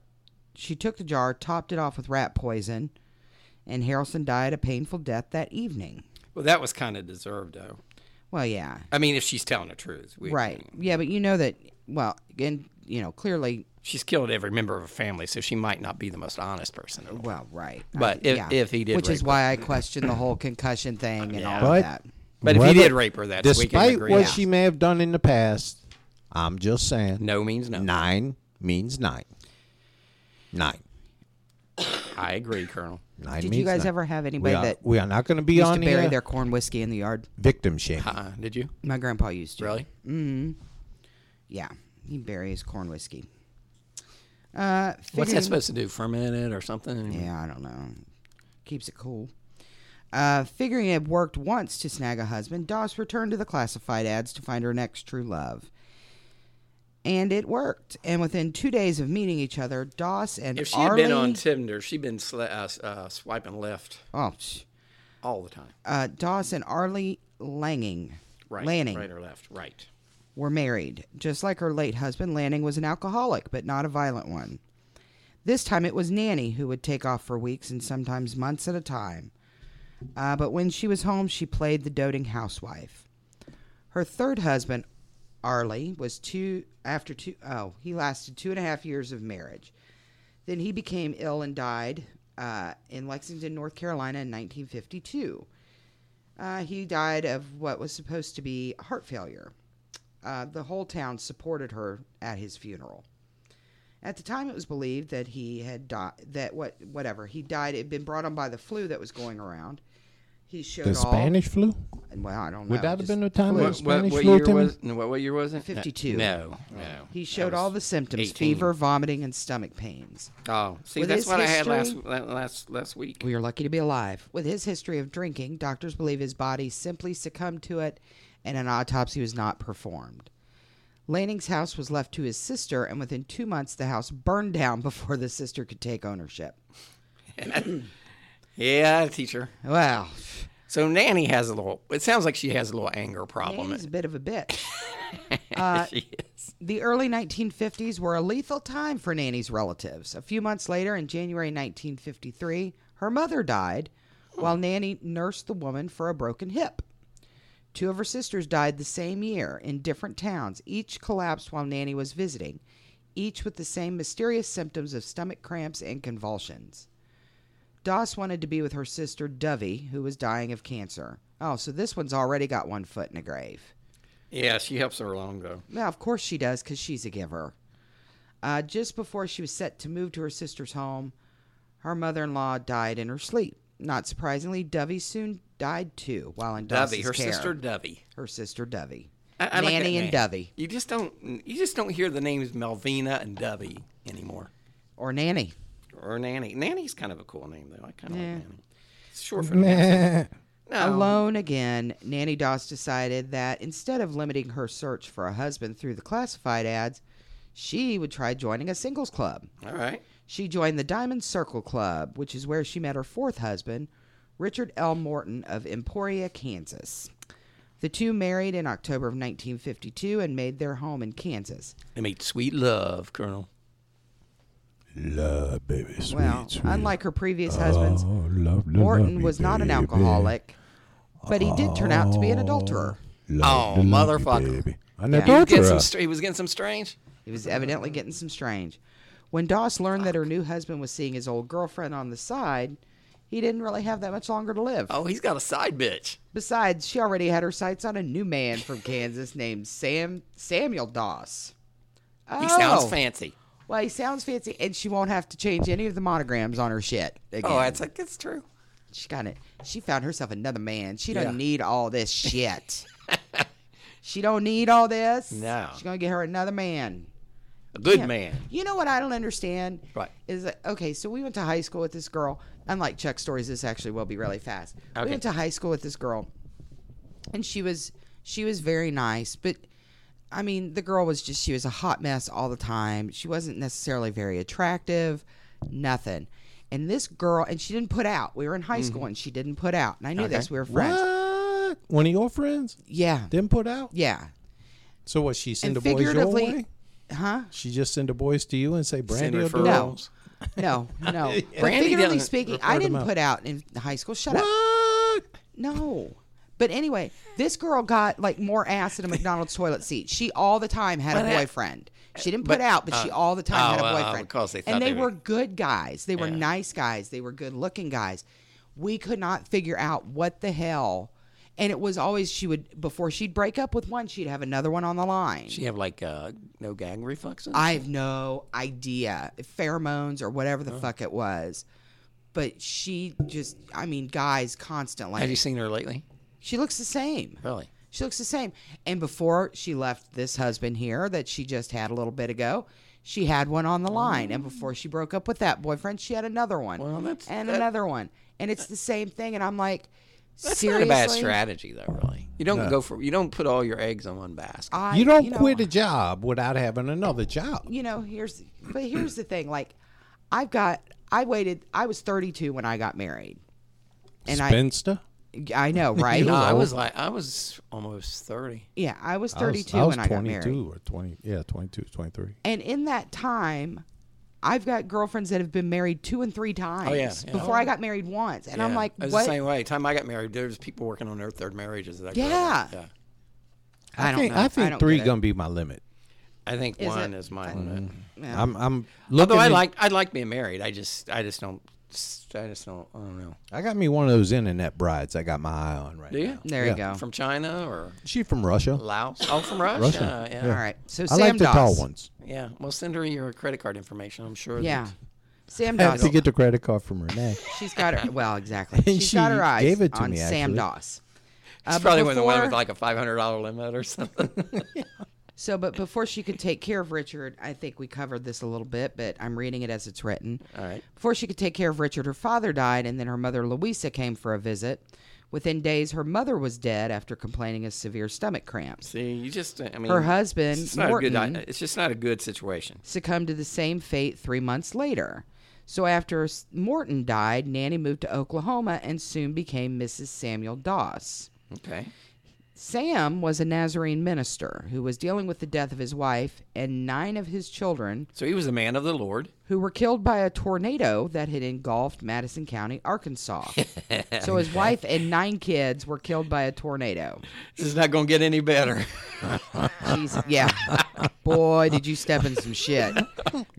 Speaker 2: she took the jar, topped it off with rat poison, and Harrelson died a painful death that evening.
Speaker 1: Well, that was kind of deserved, though.
Speaker 2: Well, yeah,
Speaker 1: I mean, if she's telling the truth, we,
Speaker 2: right, yeah, but you know that. Well, and you know, clearly,
Speaker 1: She's killed every member of her family, so she might not be the most honest person. in the world.
Speaker 2: well, right.
Speaker 1: But if- if he did
Speaker 2: which
Speaker 1: rape
Speaker 2: is
Speaker 1: her.
Speaker 2: why I question the whole concussion thing and all
Speaker 3: But-
Speaker 2: of that.
Speaker 1: But if he
Speaker 3: Whether-
Speaker 1: did rape her, that's we can
Speaker 3: despite
Speaker 1: agree.
Speaker 3: what
Speaker 1: Yeah.
Speaker 3: she may have done in the past. I'm just saying.
Speaker 1: No means no.
Speaker 3: Nine means nine. Nine.
Speaker 1: I agree, Colonel.
Speaker 3: Nine
Speaker 2: Did
Speaker 3: means
Speaker 2: you guys
Speaker 3: nine.
Speaker 2: ever have anybody
Speaker 3: we are,
Speaker 2: that
Speaker 3: we are not going to be
Speaker 2: used
Speaker 3: on
Speaker 2: to bury
Speaker 3: here
Speaker 2: their corn whiskey in the yard?
Speaker 3: victim shaming.
Speaker 1: Uh, did you
Speaker 2: My grandpa used to.
Speaker 1: really?
Speaker 2: Yeah, he buries corn whiskey. Uh,
Speaker 1: What's that
Speaker 2: figuring-
Speaker 1: supposed to do? Ferment it or something?
Speaker 2: Yeah, I don't know. Keeps it cool. Uh, figuring it worked once to snag a husband, Doss returned to the classified ads to find her next true love. And it worked. And within two days of meeting each other, Doss and
Speaker 1: If she had
Speaker 2: Arlie,
Speaker 1: been on Tinder, she'd been sla- uh, s- uh, swiping left
Speaker 2: oh, psh.
Speaker 1: all the time.
Speaker 2: uh, Doss and Arlie Langing,
Speaker 1: Right,
Speaker 2: Lanning
Speaker 1: right or left, right.
Speaker 2: were married. Just like her late husband, Lanning was an alcoholic, but not a violent one. This time it was Nanny who would take off for weeks and sometimes months at a time. Uh, but when she was home, she played the doting housewife. Her third husband, Arlie, was two after two oh, he lasted two and a half years of marriage. Then he became ill and died uh, in Lexington, North Carolina in 1952. Uh, he died of what was supposed to be heart failure. Uh, the whole town supported her at his funeral. At the time, it was believed that he had died. That what, whatever he died, it had been brought on by the flu that was going around. He showed
Speaker 3: The
Speaker 2: all,
Speaker 3: Spanish flu?
Speaker 2: Well, I don't know.
Speaker 3: Would that have
Speaker 2: just
Speaker 3: been the time
Speaker 2: flu.
Speaker 3: that was- Spanish flu,
Speaker 1: year
Speaker 3: Timmy?
Speaker 1: was?
Speaker 2: Mm.
Speaker 1: no, What, what year was it?
Speaker 2: 52.
Speaker 1: No, no.
Speaker 2: He
Speaker 1: That
Speaker 2: showed
Speaker 1: was-
Speaker 2: all the symptoms:
Speaker 1: 18.
Speaker 2: fever, vomiting, and stomach pains.
Speaker 1: Oh, see,
Speaker 2: With
Speaker 1: that's
Speaker 2: his
Speaker 1: what I had
Speaker 2: history-
Speaker 1: last la- last last week.
Speaker 2: We are lucky to be alive. With his history of drinking, doctors believe his body simply succumbed to it, and an autopsy was not performed. Lanning's house was left to his sister, and within two months, the house burned down before the sister could take ownership.
Speaker 1: Yeah, teacher.
Speaker 2: Well,
Speaker 1: So Nanny has a little. It sounds like she has a little anger problem.
Speaker 2: he's a bit of a bitch. Uh, The early 1950s were a lethal time for Nanny's relatives. A few months later, in January 1953, her mother died while Nanny nursed the woman for a broken hip. Two of her sisters died the same year in different towns, each collapsed while Nanny was visiting, each with the same mysterious symptoms of stomach cramps and convulsions. Doss wanted to be with her sister Dovey, who was dying of cancer. Oh, so this one's already got one foot in a grave.
Speaker 1: Yeah, she helps her along though.
Speaker 2: Well, of course she does, because she's a giver. Uh, just before she was set to move to her sister's home, her mother in law died in her sleep. Not surprisingly, Dovey soon died too while in
Speaker 1: Dovey,
Speaker 2: Dovey's
Speaker 1: her
Speaker 2: care.
Speaker 1: sister Dovey.
Speaker 2: her sister Dovey.
Speaker 1: I- I like that
Speaker 2: Nanny
Speaker 1: name.
Speaker 2: and Dovey.
Speaker 1: You just don't. You just don't hear the names Melvina and Dovey anymore.
Speaker 2: Or Nanny.
Speaker 1: Or Nanny. Nanny's kind of a cool name though. I kind of
Speaker 2: Yeah.
Speaker 1: like Nanny. It's short for
Speaker 3: Meh.
Speaker 1: no.
Speaker 2: Alone again, Nanny Doss decided that instead of limiting her search for a husband through the classified ads, she would try joining a singles club.
Speaker 1: All right.
Speaker 2: She joined the Diamond Circle Club, which is where she met her fourth husband, Richard L. Morton of Emporia, Kansas. The two married in October of 1952 and made their home in Kansas.
Speaker 1: They made sweet love, Colonel.
Speaker 3: love, baby, sweet,
Speaker 2: well,
Speaker 3: sweet. Oh,
Speaker 2: unlike her previous husbands,
Speaker 3: love, love
Speaker 2: Morton
Speaker 3: me,
Speaker 2: was not an
Speaker 3: baby.
Speaker 2: alcoholic, but he did turn out to be an adulterer.
Speaker 3: Love,
Speaker 1: Oh,
Speaker 3: love me,
Speaker 1: motherfucker.
Speaker 3: baby. An
Speaker 2: Yeah.
Speaker 1: He, get
Speaker 3: adulterer.
Speaker 1: some, str- he was getting some strange.
Speaker 2: He was evidently getting some strange. When Doss learned that her new husband was seeing his old girlfriend on the side, he didn't really have that much longer to live.
Speaker 1: Oh, he's got a side bitch.
Speaker 2: Besides, she already had her sights on a new man from Kansas named Sam Samuel Doss. Oh,
Speaker 1: He sounds fancy.
Speaker 2: Well, he sounds fancy, and she won't have to change any of the monograms on her shit again.
Speaker 1: Oh, that's like it's true.
Speaker 2: she got it. She found herself another man. She
Speaker 1: Yeah.
Speaker 2: don't need all this shit. she don't need all this.
Speaker 1: No.
Speaker 2: she's gonna get her another man.
Speaker 1: A good
Speaker 2: Yeah.
Speaker 1: man.
Speaker 2: You know what I don't understand?
Speaker 1: What?
Speaker 2: Is that, okay, so we went to high school with this girl. Unlike Chuck's stories, this actually will be really fast. We
Speaker 1: Okay.
Speaker 2: went to high school with this girl and she was she was very nice, but I mean, the girl was just she was a hot mess all the time. She wasn't necessarily very attractive, nothing. And this girl and she didn't put out. We were in high
Speaker 1: Mm-hmm.
Speaker 2: school and she didn't put out. And I knew this. We were friends.
Speaker 3: What? One of your friends
Speaker 2: Yeah.
Speaker 3: didn't put out.
Speaker 2: Yeah.
Speaker 3: So what? She send
Speaker 2: And
Speaker 3: the boys your
Speaker 2: figuratively-
Speaker 3: way?
Speaker 2: Huh?
Speaker 3: She just send the boys to you and say,
Speaker 1: Send
Speaker 3: Brandy, will do it."
Speaker 1: referrals.
Speaker 2: No, no. but
Speaker 1: Brandy
Speaker 2: figuratively
Speaker 1: doesn't
Speaker 2: speaking,
Speaker 3: refer
Speaker 2: I
Speaker 3: them
Speaker 2: didn't
Speaker 3: out.
Speaker 2: put out in high school. Shut up.
Speaker 3: What?
Speaker 2: No. But anyway, this girl got like more ass in a McDonald's toilet seat. She all the time had a boyfriend. She didn't
Speaker 1: uh, But-
Speaker 2: put out, but she
Speaker 1: uh,
Speaker 2: all the time
Speaker 1: oh,
Speaker 2: had a
Speaker 1: well,
Speaker 2: boyfriend.
Speaker 1: because they thought
Speaker 2: and they,
Speaker 1: they
Speaker 2: were,
Speaker 1: were-
Speaker 2: good guys. They were nice guys. They were good looking guys. We could not figure out what the hell. And it was always she would before she'd break up with one, she'd have another one on the line.
Speaker 1: She have like uh, no gag reflexes.
Speaker 2: I have no idea pheromones or whatever the fuck it was. But she just, I mean, guys constantly.
Speaker 1: have you seen her lately?
Speaker 2: she looks the same.
Speaker 1: Really?
Speaker 2: She looks the same. And before she left this husband here that she just had a little bit ago, she had one on the line. And before she broke up with that boyfriend, she had another one.
Speaker 1: Well, that's-
Speaker 2: and
Speaker 1: that-
Speaker 2: another one. And it's the same thing. And I'm like,
Speaker 1: That's
Speaker 2: seriously?
Speaker 1: not a bad strategy, though. Really, you don't go for you don't put all your eggs in one basket.
Speaker 2: I-
Speaker 3: You don't
Speaker 2: know,
Speaker 3: quit a job without having another job.
Speaker 2: you know here's but here's the thing like i've got i waited i was 32 when i got married and
Speaker 3: Spinster.
Speaker 2: i i know right
Speaker 1: No, I was like I was almost thirty.
Speaker 2: yeah i was
Speaker 3: I was-
Speaker 2: 32
Speaker 3: I was,
Speaker 2: when i got
Speaker 3: 22
Speaker 2: married
Speaker 3: or 20. Yeah, 22, 23.
Speaker 2: and in that time i've got girlfriends that have been married two and three times
Speaker 1: Oh, yeah, yeah.
Speaker 2: before
Speaker 3: Oh.
Speaker 2: i got married once and i'm
Speaker 1: Yeah.
Speaker 2: like
Speaker 1: it was
Speaker 2: what
Speaker 1: the same way. Time I got married, there was people working on their third marriages. That I grew
Speaker 2: Yeah.
Speaker 1: up with. yeah.
Speaker 2: i don't
Speaker 3: think,
Speaker 2: know
Speaker 3: I think
Speaker 2: don't
Speaker 3: three
Speaker 2: get it.
Speaker 3: gonna be my limit.
Speaker 1: I think
Speaker 2: Is
Speaker 1: one
Speaker 2: it-
Speaker 1: is my limit.
Speaker 2: Yeah.
Speaker 3: I'm I'm
Speaker 1: Although
Speaker 3: looking.
Speaker 1: I
Speaker 3: in-
Speaker 1: like I like being married. I just I just don't I just don't I don't know.
Speaker 3: I got me one of those internet brides. I got my eye on right
Speaker 1: Do you?
Speaker 3: now.
Speaker 2: there you go
Speaker 1: From China or
Speaker 3: She from Russia.
Speaker 1: Laos? Oh, from Russia.
Speaker 3: Russia.
Speaker 1: Yeah.
Speaker 2: all right so
Speaker 3: I
Speaker 2: sam
Speaker 3: like the
Speaker 2: Doss.
Speaker 3: tall ones.
Speaker 1: Yeah. Well, send her your credit card information. I'm sure.
Speaker 2: yeah
Speaker 1: that-
Speaker 2: sam
Speaker 3: I have
Speaker 2: Doss.
Speaker 3: to get the credit card from Renee.
Speaker 2: She's got her well, exactly.
Speaker 3: And
Speaker 2: She's got
Speaker 3: she
Speaker 2: her eyes
Speaker 3: gave it to
Speaker 2: on
Speaker 3: me,
Speaker 2: Sam
Speaker 3: actually.
Speaker 2: Doss. Uh,
Speaker 1: It's
Speaker 2: but
Speaker 1: probably the one with
Speaker 2: before-
Speaker 1: like a five hundred dollar limit or something.
Speaker 2: So, but before she could take care of Richard, I think we covered this a little bit, but I'm reading it as it's written.
Speaker 1: All right.
Speaker 2: Before she could take care of Richard, her father died, and then her mother, Louisa, came for a visit. Within days, her mother was dead after complaining of severe stomach cramps.
Speaker 1: See, you just I mean
Speaker 2: Her husband,
Speaker 1: It's not a good.
Speaker 2: Morton-
Speaker 1: It's just not a good situation.
Speaker 2: succumbed to the same fate three months later. So after S- Morton died, Nanny moved to Oklahoma and soon became Mrs. Samuel Doss.
Speaker 1: Okay.
Speaker 2: Sam was a Nazarene minister who was dealing with the death of his wife and nine of his children
Speaker 1: So he was a man of the Lord.
Speaker 2: who were killed by a tornado that had engulfed Madison County, Arkansas. so his wife and nine kids were killed by a tornado.
Speaker 1: This is not going to get any better.
Speaker 2: Jeez, yeah. Boy, did you step in some shit.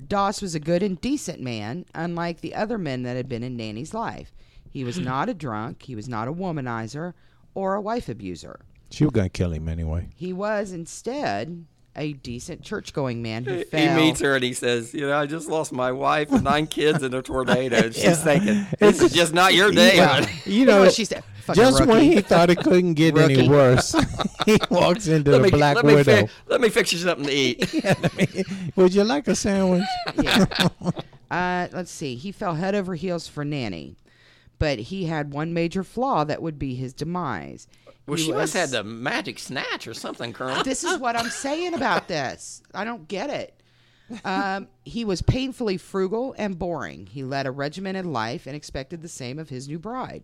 Speaker 2: Doss was a good and decent man, unlike the other men that had been in Nanny's life. He was not a drunk, he was not a womanizer, or a wife abuser.
Speaker 3: She was gonna kill him anyway.
Speaker 2: He was instead a decent church going man who
Speaker 1: he
Speaker 2: fell.
Speaker 1: meets her and he says, "You know, I just lost my wife and nine kids in a tornado." And she's thinking, "This is just not your day."
Speaker 2: Yeah.
Speaker 1: honey."
Speaker 3: You
Speaker 2: You
Speaker 3: know,
Speaker 2: know what she said? Fucking
Speaker 3: just when
Speaker 2: rookie.
Speaker 3: he thought it couldn't get
Speaker 2: Rookie.
Speaker 3: any worse, he walks into the Black
Speaker 1: let Me
Speaker 3: Widow.
Speaker 1: fi- let me fix you something to eat.
Speaker 3: Would you like a sandwich?
Speaker 2: Uh, let's see. He fell head over heels for Nanny, but he had one major flaw that would be his demise.
Speaker 1: well,
Speaker 2: He
Speaker 1: she must
Speaker 2: was-
Speaker 1: have had the magic snatch or something, Colonel.
Speaker 2: This is what I'm saying about this. I don't get it. Um, he was painfully frugal and boring. He led a regimented life and expected the same of his new bride.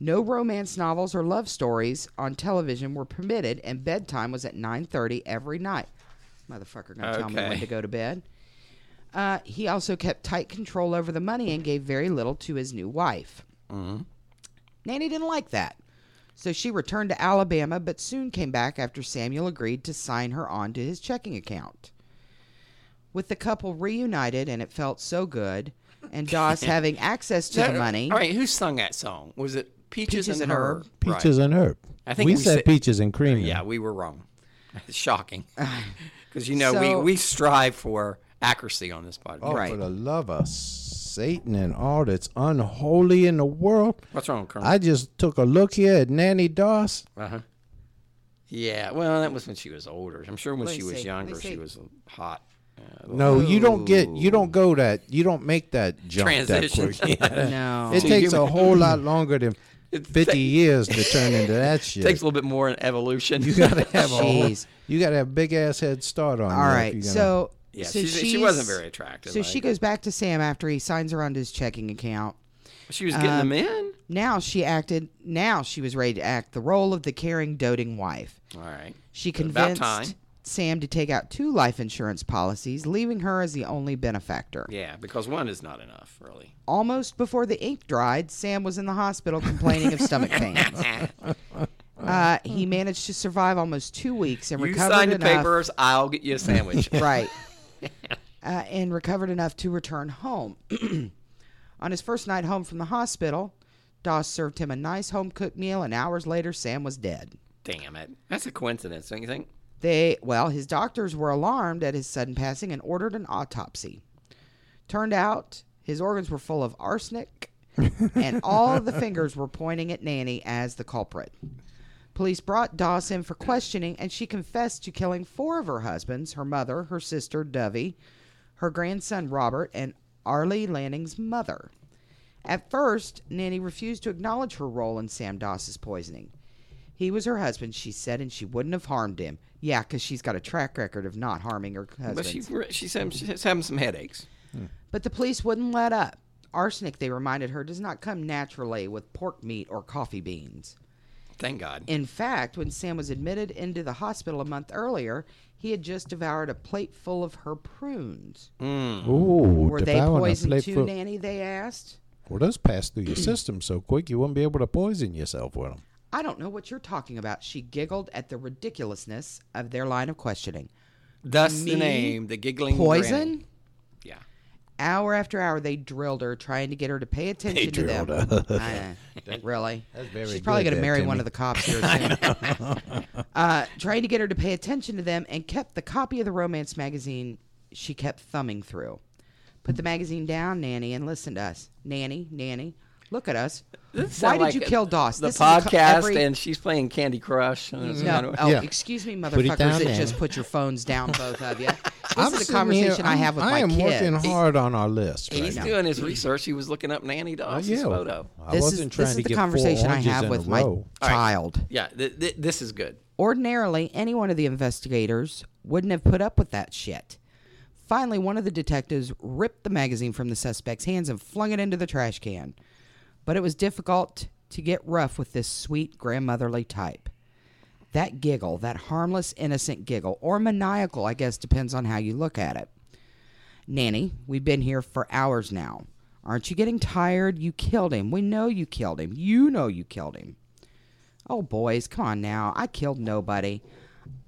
Speaker 2: No romance novels or love stories on television were permitted, and bedtime was at 9:30 every night. Motherfucker, gonna tell me when
Speaker 1: Okay.
Speaker 2: to go to bed. Uh, he also kept tight control over the money and gave very little to his new wife. Nanny didn't like that. So she returned to Alabama, but soon came back after Samuel agreed to sign her on to his checking account. With the couple reunited, and it felt so good, and Doss having access to the money.
Speaker 1: All right, who sung that song? Was it Peaches,
Speaker 2: Peaches
Speaker 1: and
Speaker 2: and
Speaker 1: Herb? Right.
Speaker 3: Peaches and herb.
Speaker 1: I think
Speaker 3: we,
Speaker 1: we
Speaker 3: said
Speaker 1: said-
Speaker 3: peaches and cream.
Speaker 1: Yeah, we were wrong. It's shocking. Because you know
Speaker 2: Uh, So-
Speaker 1: we, we strive for accuracy on this podcast.
Speaker 3: Oh,
Speaker 2: Right.
Speaker 3: for the love of Satan and all that's unholy in the world.
Speaker 1: What's wrong, Colonel? Uh-huh.
Speaker 3: I just took a look here at Nanny Doss.
Speaker 1: yeah, well, that was when she was older. I'm sure when
Speaker 2: Let
Speaker 1: she
Speaker 2: me
Speaker 1: was
Speaker 2: see.
Speaker 1: younger,
Speaker 2: Let me
Speaker 1: she
Speaker 2: see.
Speaker 1: was hot.
Speaker 3: No, you don't get, you don't go that, you don't make that jump
Speaker 1: Transition.
Speaker 3: that quick. Yeah.
Speaker 2: No.
Speaker 3: It takes a whole lot longer than
Speaker 1: It
Speaker 3: fifty
Speaker 1: ta-
Speaker 3: years to turn into that shit.
Speaker 1: Takes a little bit more in evolution.
Speaker 3: you gotta have a whole,
Speaker 2: Jeez.
Speaker 3: you gotta have big ass head start on.
Speaker 2: All right. So,
Speaker 1: Yeah,
Speaker 2: so
Speaker 1: she's- she
Speaker 2: she's-
Speaker 1: wasn't very attractive,
Speaker 2: So
Speaker 1: I
Speaker 2: she
Speaker 1: agree.
Speaker 2: goes back to Sam after he signs her onto his checking account.
Speaker 1: she was getting them
Speaker 2: Uh,
Speaker 1: in.
Speaker 2: Now she acted. Now she was ready to act the role of the caring, doting wife.
Speaker 1: All right.
Speaker 2: She
Speaker 1: About
Speaker 2: convinced
Speaker 1: time.
Speaker 2: Sam to take out two life insurance policies, leaving her as the only benefactor.
Speaker 1: Yeah, because one is not enough, really.
Speaker 2: Almost before the ink dried, Sam was in the hospital complaining of stomach pains. Uh, he managed to survive almost two weeks and
Speaker 1: You
Speaker 2: recovered
Speaker 1: sign the
Speaker 2: enough.
Speaker 1: papers, I'll get you a sandwich.
Speaker 2: right. uh, and recovered enough to return home. On his first night home from the hospital, Doss served him a nice home cooked meal, and hours later, Sam was dead.
Speaker 1: Damn it. That's a coincidence, don't you think?
Speaker 2: They, well, his doctors were alarmed at his sudden passing and ordered an autopsy. Turned out his organs were full of arsenic, and all of the fingers were pointing at Nanny as the culprit. Police brought Doss in for questioning, and she confessed to killing four of her husbands her mother, her sister, Dovey, her grandson, Robert, and Arlie Lanning's mother. At first, Nanny refused to acknowledge her role in Sam Doss's poisoning. He was her husband, she said, and she wouldn't have harmed him. Yeah, 'cause she's got a track record of not harming her husband.
Speaker 1: But she, she's, having, she's having some headaches.
Speaker 2: But the police wouldn't let up. Arsenic, they reminded her, does not come naturally with pork meat or coffee beans.
Speaker 1: Thank God.
Speaker 2: In fact, when Sam was admitted into the hospital a month earlier, he had just devoured a plate full of her prunes.
Speaker 3: Ooh,
Speaker 2: Were they poisoned too, Nanny? They asked.
Speaker 3: Well, those pass through your system so quick you wouldn't be able to poison yourself with them.
Speaker 2: I don't know what you're talking about. She giggled at the ridiculousness of their line of questioning.
Speaker 1: Thus
Speaker 2: Me?
Speaker 1: the name, the giggling
Speaker 2: Poison?
Speaker 1: granny. Yeah.
Speaker 2: Hour after hour, they drilled her, trying to get her to pay attention to them. I know. really? That's
Speaker 3: very
Speaker 2: She's probably
Speaker 3: good
Speaker 2: going to
Speaker 3: there,
Speaker 2: marry one
Speaker 3: Timmy.
Speaker 2: of the cops here soon. uh, trying to get her to pay attention to them, and kept the copy of the romance magazine she kept thumbing through. Put the magazine down, Nanny, and listen to us. Nanny, Nanny, look at us. Why did
Speaker 1: Sound like
Speaker 2: you kill Doss?
Speaker 1: The
Speaker 2: This is a co-
Speaker 1: podcast,
Speaker 2: every-
Speaker 1: and she's playing Candy Crush. and it's kind
Speaker 2: No,
Speaker 1: of-
Speaker 2: oh,
Speaker 3: Yeah.
Speaker 2: excuse me,
Speaker 3: it
Speaker 2: motherfuckers
Speaker 3: down,
Speaker 2: that
Speaker 3: Nanny.
Speaker 2: just put your phones down, both of you. This
Speaker 3: I'm
Speaker 2: is the
Speaker 3: sitting here,
Speaker 2: conversation I
Speaker 3: I'm-
Speaker 2: have with
Speaker 3: I
Speaker 2: my
Speaker 3: am
Speaker 2: kids.
Speaker 3: working hard on our list. Right
Speaker 1: He's
Speaker 3: now. Oh,
Speaker 1: doing his research. He was looking up
Speaker 2: Oh,
Speaker 1: Nanny Doss's
Speaker 3: yeah.
Speaker 1: photo.
Speaker 3: I
Speaker 2: this
Speaker 3: wasn't
Speaker 2: is,
Speaker 3: trying
Speaker 2: this is
Speaker 3: to
Speaker 2: the
Speaker 3: get four
Speaker 2: conversation I
Speaker 3: oranges
Speaker 2: have
Speaker 3: in
Speaker 2: with
Speaker 3: a
Speaker 2: my
Speaker 3: row.
Speaker 2: child.
Speaker 1: Yeah, th- th- this is good.
Speaker 2: Ordinarily, any one of the investigators wouldn't have put up with that shit. Finally, one of the detectives ripped the magazine from the suspect's hands and flung it into the trash can. But it was difficult to get rough with this sweet grandmotherly type. That giggle, that harmless, innocent giggle, or maniacal, I guess, depends on how you look at it. Nanny, we've been here for hours now. Aren't you getting tired? You killed him. We know you killed him. You know you killed him. Oh, boys, come on now. I killed nobody.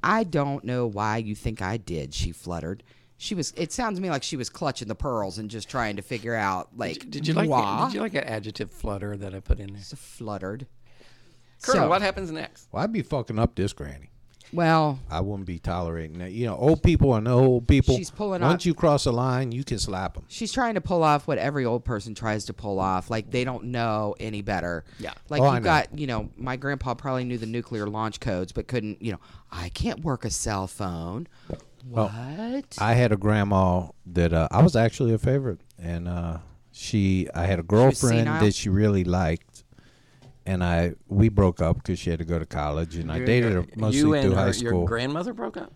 Speaker 2: I don't know why you think I did, she fluttered. She was, it sounds to me like she was clutching the pearls and just trying to figure out, like,
Speaker 1: Did you like?
Speaker 2: why?
Speaker 1: Did you like that adjective flutter that I put in there?
Speaker 2: fluttered?
Speaker 1: Colonel,
Speaker 2: So-
Speaker 1: what happens next?
Speaker 3: Well, I'd be fucking up this granny.
Speaker 2: Well,
Speaker 3: I wouldn't be tolerating that. You know, old people are no old people.
Speaker 2: She's pulling
Speaker 3: Once
Speaker 2: up-
Speaker 3: you cross a line, you can slap them.
Speaker 2: she's trying to pull off what every old person tries to pull off. Like they don't know any better.
Speaker 1: Yeah.
Speaker 2: Like
Speaker 3: Oh,
Speaker 2: you
Speaker 3: I know.
Speaker 2: got, you know, my grandpa probably knew the nuclear launch codes, but couldn't, you know, I can't work a cell phone. What?
Speaker 3: I had a grandma that uh, I was actually a favorite, and uh, she I had a girlfriend
Speaker 2: senile?
Speaker 3: that she really liked, and I we broke up because she had to go to college, and I dated her mostly
Speaker 1: you and
Speaker 3: through high
Speaker 1: her,
Speaker 3: school.
Speaker 1: your grandmother broke up.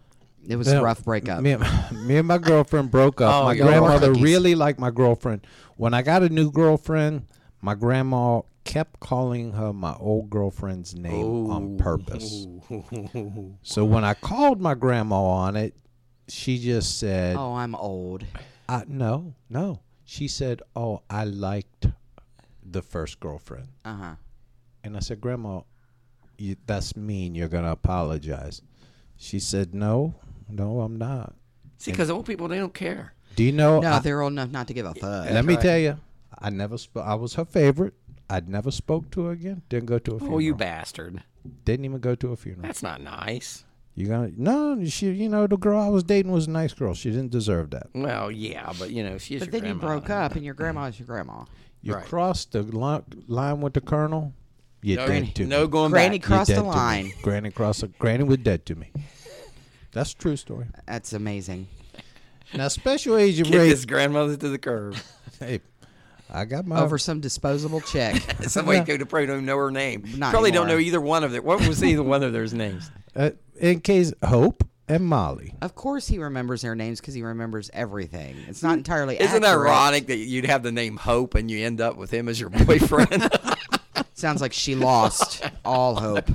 Speaker 2: it was
Speaker 3: Yeah,
Speaker 2: a rough breakup.
Speaker 3: Me and, me and my girlfriend broke up.
Speaker 1: Oh,
Speaker 3: my
Speaker 1: y'all were
Speaker 3: grandmother
Speaker 2: cookies.
Speaker 3: really liked my girlfriend. When I got a new girlfriend, my grandma kept calling her my old girlfriend's name on purpose. so when I called my grandma on it, she just said,
Speaker 2: oh, I'm old.
Speaker 3: I, "No, no." She said, "Oh, I liked the first girlfriend."
Speaker 2: Uh
Speaker 1: Uh-huh.
Speaker 2: huh.
Speaker 3: And I said, Grandma, you, that's mean. You're going to apologize. She said, No, no, I'm not.
Speaker 1: See, because old people they don't care.
Speaker 3: Do you know?
Speaker 2: No,
Speaker 3: I-
Speaker 2: they're old enough not to give a fuck.
Speaker 3: let me tell you, I never spoke. I was her favorite. I'd never spoke to her again. Didn't go to a funeral.
Speaker 1: Oh, you bastard!
Speaker 3: Didn't even go to a funeral.
Speaker 1: That's not nice.
Speaker 3: You gonna no? She, you know, the girl I was dating was a nice girl. She didn't deserve that.
Speaker 1: Well, yeah, but you know, she's
Speaker 2: But
Speaker 1: your
Speaker 2: then you
Speaker 1: grandma.
Speaker 2: broke up, and your grandma's your grandma.
Speaker 3: You
Speaker 1: Right.
Speaker 3: crossed the li- line with the colonel. You're dead to
Speaker 1: No,
Speaker 3: me.
Speaker 1: no going
Speaker 2: Granny
Speaker 1: back.
Speaker 3: You're
Speaker 2: crossed
Speaker 3: dead
Speaker 2: the
Speaker 3: to me.
Speaker 2: line.
Speaker 3: Granny crossed. The, granny was dead to me. That's a true story.
Speaker 2: That's amazing.
Speaker 3: Now, special agent
Speaker 1: Kick
Speaker 3: Ray
Speaker 1: his grandmother to the curb.
Speaker 3: Hey, I got my
Speaker 2: Over some disposable check.
Speaker 1: Somebody could probably don't even know her name.
Speaker 2: Not
Speaker 1: probably don't know
Speaker 2: anymore.
Speaker 1: either one of their. What was either one of their names?
Speaker 3: uh, in case Hope and Molly.
Speaker 2: Of course, he remembers their names because he remembers everything. It's not entirely.
Speaker 1: Hmm. Isn't it
Speaker 2: accurate.
Speaker 1: ironic that you'd have the name Hope and you end up with him as your boyfriend?
Speaker 2: Sounds like she lost all hope.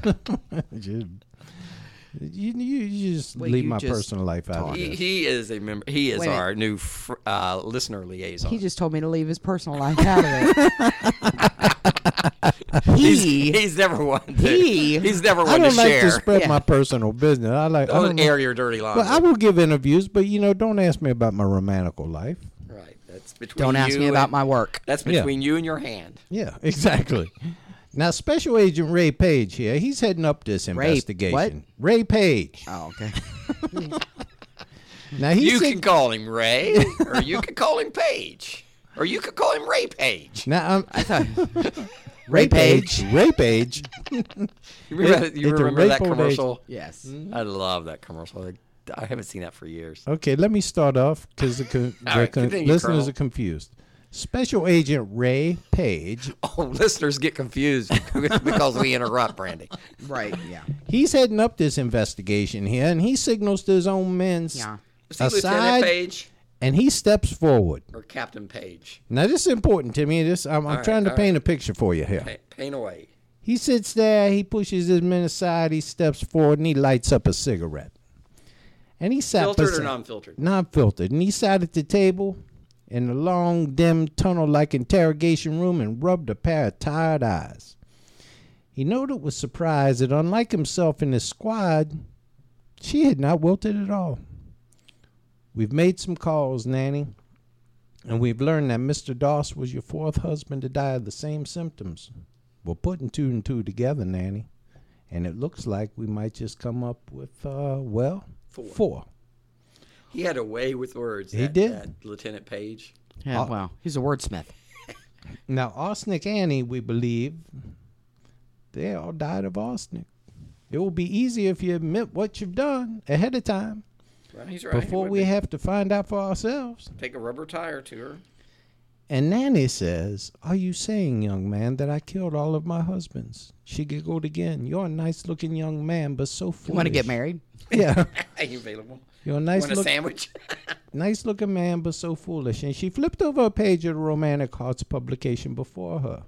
Speaker 3: You, you, you just
Speaker 2: Well,
Speaker 3: leave
Speaker 2: you
Speaker 3: my
Speaker 2: just
Speaker 3: personal life out of
Speaker 1: he,
Speaker 3: this.
Speaker 1: he is a member. He is
Speaker 2: Wait a minute.
Speaker 1: our new fr- uh, listener liaison.
Speaker 2: He just told me to leave his personal life out of it.
Speaker 1: He's,
Speaker 2: he
Speaker 1: he's never one. To,
Speaker 2: He-
Speaker 1: he's never
Speaker 3: I
Speaker 1: one to
Speaker 3: don't like to
Speaker 1: share.
Speaker 3: spread my personal business. I like I
Speaker 1: Don't
Speaker 3: don't
Speaker 1: air your dirty laundry.
Speaker 3: Well, I will give interviews, but you know, don't ask me about my romantical life.
Speaker 1: right. That's between
Speaker 2: don't ask
Speaker 1: you
Speaker 2: me about
Speaker 1: and-
Speaker 2: my work.
Speaker 1: That's
Speaker 3: Yeah.
Speaker 1: between you and your hand.
Speaker 3: Yeah, exactly. now, Special Agent Ray Page here. He's heading up this
Speaker 2: what?
Speaker 3: investigation. Ray Page.
Speaker 2: Oh, okay.
Speaker 3: Now he's
Speaker 1: you
Speaker 3: in-
Speaker 1: can call him Ray, or you could call him Page, or you could call him Ray Page.
Speaker 3: now um,
Speaker 2: Ray Page.
Speaker 3: Ray Page.
Speaker 1: You remember,
Speaker 3: It-
Speaker 1: you
Speaker 3: it's a
Speaker 1: remember that
Speaker 3: Ray Page.
Speaker 1: commercial?
Speaker 2: Yes.
Speaker 1: I love that commercial. I, I haven't seen that for years.
Speaker 3: okay, let me start off because the, con- the
Speaker 1: All right,
Speaker 3: con-
Speaker 1: continue,
Speaker 3: listeners
Speaker 1: Colonel.
Speaker 3: are confused. Special Agent Ray Page
Speaker 1: Oh, listeners get confused because we interrupt, Brandy.
Speaker 2: Right. Yeah.
Speaker 3: He's heading up this investigation here, and he signals to his own men
Speaker 2: Yeah.
Speaker 1: Is he Lieutenant
Speaker 3: aside,
Speaker 1: Page
Speaker 3: and he steps forward.
Speaker 1: or Captain Page?
Speaker 3: Now, this is important to me. This I'm, I'm
Speaker 1: right,
Speaker 3: trying to
Speaker 1: all
Speaker 3: paint a picture for you here.
Speaker 1: Pa- Paint away.
Speaker 3: He sits there, he pushes his men aside, he steps forward, and he lights up a cigarette. And he sat
Speaker 1: Filtered or
Speaker 3: beside-
Speaker 1: non-filtered?
Speaker 3: Non-filtered. And he sat at the table in the long, dim, tunnel-like interrogation room and rubbed a pair of tired eyes. He noted with surprise that, unlike himself and his squad, she had not wilted at all. We've made some calls, Nanny, and we've learned that Mr. Doss was your fourth husband to die of the same symptoms. We're putting two and two together, Nanny, and it looks like we might just come up with, uh, well, four.
Speaker 1: He had a way with words.
Speaker 3: He
Speaker 1: that-
Speaker 3: did.
Speaker 1: that Lieutenant Page.
Speaker 2: Yeah. wow. He's a wordsmith.
Speaker 3: Now, arsenic Annie, we believe, they all died of arsenic. It will be easier if you admit what you've done ahead of time
Speaker 1: Well, he's right. It
Speaker 3: before
Speaker 1: would
Speaker 3: we
Speaker 1: be.
Speaker 3: have to find out for ourselves.
Speaker 1: take a rubber tire to her.
Speaker 3: And Nanny says, Are you saying, young man, that I killed all of my husbands? She giggled again. You're a nice looking young man, but so foolish.
Speaker 2: You want to get married?
Speaker 3: Yeah.
Speaker 1: Are you available?
Speaker 3: You're a nice,
Speaker 1: Want a
Speaker 3: look,
Speaker 1: sandwich?
Speaker 3: nice looking man, but so foolish. And she flipped over a page of the Romantic Hearts publication before her.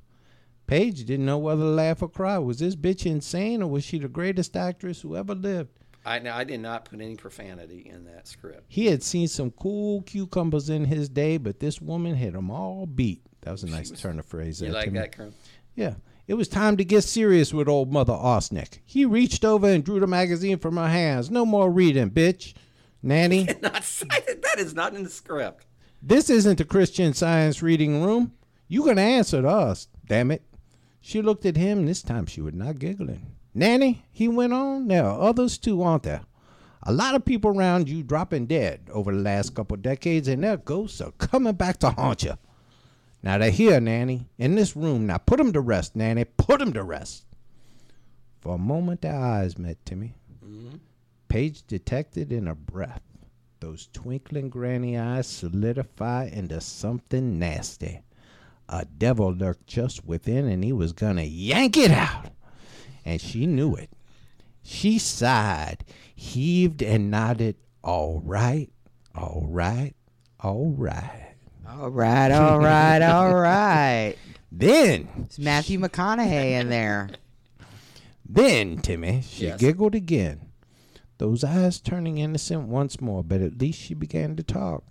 Speaker 3: Paige didn't know whether to laugh or cry. Was this bitch insane, or was she the greatest actress who ever lived?
Speaker 1: I now I did not put any profanity in that script.
Speaker 3: He had seen some cool cucumbers in his day, but this woman had them all beat. That was a nice turn of phrase.
Speaker 1: You
Speaker 3: there,
Speaker 1: like
Speaker 3: Timmy.
Speaker 1: that, Colonel?
Speaker 3: Yeah. It was time to get serious with old Mother Arsenic. He reached over and drew the magazine from her hands. No more reading, bitch. Nanny,
Speaker 1: Not cited. That is not in the script.
Speaker 3: this isn't the Christian Science reading room. You gonna answer to us, damn it. She looked at him, this time she was not giggling. Nanny, he went on, there are others too, aren't there? A lot of people around you dropping dead over the last couple decades, and their ghosts are coming back to haunt you. Now they're here, Nanny, in this room. Now put 'em to rest, Nanny. Put 'em to rest. For a moment, their eyes met Timmy. Page detected in a breath those twinkling granny eyes solidify into something nasty. A devil lurked just within, and he was gonna yank it out. And she knew it. She sighed, heaved, and nodded, All right, all right, all right.
Speaker 2: All right. All right. All right.
Speaker 3: Then,
Speaker 2: It's Matthew McConaughey in there.
Speaker 3: then, Timmy, she giggled again, those eyes turning innocent once more, but at least she began to talk.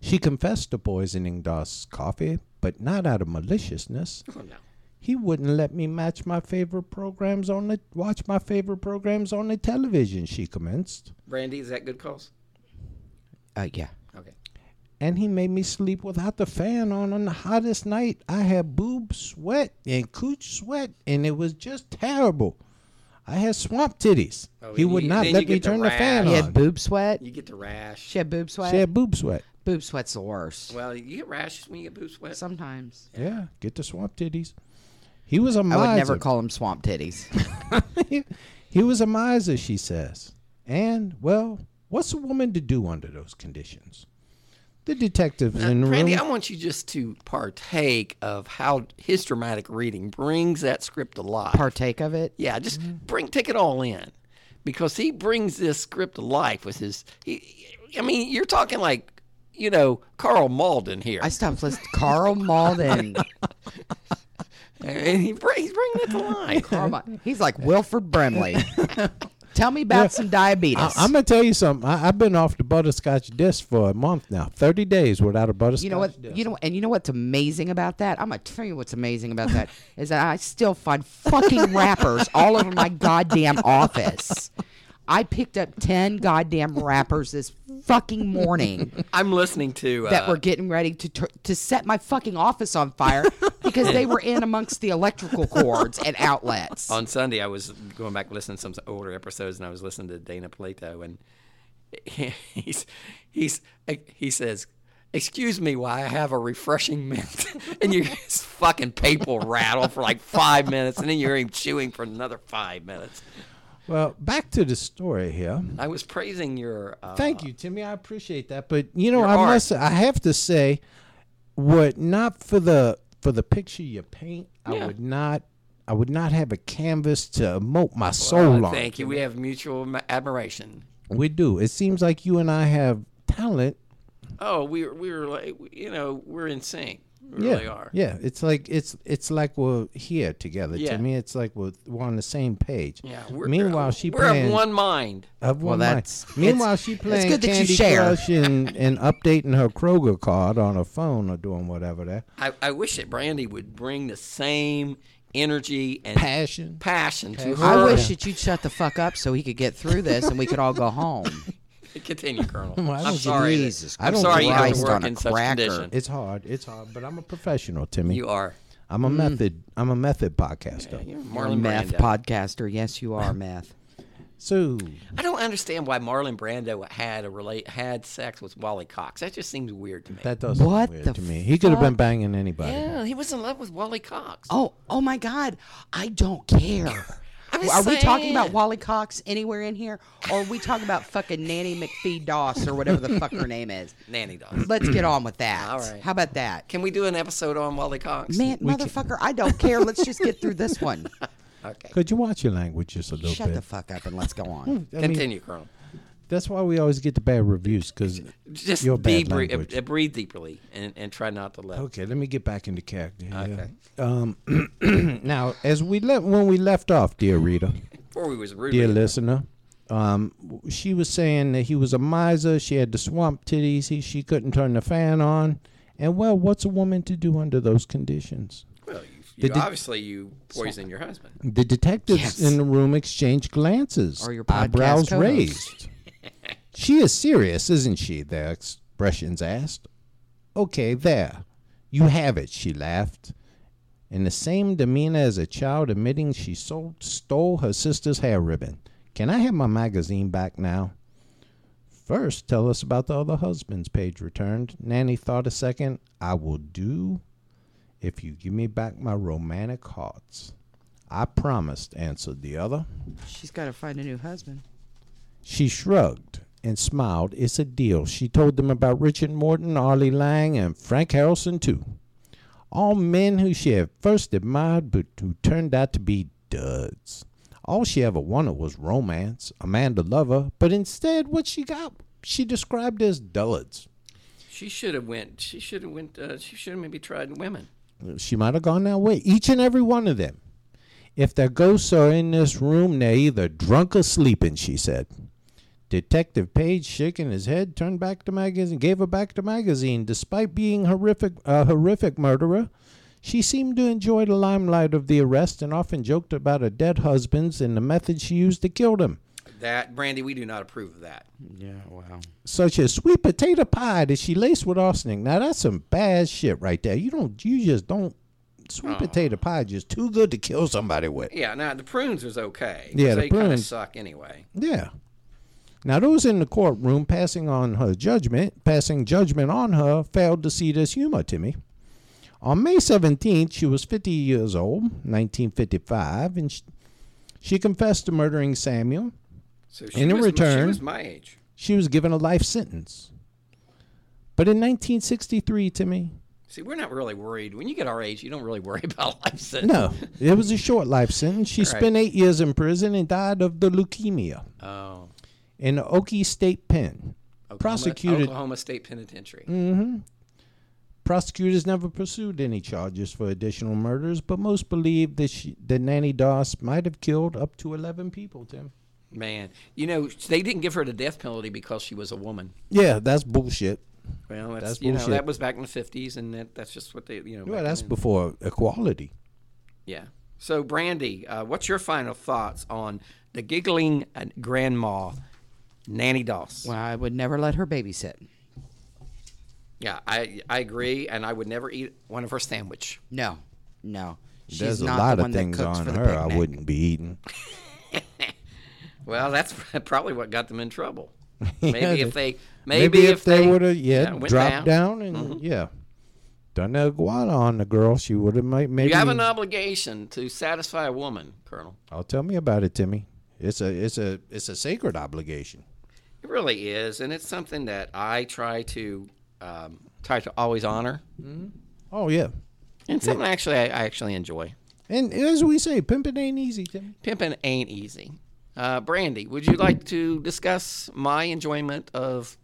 Speaker 3: She confessed to poisoning Doss' coffee, but not out of maliciousness.
Speaker 1: Oh no.
Speaker 3: He wouldn't let me match my favorite programs on the watch my favorite programs on the television, she commenced.
Speaker 1: Brandy, is that good calls?
Speaker 2: Uh, yeah.
Speaker 1: Okay.
Speaker 3: And he made me sleep without the fan on on the hottest night. I had boob sweat and cooch sweat, and it was just terrible. I had swamp titties.
Speaker 1: Oh,
Speaker 3: he
Speaker 1: and
Speaker 3: would
Speaker 1: you-
Speaker 3: not
Speaker 1: then you
Speaker 3: let
Speaker 1: get
Speaker 3: me
Speaker 1: the
Speaker 3: turn the fan
Speaker 1: rash.
Speaker 2: She
Speaker 1: He
Speaker 3: on.
Speaker 2: had boob sweat.
Speaker 1: You get the rash.
Speaker 2: She had boob sweat.
Speaker 3: She had boob sweat.
Speaker 2: boob sweat's the worst.
Speaker 1: Well, you get rashes when you get boob sweat.
Speaker 2: Sometimes.
Speaker 3: Yeah, get the swamp titties. He was a miser.
Speaker 2: I would never call them swamp titties.
Speaker 3: he was a miser, she says. And, well, what's a woman to do under those conditions? The detectives in the
Speaker 1: Brandy,
Speaker 3: room.
Speaker 1: I want you just to partake of how his dramatic reading brings that script alive.
Speaker 2: Partake of it.
Speaker 1: Yeah, just bring take it all in, because he brings this script to life with his. He, I mean, you're talking like you know Carl Malden here,
Speaker 2: I stopped listening. Carl Malden.
Speaker 1: and he bring, he's bringing it to life.
Speaker 2: Carl Ma- He's like Wilford Brimley. Tell me about some diabetes.
Speaker 3: I, am gonna tell you something. I, I've been off the butterscotch disc for a month now. Thirty days without a butterscotch.
Speaker 2: you know what? You know, and you know what's amazing about that? I'm gonna tell you what's amazing about that is that I still find fucking wrappers all over my goddamn office. I picked up ten goddamn wrappers this fucking morning
Speaker 1: I'm listening to uh,
Speaker 2: that were getting ready to tur to set my fucking office on fire because they were in amongst the electrical cords and outlets.
Speaker 1: on Sunday. I was going back listening to some older episodes, and I was listening to Dana Plato, and he- he's he's he says, "Excuse me, why I have a refreshing mint," and you his fucking people rattle for like five minutes, and then you're him chewing for another five minutes.
Speaker 3: Well, back to the story here.
Speaker 1: I was praising your. Uh,
Speaker 3: Thank you, Timmy. I appreciate that. But you know,
Speaker 1: Your
Speaker 3: I
Speaker 1: art.
Speaker 3: must. I have to say, what not for the for the picture you paint. I would not. I would not have a canvas to emote my soul on.
Speaker 1: uh, Thank you. We have mutual ma- admiration.
Speaker 3: We do. It seems like you and I have talent.
Speaker 1: Oh, we were- we were like you know we're in sync. We
Speaker 3: yeah.
Speaker 1: really are.
Speaker 3: Yeah. It's like it's it's like we're here together.
Speaker 1: Yeah.
Speaker 3: To me, it's like we're, we're on the same page.
Speaker 1: Yeah, we're,
Speaker 3: Meanwhile, she
Speaker 1: we're
Speaker 3: playing.
Speaker 1: of one mind.
Speaker 3: Of
Speaker 2: Well,
Speaker 3: one
Speaker 2: that's-
Speaker 3: mind. Meanwhile,
Speaker 2: it's-
Speaker 3: she
Speaker 2: it's
Speaker 3: playing
Speaker 2: good that you
Speaker 3: Candy
Speaker 2: share.
Speaker 3: Crush and, and updating her Kroger card on her phone or doing whatever that
Speaker 1: I, I wish that Brandy would bring the same energy and
Speaker 3: passion.
Speaker 1: passion to her.
Speaker 2: I wish that you'd shut the fuck up so he could get through this and we could all go home.
Speaker 1: Continue, Colonel.
Speaker 3: Well, I
Speaker 1: I'm
Speaker 3: don't
Speaker 1: sorry. that-
Speaker 2: Jesus
Speaker 1: I'm
Speaker 3: Christ.
Speaker 1: sorry you have to
Speaker 3: Christ
Speaker 1: work
Speaker 2: on a
Speaker 1: in such
Speaker 2: cracker.
Speaker 1: condition.
Speaker 3: It's hard. It's hard, but I'm a professional, Timmy.
Speaker 1: You are.
Speaker 3: I'm a
Speaker 2: Mm.
Speaker 3: method. I'm a method podcaster.
Speaker 1: Marlon
Speaker 2: meth
Speaker 1: Brando.
Speaker 2: podcaster. Yes, you are meth.
Speaker 3: So
Speaker 1: I don't understand why Marlon Brando had a relate had sex with Wally Cox. That just seems weird to me.
Speaker 3: that doesn't
Speaker 2: What
Speaker 3: weird
Speaker 2: the
Speaker 3: to me. He could have been banging anybody.
Speaker 1: yeah, he was in love with Wally Cox.
Speaker 2: Oh, oh my God! I don't care.
Speaker 1: I'm just
Speaker 2: are we talking about
Speaker 1: saying.
Speaker 2: Wally Cox anywhere in here, or are we talking about fucking Nanny McPhee Doss or whatever the fuck her name is?
Speaker 1: Nanny dog.
Speaker 2: Let's get on with that.
Speaker 1: All right.
Speaker 2: How about that,
Speaker 1: Can we do an episode on Wally Cox?
Speaker 2: man, motherfucker? I don't care. Let's just get through this one.
Speaker 3: Could you watch your language just a little
Speaker 2: Shut
Speaker 3: bit?
Speaker 2: the fuck up and let's go on.
Speaker 3: I mean,
Speaker 1: Continue, Colonel.
Speaker 3: that's why we always get the bad reviews because
Speaker 1: Just
Speaker 3: your
Speaker 1: be
Speaker 3: bad
Speaker 1: bre-
Speaker 3: language.
Speaker 1: uh, breathe deeply and, and try not to let.
Speaker 3: Okay, let me get back into character. Here. Okay. Um, now, as we left when we left off, dear reader,
Speaker 1: Before we was rude.
Speaker 3: dear listener, um, w- she was saying that he was a miser. She had the swamp titties. He, she couldn't turn the fan on. And well, what's a woman to do under those conditions?
Speaker 1: Well, you, you
Speaker 3: Did-
Speaker 1: obviously you poisoned your husband.
Speaker 3: The detectives in the room exchanged glances,
Speaker 2: Or your podcast
Speaker 3: eyebrows
Speaker 2: co-host.
Speaker 3: raised. she is serious, isn't she? Their expressions asked. Okay, there. You have it, she laughed. In the same demeanor as a child admitting she sold, stole her sister's hair ribbon. Can I have my magazine back now? First, tell us about the other husbands, Paige returned. Nanny thought a second. I will do if you give me back my romantic hearts. I promised, answered the other.
Speaker 2: She's got to find a new husband.
Speaker 3: She shrugged and smiled. It's a deal. She told them about Richard Morton, Arlie Lang, and Frank Harrelson, too. All men who she had first admired but who turned out to be duds. All she ever wanted was romance, a man to love her, but instead what she got she described as dullards.
Speaker 1: She should have went. She should have went. Uh, she should have maybe tried women.
Speaker 3: She might have gone that way. Each and every one of them. If their ghosts are in this room, they're either drunk or sleeping, she said. Detective Page, shaking his head, turned back the magazine, gave her back the magazine. Despite being horrific, a horrific murderer, she seemed to enjoy the limelight of the arrest and often joked about her dead husbands and the method she used to kill them,
Speaker 1: That Brandy, we do not approve of that.
Speaker 3: such as sweet potato pie that she laced with arsenic. Now that's some bad shit right there. You don't, you just don't. Sweet potato pie just too good to kill somebody with.
Speaker 1: Yeah. Now the prunes was okay. 'cause
Speaker 3: Yeah, the
Speaker 1: they kind of
Speaker 3: prunes.
Speaker 1: suck anyway.
Speaker 3: Yeah. Now, those in the courtroom passing on her judgment, passing judgment on her, failed to see this humor, Timmy. On May 17th, she was 50 years old, 1955, and she, she confessed to murdering Samuel.
Speaker 1: So
Speaker 3: And in
Speaker 1: was, she
Speaker 3: return-
Speaker 1: was my age.
Speaker 3: She was given a life sentence. But in 1963, Timmy,
Speaker 1: See, we're not really worried. When you get our age, you don't really worry about life sentence.
Speaker 3: no, it was a short life sentence. She spent eight years in prison and died of the leukemia
Speaker 1: Oh.
Speaker 3: in the Okie State Pen.
Speaker 1: Oklahoma,
Speaker 3: Prosecuted. Mm.
Speaker 1: Oklahoma State Penitentiary.
Speaker 3: Prosecutors never pursued any charges for additional murders, but most believe that, she, that Nanny Doss might have killed up to 11 people, Tim.
Speaker 1: Man, you know they didn't give her the death penalty because she was a woman.
Speaker 3: Yeah, that's bullshit.
Speaker 1: Well, that's,
Speaker 3: That's
Speaker 1: you know
Speaker 3: bullshit.
Speaker 1: that was back in the fifties, and that, that's just what they you know.
Speaker 3: Well,
Speaker 1: back
Speaker 3: that's
Speaker 1: then.
Speaker 3: before equality.
Speaker 1: yeah. So, Brandy, uh, what's your final thoughts on the giggling uh, grandma, Nanny Doss?
Speaker 2: Well, I would never let her babysit.
Speaker 1: Yeah, I I agree, and I would never eat one of her sandwich.
Speaker 2: No, no. She's
Speaker 3: There's a
Speaker 2: not
Speaker 3: lot
Speaker 2: the
Speaker 3: of
Speaker 2: one
Speaker 3: things
Speaker 2: that cooks
Speaker 3: on
Speaker 2: for the
Speaker 3: her I
Speaker 2: picnic.
Speaker 3: wouldn't be eating.
Speaker 1: Well, that's probably what got them in trouble. Maybe if they,
Speaker 3: Maybe, if they, would have, yeah,
Speaker 1: went
Speaker 3: dropped down, and yeah, done the iguana on the girl, she would have might maybe.
Speaker 1: You have an obligation to satisfy a woman, Colonel.
Speaker 3: oh, tell me about it, Timmy. It's a it's a it's a sacred obligation.
Speaker 1: It really is, and it's something that I try to um, try to always honor,
Speaker 3: Oh yeah,
Speaker 1: and something actually I, I actually enjoy.
Speaker 3: and as we say, pimping ain't easy, Timmy.
Speaker 1: Pimping ain't easy. Uh, Brandy, would you like to discuss my enjoyment of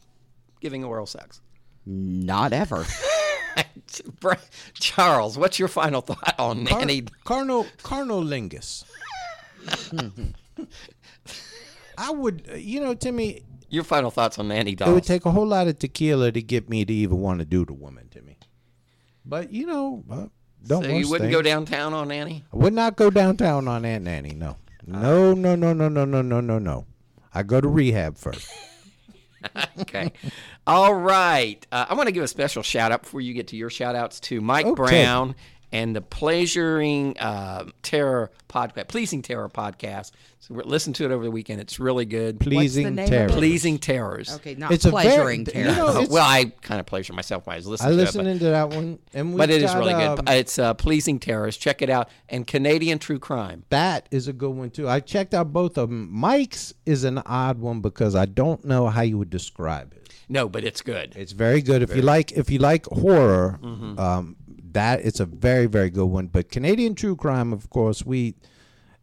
Speaker 1: giving oral sex?
Speaker 2: Not ever.
Speaker 1: Bra- Charles, what's your final thought on
Speaker 3: Car-
Speaker 1: Nanny?
Speaker 3: carnal carnolingus. I would, uh, you know, Timmy.
Speaker 1: Your final thoughts on Nanny
Speaker 3: It would
Speaker 1: Dolls?
Speaker 3: take a whole lot of tequila to get me to even want to do the woman, Timmy. But you know, uh, don't.
Speaker 1: so you
Speaker 3: rush
Speaker 1: wouldn't go
Speaker 3: things.
Speaker 1: downtown on Nanny?
Speaker 3: I would not go downtown on Aunt Nanny.
Speaker 1: Uh.
Speaker 3: No, no, no, no, no, no, no, no, no, no. I go to rehab first.
Speaker 1: Okay. All right. Uh, I want to give a special shout out before you get to your shout outs to Mike
Speaker 3: Okay.
Speaker 1: Brown and the Pleasuring uh, Terror podcast, Pleasing Terror podcast. So we're, listen to it over the weekend. It's really good.
Speaker 3: Pleasing
Speaker 2: name of
Speaker 3: terror.
Speaker 2: it?
Speaker 1: Pleasing Terrors.
Speaker 2: Okay, not
Speaker 3: It's a very-
Speaker 2: pleasuring
Speaker 3: you
Speaker 2: Tara.
Speaker 3: know, it's-
Speaker 1: Uh, well, I kind of pleasure myself when I was listening
Speaker 3: I
Speaker 1: to it.
Speaker 3: listened
Speaker 1: but-
Speaker 3: into that one, and we
Speaker 1: But it is
Speaker 3: got,
Speaker 1: really
Speaker 3: um,
Speaker 1: good. It's uh, Pleasing Terrors. Check it out. And Canadian True Crime.
Speaker 3: that is a good one too. I checked out both of them. Mike's is an odd one because I don't know how you would describe it.
Speaker 1: No, but it's good. Mm-hmm.
Speaker 3: It's very good if you like if you like horror. Um, that it's a very very good one. But Canadian true crime, of course, we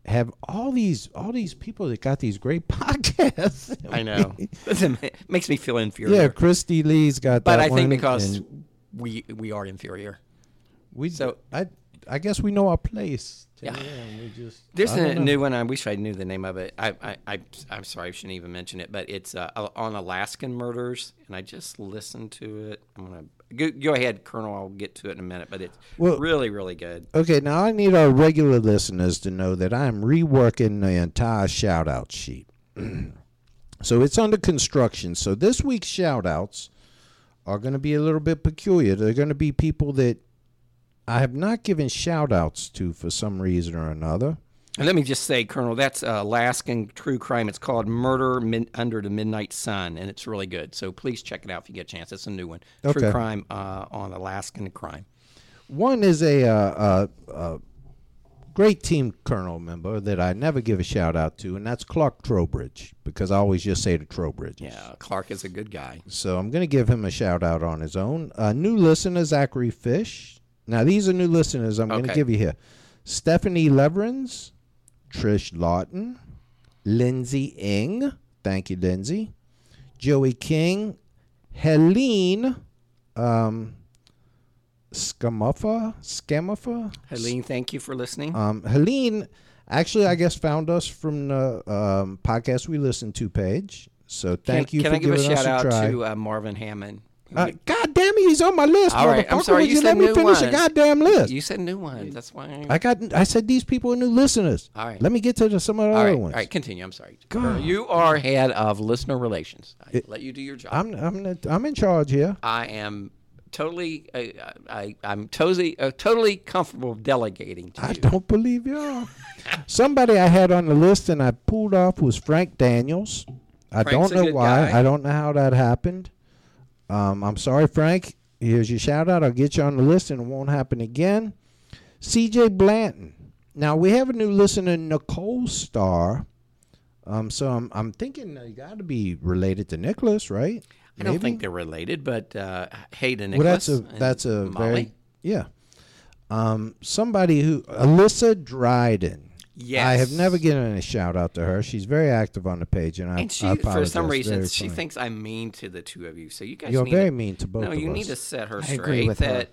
Speaker 3: have all these all these people that got these great podcasts.
Speaker 1: I know. it makes me feel inferior.
Speaker 3: Yeah, Christy Lee's got
Speaker 1: but
Speaker 3: that
Speaker 1: I think
Speaker 3: one,
Speaker 1: because
Speaker 3: and
Speaker 1: we we are inferior.
Speaker 3: we
Speaker 1: so-
Speaker 3: so I I guess we know our place.
Speaker 1: Yeah.
Speaker 3: and we just
Speaker 1: There's
Speaker 3: I don't
Speaker 1: a
Speaker 3: know.
Speaker 1: new one. I wish I knew the name of it. I, I, I I'm sorry, I shouldn't even mention it. But it's uh, on Alaskan murders, and I just listened to it. I'm gonna go, go ahead, Colonel. I'll get to it in a minute. But it's
Speaker 3: Well-
Speaker 1: really, really good.
Speaker 3: Okay, now I need our regular listeners to know that I'm reworking the entire shout out sheet. so it's under construction. So this week's shout outs are going to be a little bit peculiar. They're going to be people that I have not given shout outs to for some reason or another.
Speaker 1: And let me just say, Colonel, that's uh, Alaskan true crime. It's called Murder Min- Under the Midnight Sun, and it's really good. So please check it out if you get a chance. It's a new one. True
Speaker 3: Okay.
Speaker 1: crime uh, on Alaskan crime.
Speaker 3: One is a, uh, uh, uh, great team colonel member that I never give a shout out to, and that's Clark Trowbridge, because I always just say the Trowbridge.
Speaker 1: Yeah, Clark is a good guy.
Speaker 3: So I'm going to give him a shout out on his own. Uh, new listener, Zachary Fish. Now, these are new listeners I'm going
Speaker 1: Okay.
Speaker 3: to give you here Stephanie Leverins, Trish Lawton, Lindsay Ing. Thank you, Lindsay. Joey King, Helene um, Scamuffa. Scamuffa?
Speaker 1: Helene, thank you for listening.
Speaker 3: Um, Helene actually, I guess, found us from the um, podcast we listened to page. So thank
Speaker 1: can,
Speaker 3: you
Speaker 1: Can
Speaker 3: for
Speaker 1: I give a
Speaker 3: giving us
Speaker 1: shout out
Speaker 3: try.
Speaker 1: to uh, Marvin Hammond?
Speaker 3: Uh, God damn it, he's on my list.
Speaker 1: All right, I'm
Speaker 3: motherfucker.
Speaker 1: sorry.
Speaker 3: Would
Speaker 1: You, said
Speaker 3: let me
Speaker 1: new ones.
Speaker 3: finish a goddamn list.
Speaker 1: You said new ones. That's why. I,
Speaker 3: I got. I said these people are new listeners.
Speaker 1: All right.
Speaker 3: Let me get to the, some of the
Speaker 1: all
Speaker 3: other
Speaker 1: right, all
Speaker 3: ones.
Speaker 1: right. Continue. I'm sorry. Girl, You are head of listener relations. I let you do your job. I'm,
Speaker 3: I'm. I'm. the- I'm in charge here.
Speaker 1: totally. Uh, I, I'm totally, uh, totally comfortable delegating to
Speaker 3: I
Speaker 1: you.
Speaker 3: don't believe you are. Somebody I had on the list and I pulled off was Frank Daniels. I
Speaker 1: Frank's
Speaker 3: don't
Speaker 1: a
Speaker 3: know
Speaker 1: good
Speaker 3: why.
Speaker 1: guy.
Speaker 3: I don't know how that happened. Um, I'm sorry, Frank. Here's your shout out. I'll get you on the list and it won't happen again. CJ Blanton. Now we have a new listener, Nicole Starr. Um, so I'm I'm thinking they got to be related to Nicholas, right?
Speaker 1: I don't think they're related, but uh, Hayden Nicholas.
Speaker 3: Well, that's a
Speaker 1: and
Speaker 3: that's a
Speaker 1: Molly.
Speaker 3: very yeah. Um, somebody who Alyssa Dryden. I have
Speaker 1: Yes.
Speaker 3: never given a shout out to her. She's very active on the page, and I,
Speaker 1: And she,
Speaker 3: I
Speaker 1: for
Speaker 3: apologize.
Speaker 1: some reason,
Speaker 3: Very
Speaker 1: she
Speaker 3: funny.
Speaker 1: thinks I'm mean to the two of you. So you guys,
Speaker 3: You're
Speaker 1: need
Speaker 3: very
Speaker 1: to,
Speaker 3: mean to both
Speaker 1: No,
Speaker 3: of
Speaker 1: you need
Speaker 3: us.
Speaker 1: to set her
Speaker 3: I
Speaker 1: straight.
Speaker 3: agree with her. Oh.
Speaker 1: that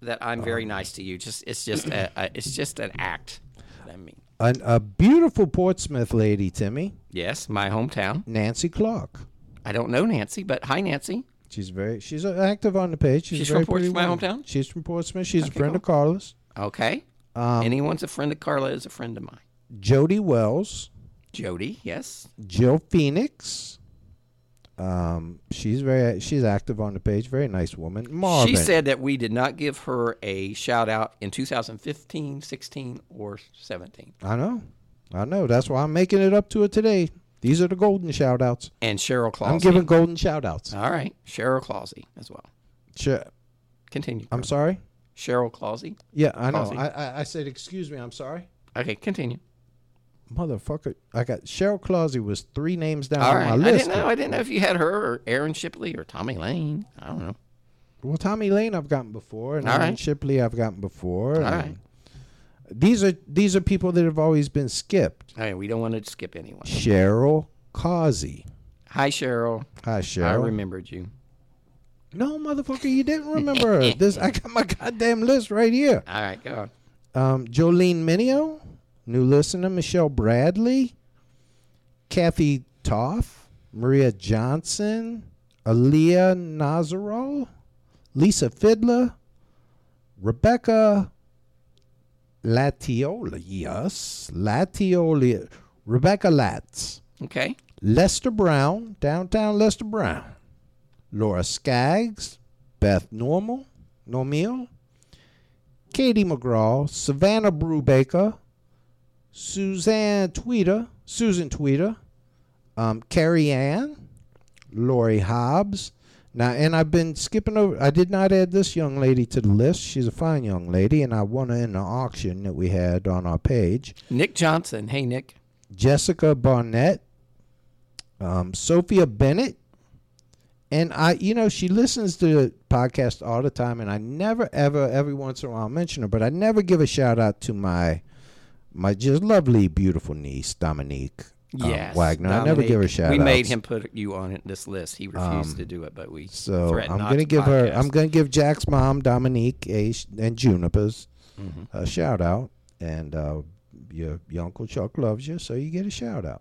Speaker 1: that I'm very nice to you. Just it's just a, a it's just an act. that I mean,
Speaker 3: an, a beautiful Portsmouth lady, Timmy,
Speaker 1: Yes, my hometown.
Speaker 3: Nancy Clark.
Speaker 1: I don't know Nancy, but hi, Nancy.
Speaker 3: She's very she's uh, active on the page. She's,
Speaker 1: She's
Speaker 3: very
Speaker 1: from Ports-
Speaker 3: pretty
Speaker 1: my
Speaker 3: woman.
Speaker 1: hometown?
Speaker 3: She's from Portsmouth. She's a friend of Carlos.
Speaker 1: Okay.
Speaker 3: Um,
Speaker 1: Anyone's a friend of Carla is a friend of mine.
Speaker 3: Jody Wells,
Speaker 1: Jody, yes.
Speaker 3: Jill Phoenix. Um, she's very she's active on the page. Very nice woman. Marvin.
Speaker 1: She said that we did not give her a shout out in 2015, 16, or 17.
Speaker 3: I know. I know. That's why I'm making it up to her today. These are the golden shout outs.
Speaker 1: And Cheryl Clausey.
Speaker 3: I'm giving golden shout outs.
Speaker 1: All right. Cheryl Clausey as well.
Speaker 3: Sure.
Speaker 1: Continue.
Speaker 3: I'm sorry.
Speaker 1: Cheryl Clausey.
Speaker 3: Yeah, I know.
Speaker 1: Clausey.
Speaker 3: I, I, I said, excuse me, I'm sorry.
Speaker 1: Okay, continue.
Speaker 3: Motherfucker. I got Cheryl Clausey was three names down
Speaker 1: All
Speaker 3: on
Speaker 1: right.
Speaker 3: my
Speaker 1: I
Speaker 3: list.
Speaker 1: didn't know. I didn't know if you had her or Aaron Shipley or Tommy Lane. I don't know.
Speaker 3: Well, Tommy Lane I've gotten before, and
Speaker 1: All
Speaker 3: Aaron
Speaker 1: right.
Speaker 3: Shipley I've gotten before.
Speaker 1: All
Speaker 3: and
Speaker 1: right.
Speaker 3: These are these are people that have always been skipped.
Speaker 1: All right. We don't want to skip anyone.
Speaker 3: Cheryl Causey.
Speaker 1: Hi, Cheryl.
Speaker 3: Hi, Cheryl.
Speaker 1: I remembered you.
Speaker 3: No, motherfucker, you didn't remember her. This I got my goddamn list right here.
Speaker 1: All right. Go on.
Speaker 3: Um, Jolene Minio, new listener. Michelle Bradley, Kathy Toff, Maria Johnson, Aaliyah Nazaro, Lisa Fiddler, Rebecca Latiola. Yes, Latiola. Rebecca Latz.
Speaker 1: Okay.
Speaker 3: Lester Brown, downtown Lester Brown, Laura Skaggs, Beth Normal, Normiel, Katie McGraw, Savannah Brubaker, Suzanne Tweeter, Susan Tweeter, um, Carrie Ann, Lori Hobbs. Now, and I've been skipping over. I did not add this young lady to the list. She's a fine young lady, and I won her in the auction that we had on our page.
Speaker 1: Nick Johnson. Hey, Nick.
Speaker 3: Jessica Barnett, um, Sophia Bennett, and I. You know, she listens to the podcast all the time, and I never, ever, every once in a while mention her, but I never give a shout out to my my just lovely, beautiful niece Dominique. um,
Speaker 1: Yes.
Speaker 3: Wagner. I never give her
Speaker 1: Dominique.
Speaker 3: shout
Speaker 1: We
Speaker 3: outs. Um,
Speaker 1: made him put you on it- this list. He refused to do it, but we
Speaker 3: So
Speaker 1: threatened
Speaker 3: I'm
Speaker 1: not
Speaker 3: going to
Speaker 1: to
Speaker 3: give her. I'm
Speaker 1: podcast.
Speaker 3: going to give Jack's mom, Dominique, a, sh- and Juniper's
Speaker 1: Mm-hmm.
Speaker 3: a shout out, and uh, your your uncle Chuck loves you, so you get a shout out.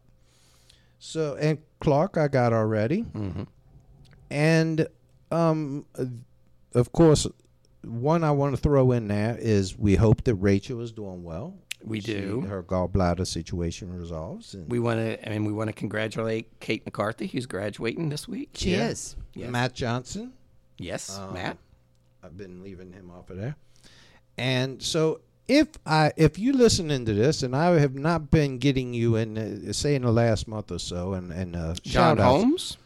Speaker 3: So and Clark, I got already,
Speaker 1: Mm-hmm.
Speaker 3: and um, uh, of course, one I want to throw in there is we hope that Rachel is doing well.
Speaker 1: We
Speaker 3: She-
Speaker 1: do.
Speaker 3: her gallbladder situation resolves, and
Speaker 1: We want to, I mean, we want to congratulate Kate McCarthy, who's graduating this week.
Speaker 2: She is.
Speaker 3: Matt Johnson.
Speaker 1: Yes, Matt.
Speaker 3: I've been leaving him off of there. And so if I if you listening to this and I have not been getting you in uh, say in the last month or so and and uh,
Speaker 1: John
Speaker 3: shout outs,
Speaker 1: Holmes.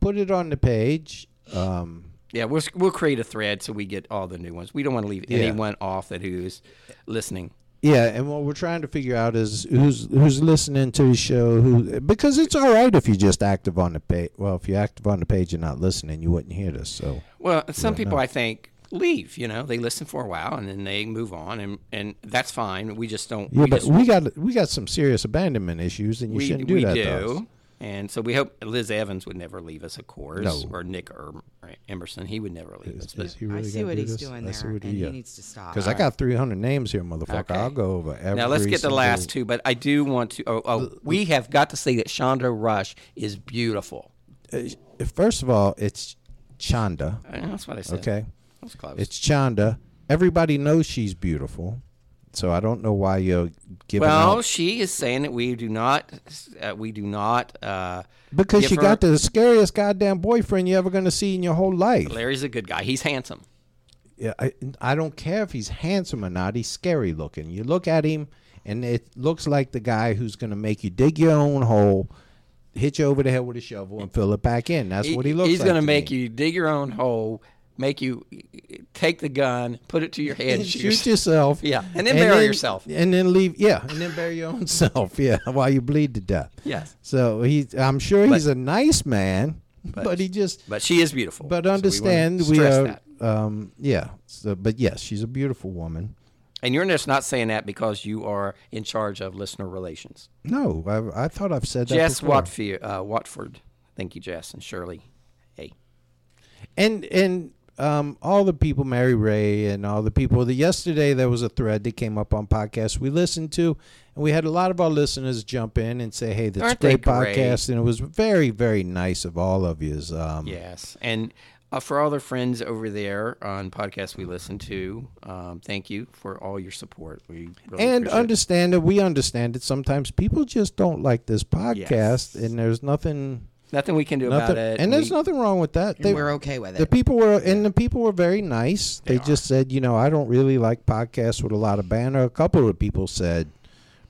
Speaker 3: put it on the page. Um,
Speaker 1: Yeah, we'll we'll create a thread so we get all the new ones. We don't want to leave anyone off that who's listening.
Speaker 3: yeah, and what we're trying to figure out is who's who's listening to the show. Who because it's all right if you're just active on the page. Well, if you're active on the page and not listening, you wouldn't hear this. So
Speaker 1: Well, some people I think leave. You know, they listen for a while and then they move on, and and that's fine. We just don't.
Speaker 3: yeah,
Speaker 1: we
Speaker 3: but
Speaker 1: just-
Speaker 3: we got we got some serious abandonment issues, and you
Speaker 1: we,
Speaker 3: shouldn't do
Speaker 1: we
Speaker 3: that.
Speaker 1: do.
Speaker 3: to us.
Speaker 1: And so we hope Liz Evans would never leave us, of course,
Speaker 3: No.
Speaker 1: or Nick or or Emerson. He would never leave us. But
Speaker 3: Is he really
Speaker 2: I see
Speaker 3: gonna
Speaker 2: what
Speaker 3: do
Speaker 2: he's
Speaker 3: this?
Speaker 2: doing
Speaker 3: I
Speaker 2: there,
Speaker 3: see what
Speaker 2: and
Speaker 3: yeah.
Speaker 2: he needs to stop.
Speaker 3: Because I got 300 names here, motherfucker.
Speaker 1: Uh-uh. Okay.
Speaker 3: I'll go over every.
Speaker 1: now let's get the
Speaker 3: single-
Speaker 1: last two. But I do want to. Oh, oh we have got to say that Chandra Rush is beautiful.
Speaker 3: First of all, it's Chanda.
Speaker 1: Uh, That's what I said.
Speaker 3: Okay,
Speaker 1: that's close.
Speaker 3: it's Chanda. Everybody knows she's beautiful, so I don't know why you're giving
Speaker 1: Well,
Speaker 3: out
Speaker 1: she is saying that we do not, uh, we do not. Uh,
Speaker 3: because
Speaker 1: give
Speaker 3: she
Speaker 1: her-
Speaker 3: got the scariest goddamn boyfriend you're ever gonna see in your whole life.
Speaker 1: Larry's a good guy. He's handsome.
Speaker 3: Yeah, I, I don't care if he's handsome or not. He's scary looking. You look at him, and it looks like the guy who's gonna make you dig your own hole, hit you over the head with a shovel, and fill it back in. That's what he looks.
Speaker 1: He's
Speaker 3: like
Speaker 1: gonna
Speaker 3: to
Speaker 1: make
Speaker 3: me.
Speaker 1: you dig your own hole, make you take the gun, put it to your head, and shoot.
Speaker 3: shoot
Speaker 1: yourself.
Speaker 3: yourself.
Speaker 1: Yeah, and then bury yourself.
Speaker 3: And then leave. Yeah, and then bury your own self. Yeah, while you bleed to death.
Speaker 1: Yes.
Speaker 3: So he, I'm sure he's a nice man, but, he just.
Speaker 1: But she is beautiful.
Speaker 3: But
Speaker 1: so we wanna
Speaker 3: understand, we,
Speaker 1: stress
Speaker 3: are.
Speaker 1: that.
Speaker 3: Um. Yeah. So, but yes, she's a beautiful woman.
Speaker 1: And you're just not saying that because you are in charge of listener relations.
Speaker 3: No, I, I thought I've said that.
Speaker 1: Jess
Speaker 3: before.
Speaker 1: Watford, uh, Watford. Thank you, Jess and Shirley. Hey,
Speaker 3: And and um, all the people, Mary Ray, and all the people. That yesterday there was a thread that came up on podcasts we listened to, and we had a lot of our listeners jump in and say, "Hey, that's
Speaker 1: Aren't they
Speaker 3: great podcast," and it was very, very nice of all of you. Um,
Speaker 1: Yes, and uh, for all the friends over there on podcasts we listen to, um, thank you for all your support. We really
Speaker 3: and
Speaker 1: appreciate it.
Speaker 3: understand that we understand that sometimes people just don't like this podcast,
Speaker 1: Yes.
Speaker 3: and there's nothing,
Speaker 1: nothing we can do
Speaker 3: nothing,
Speaker 1: about it.
Speaker 3: and there's
Speaker 1: We-
Speaker 3: nothing wrong with that. They-
Speaker 2: We're okay with
Speaker 3: The
Speaker 2: it.
Speaker 3: people were and the people were very nice. They, just said, you know, I don't really like podcasts with a lot of banner. A couple of people said,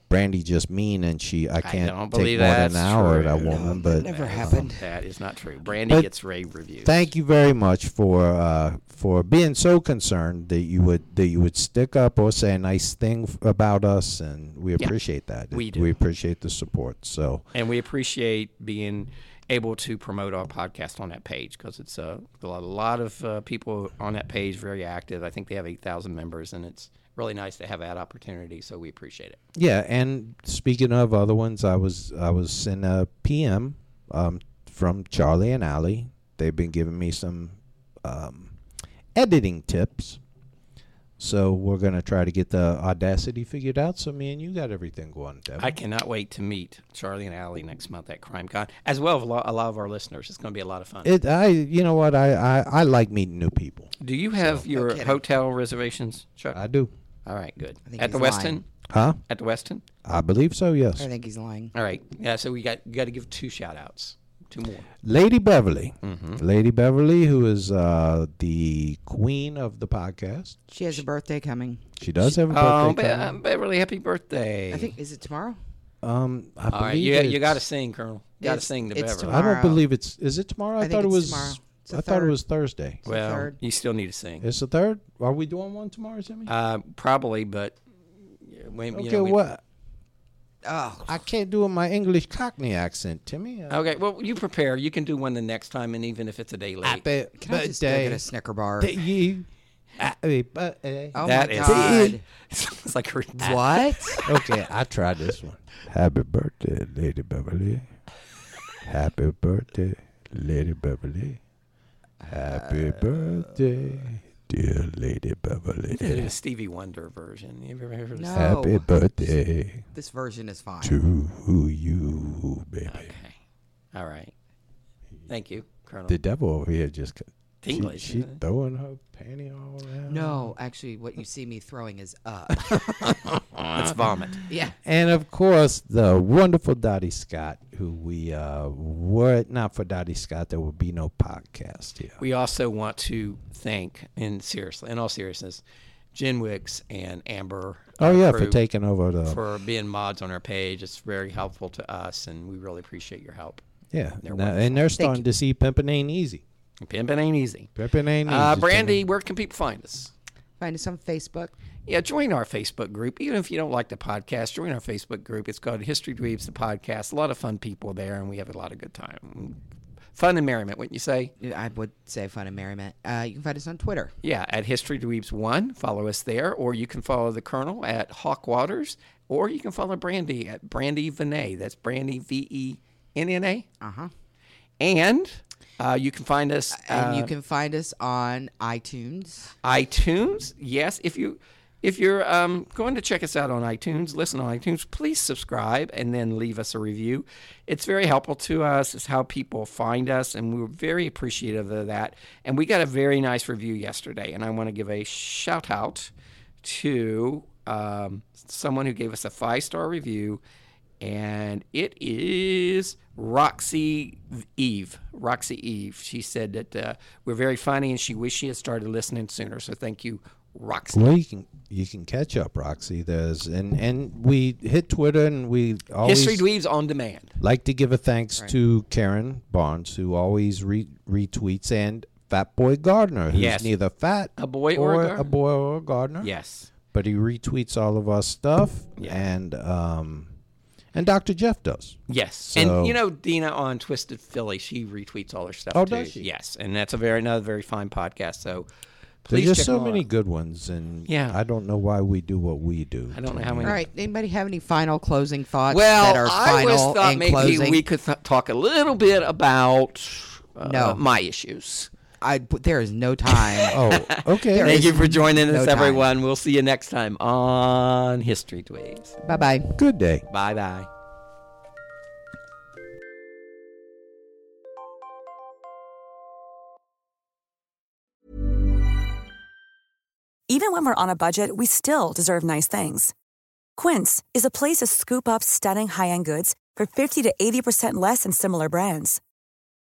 Speaker 3: Brandy just mean and she I can't
Speaker 1: don't
Speaker 3: take
Speaker 1: believe
Speaker 3: more
Speaker 1: that's
Speaker 3: than an hour
Speaker 1: true.
Speaker 3: that
Speaker 2: that
Speaker 3: woman. but
Speaker 2: never happened.
Speaker 1: That is not true. Brandy
Speaker 3: But-
Speaker 1: gets rave reviews.
Speaker 3: thank you very much for uh, for being so concerned that you would that you would stick up or say a nice thing f- about us, and we appreciate that.
Speaker 1: we
Speaker 3: We
Speaker 1: do.
Speaker 3: appreciate the support. So
Speaker 1: and we appreciate being able to promote our podcast on that page because it's uh, a lot, a lot of uh, people on that page very active. I think they have eight thousand members, and it's really nice to have that opportunity. So we appreciate it.
Speaker 3: Yeah, and speaking of other ones, I was I was in a PM um, from Charlie and Allie. They've been giving me some um, editing tips, so we're gonna try to get the Audacity figured out. So me and you got everything going, Devin.
Speaker 1: I cannot wait to meet Charlie and Allie next month at CrimeCon, as well as a lot, a lot of our listeners. It's going to be a lot of fun.
Speaker 3: it, I, you know what? I, I, I like meeting new people.
Speaker 1: Do you have your hotel reservations, Chuck?
Speaker 3: I do.
Speaker 1: All right, good.
Speaker 2: think
Speaker 1: At the
Speaker 2: he's
Speaker 1: Westin.
Speaker 2: lying.
Speaker 3: Huh?
Speaker 1: At the Westin.
Speaker 3: I believe so. Yes.
Speaker 2: I think he's lying.
Speaker 1: All right. Yeah. So we got got to give two shout outs. Two more.
Speaker 3: Lady Beverly,
Speaker 1: Mm-hmm.
Speaker 3: Lady Beverly, who is uh, the queen of the podcast.
Speaker 2: She has a birthday coming.
Speaker 3: She does have a birthday.
Speaker 1: Oh, Be-
Speaker 3: coming.
Speaker 1: uh, Beverly, happy birthday!
Speaker 2: I think is it tomorrow?
Speaker 3: Um, I
Speaker 1: All right,
Speaker 3: believe
Speaker 1: you, you
Speaker 3: it's-
Speaker 1: got to sing, Colonel. You got to
Speaker 2: It's-
Speaker 1: sing to
Speaker 2: it's
Speaker 1: Beverly.
Speaker 3: I don't
Speaker 2: tomorrow.
Speaker 3: believe it's. Is it tomorrow? I,
Speaker 2: I think
Speaker 3: thought it
Speaker 2: it's
Speaker 3: was.
Speaker 2: tomorrow. It's the
Speaker 3: I thought it
Speaker 2: third.
Speaker 3: was Thursday.
Speaker 1: well,
Speaker 2: third.
Speaker 1: you still need to sing.
Speaker 3: It's the third. Are we doing one tomorrow, Jimmy?
Speaker 1: Uh, probably, but yeah, we,
Speaker 3: okay.
Speaker 1: you know, we-
Speaker 3: what?
Speaker 2: Oh,
Speaker 3: I can't do it in my English Cockney accent, Timmy. Uh,
Speaker 1: Okay, well, you prepare. You can do one the next time, and even if it's a day late.
Speaker 3: Happy
Speaker 2: can I just go
Speaker 3: birthday
Speaker 2: get a Snicker bar?
Speaker 3: to you. Happy birthday.
Speaker 2: oh
Speaker 1: That
Speaker 2: my
Speaker 1: is-
Speaker 2: god!
Speaker 1: it's like her-
Speaker 2: what?
Speaker 3: Okay, I tried this one. Happy birthday, Lady Beverly. Happy birthday, Lady Beverly.
Speaker 2: Uh,
Speaker 3: Happy birthday, dear Lady Beverly.
Speaker 1: Did a Stevie Wonder version. You ever heard of
Speaker 2: No.
Speaker 1: this?
Speaker 3: Happy
Speaker 2: Oh.
Speaker 3: birthday
Speaker 2: This version is fine.
Speaker 3: to you, baby.
Speaker 1: Okay. All right. Thank you, Colonel.
Speaker 3: The devil over here just c- she-
Speaker 1: English,
Speaker 3: She,
Speaker 1: huh?
Speaker 3: throwing her panty all around.
Speaker 2: No, actually, what you see me throwing is up.
Speaker 1: Let's vomit.
Speaker 2: Uh, yeah.
Speaker 3: And of course, the wonderful Dottie Scott, who we uh, were it not for Dottie Scott, there would be no podcast here.
Speaker 1: We also want to thank, in seriously, in all seriousness, Jen Wicks and Amber.
Speaker 3: Oh
Speaker 1: uh,
Speaker 3: yeah, for
Speaker 1: crew.
Speaker 3: taking over the
Speaker 1: for being mods on our page. It's very helpful to us, and we really appreciate your help.
Speaker 3: yeah, now- and they're starting to see pimping ain't easy.
Speaker 1: Pimping ain't easy.
Speaker 3: Pimping ain't
Speaker 1: Uh,
Speaker 3: easy.
Speaker 1: Brandy, where can people find us?
Speaker 2: Find us on Facebook.
Speaker 1: Yeah, join our Facebook group. Even if you don't like the podcast, join our Facebook group. It's called History Dweebs, the podcast. A lot of fun people there, and we have a lot of good time. Fun and merriment, wouldn't you say?
Speaker 2: I would say fun and merriment. Uh, you can find us on Twitter.
Speaker 1: Yeah, at History Dweebs One, follow us there, or you can follow the Colonel at Hawk Waters, or you can follow Brandy at Brandy Vinay. That's Brandy V E N N A. Uh huh. And uh, you can find us
Speaker 2: And
Speaker 1: uh,
Speaker 2: you can find us on iTunes.
Speaker 1: iTunes. Yes, if you if you're um, going to check us out on iTunes, listen on iTunes, please subscribe and then leave us a review. It's very helpful to us. It's how people find us, and we're very appreciative of that. And we got a very nice review yesterday, and I want to give a shout out to um, someone who gave us a five star review, and it is Roxy Eve. Roxy Eve. She said that uh, we're very funny, and she wished she had started listening sooner. So thank you, Roxy.
Speaker 3: Well, you can you can catch up, Roxy. There's and and we hit Twitter and we always
Speaker 1: History Dweebs on demand.
Speaker 3: like to give a thanks to Karen Barnes, who always re- retweets, and Fat Boy Gardner, who's
Speaker 1: Yes.
Speaker 3: neither fat
Speaker 1: A boy or a
Speaker 3: a
Speaker 1: gardener.
Speaker 3: boy or a gardener.
Speaker 1: Yes.
Speaker 3: but he retweets all of our stuff, and um, and Dr. Jeff does.
Speaker 1: Yes,
Speaker 3: So-
Speaker 1: and you know Dina on Twisted Philly, she retweets all her stuff.
Speaker 3: Oh,
Speaker 1: too.
Speaker 3: does she?
Speaker 1: Yes, and that's a very another very fine podcast. So
Speaker 3: There's
Speaker 1: please
Speaker 3: just
Speaker 1: check
Speaker 3: so
Speaker 1: them
Speaker 3: many
Speaker 1: out.
Speaker 3: good ones, and
Speaker 1: Yeah.
Speaker 3: I don't know why we do what we do.
Speaker 1: I don't know how many.
Speaker 2: All right. Anybody have any final closing thoughts
Speaker 1: Well,
Speaker 2: uh, that are
Speaker 1: I
Speaker 2: final
Speaker 1: always thought
Speaker 2: and
Speaker 1: maybe
Speaker 2: closing?
Speaker 1: we could th- talk a little bit about uh,
Speaker 2: No.
Speaker 1: my issues.
Speaker 2: I there is no time.
Speaker 3: Oh, okay.
Speaker 5: Thank you for joining us,
Speaker 2: No time.
Speaker 5: everyone. We'll see you next time on History Tweets.
Speaker 2: Bye bye.
Speaker 3: Good day.
Speaker 5: Bye bye.
Speaker 6: Even when we're on a budget, we still deserve nice things. Quince is a place to scoop up stunning high end goods for 50 to 80% less than similar brands.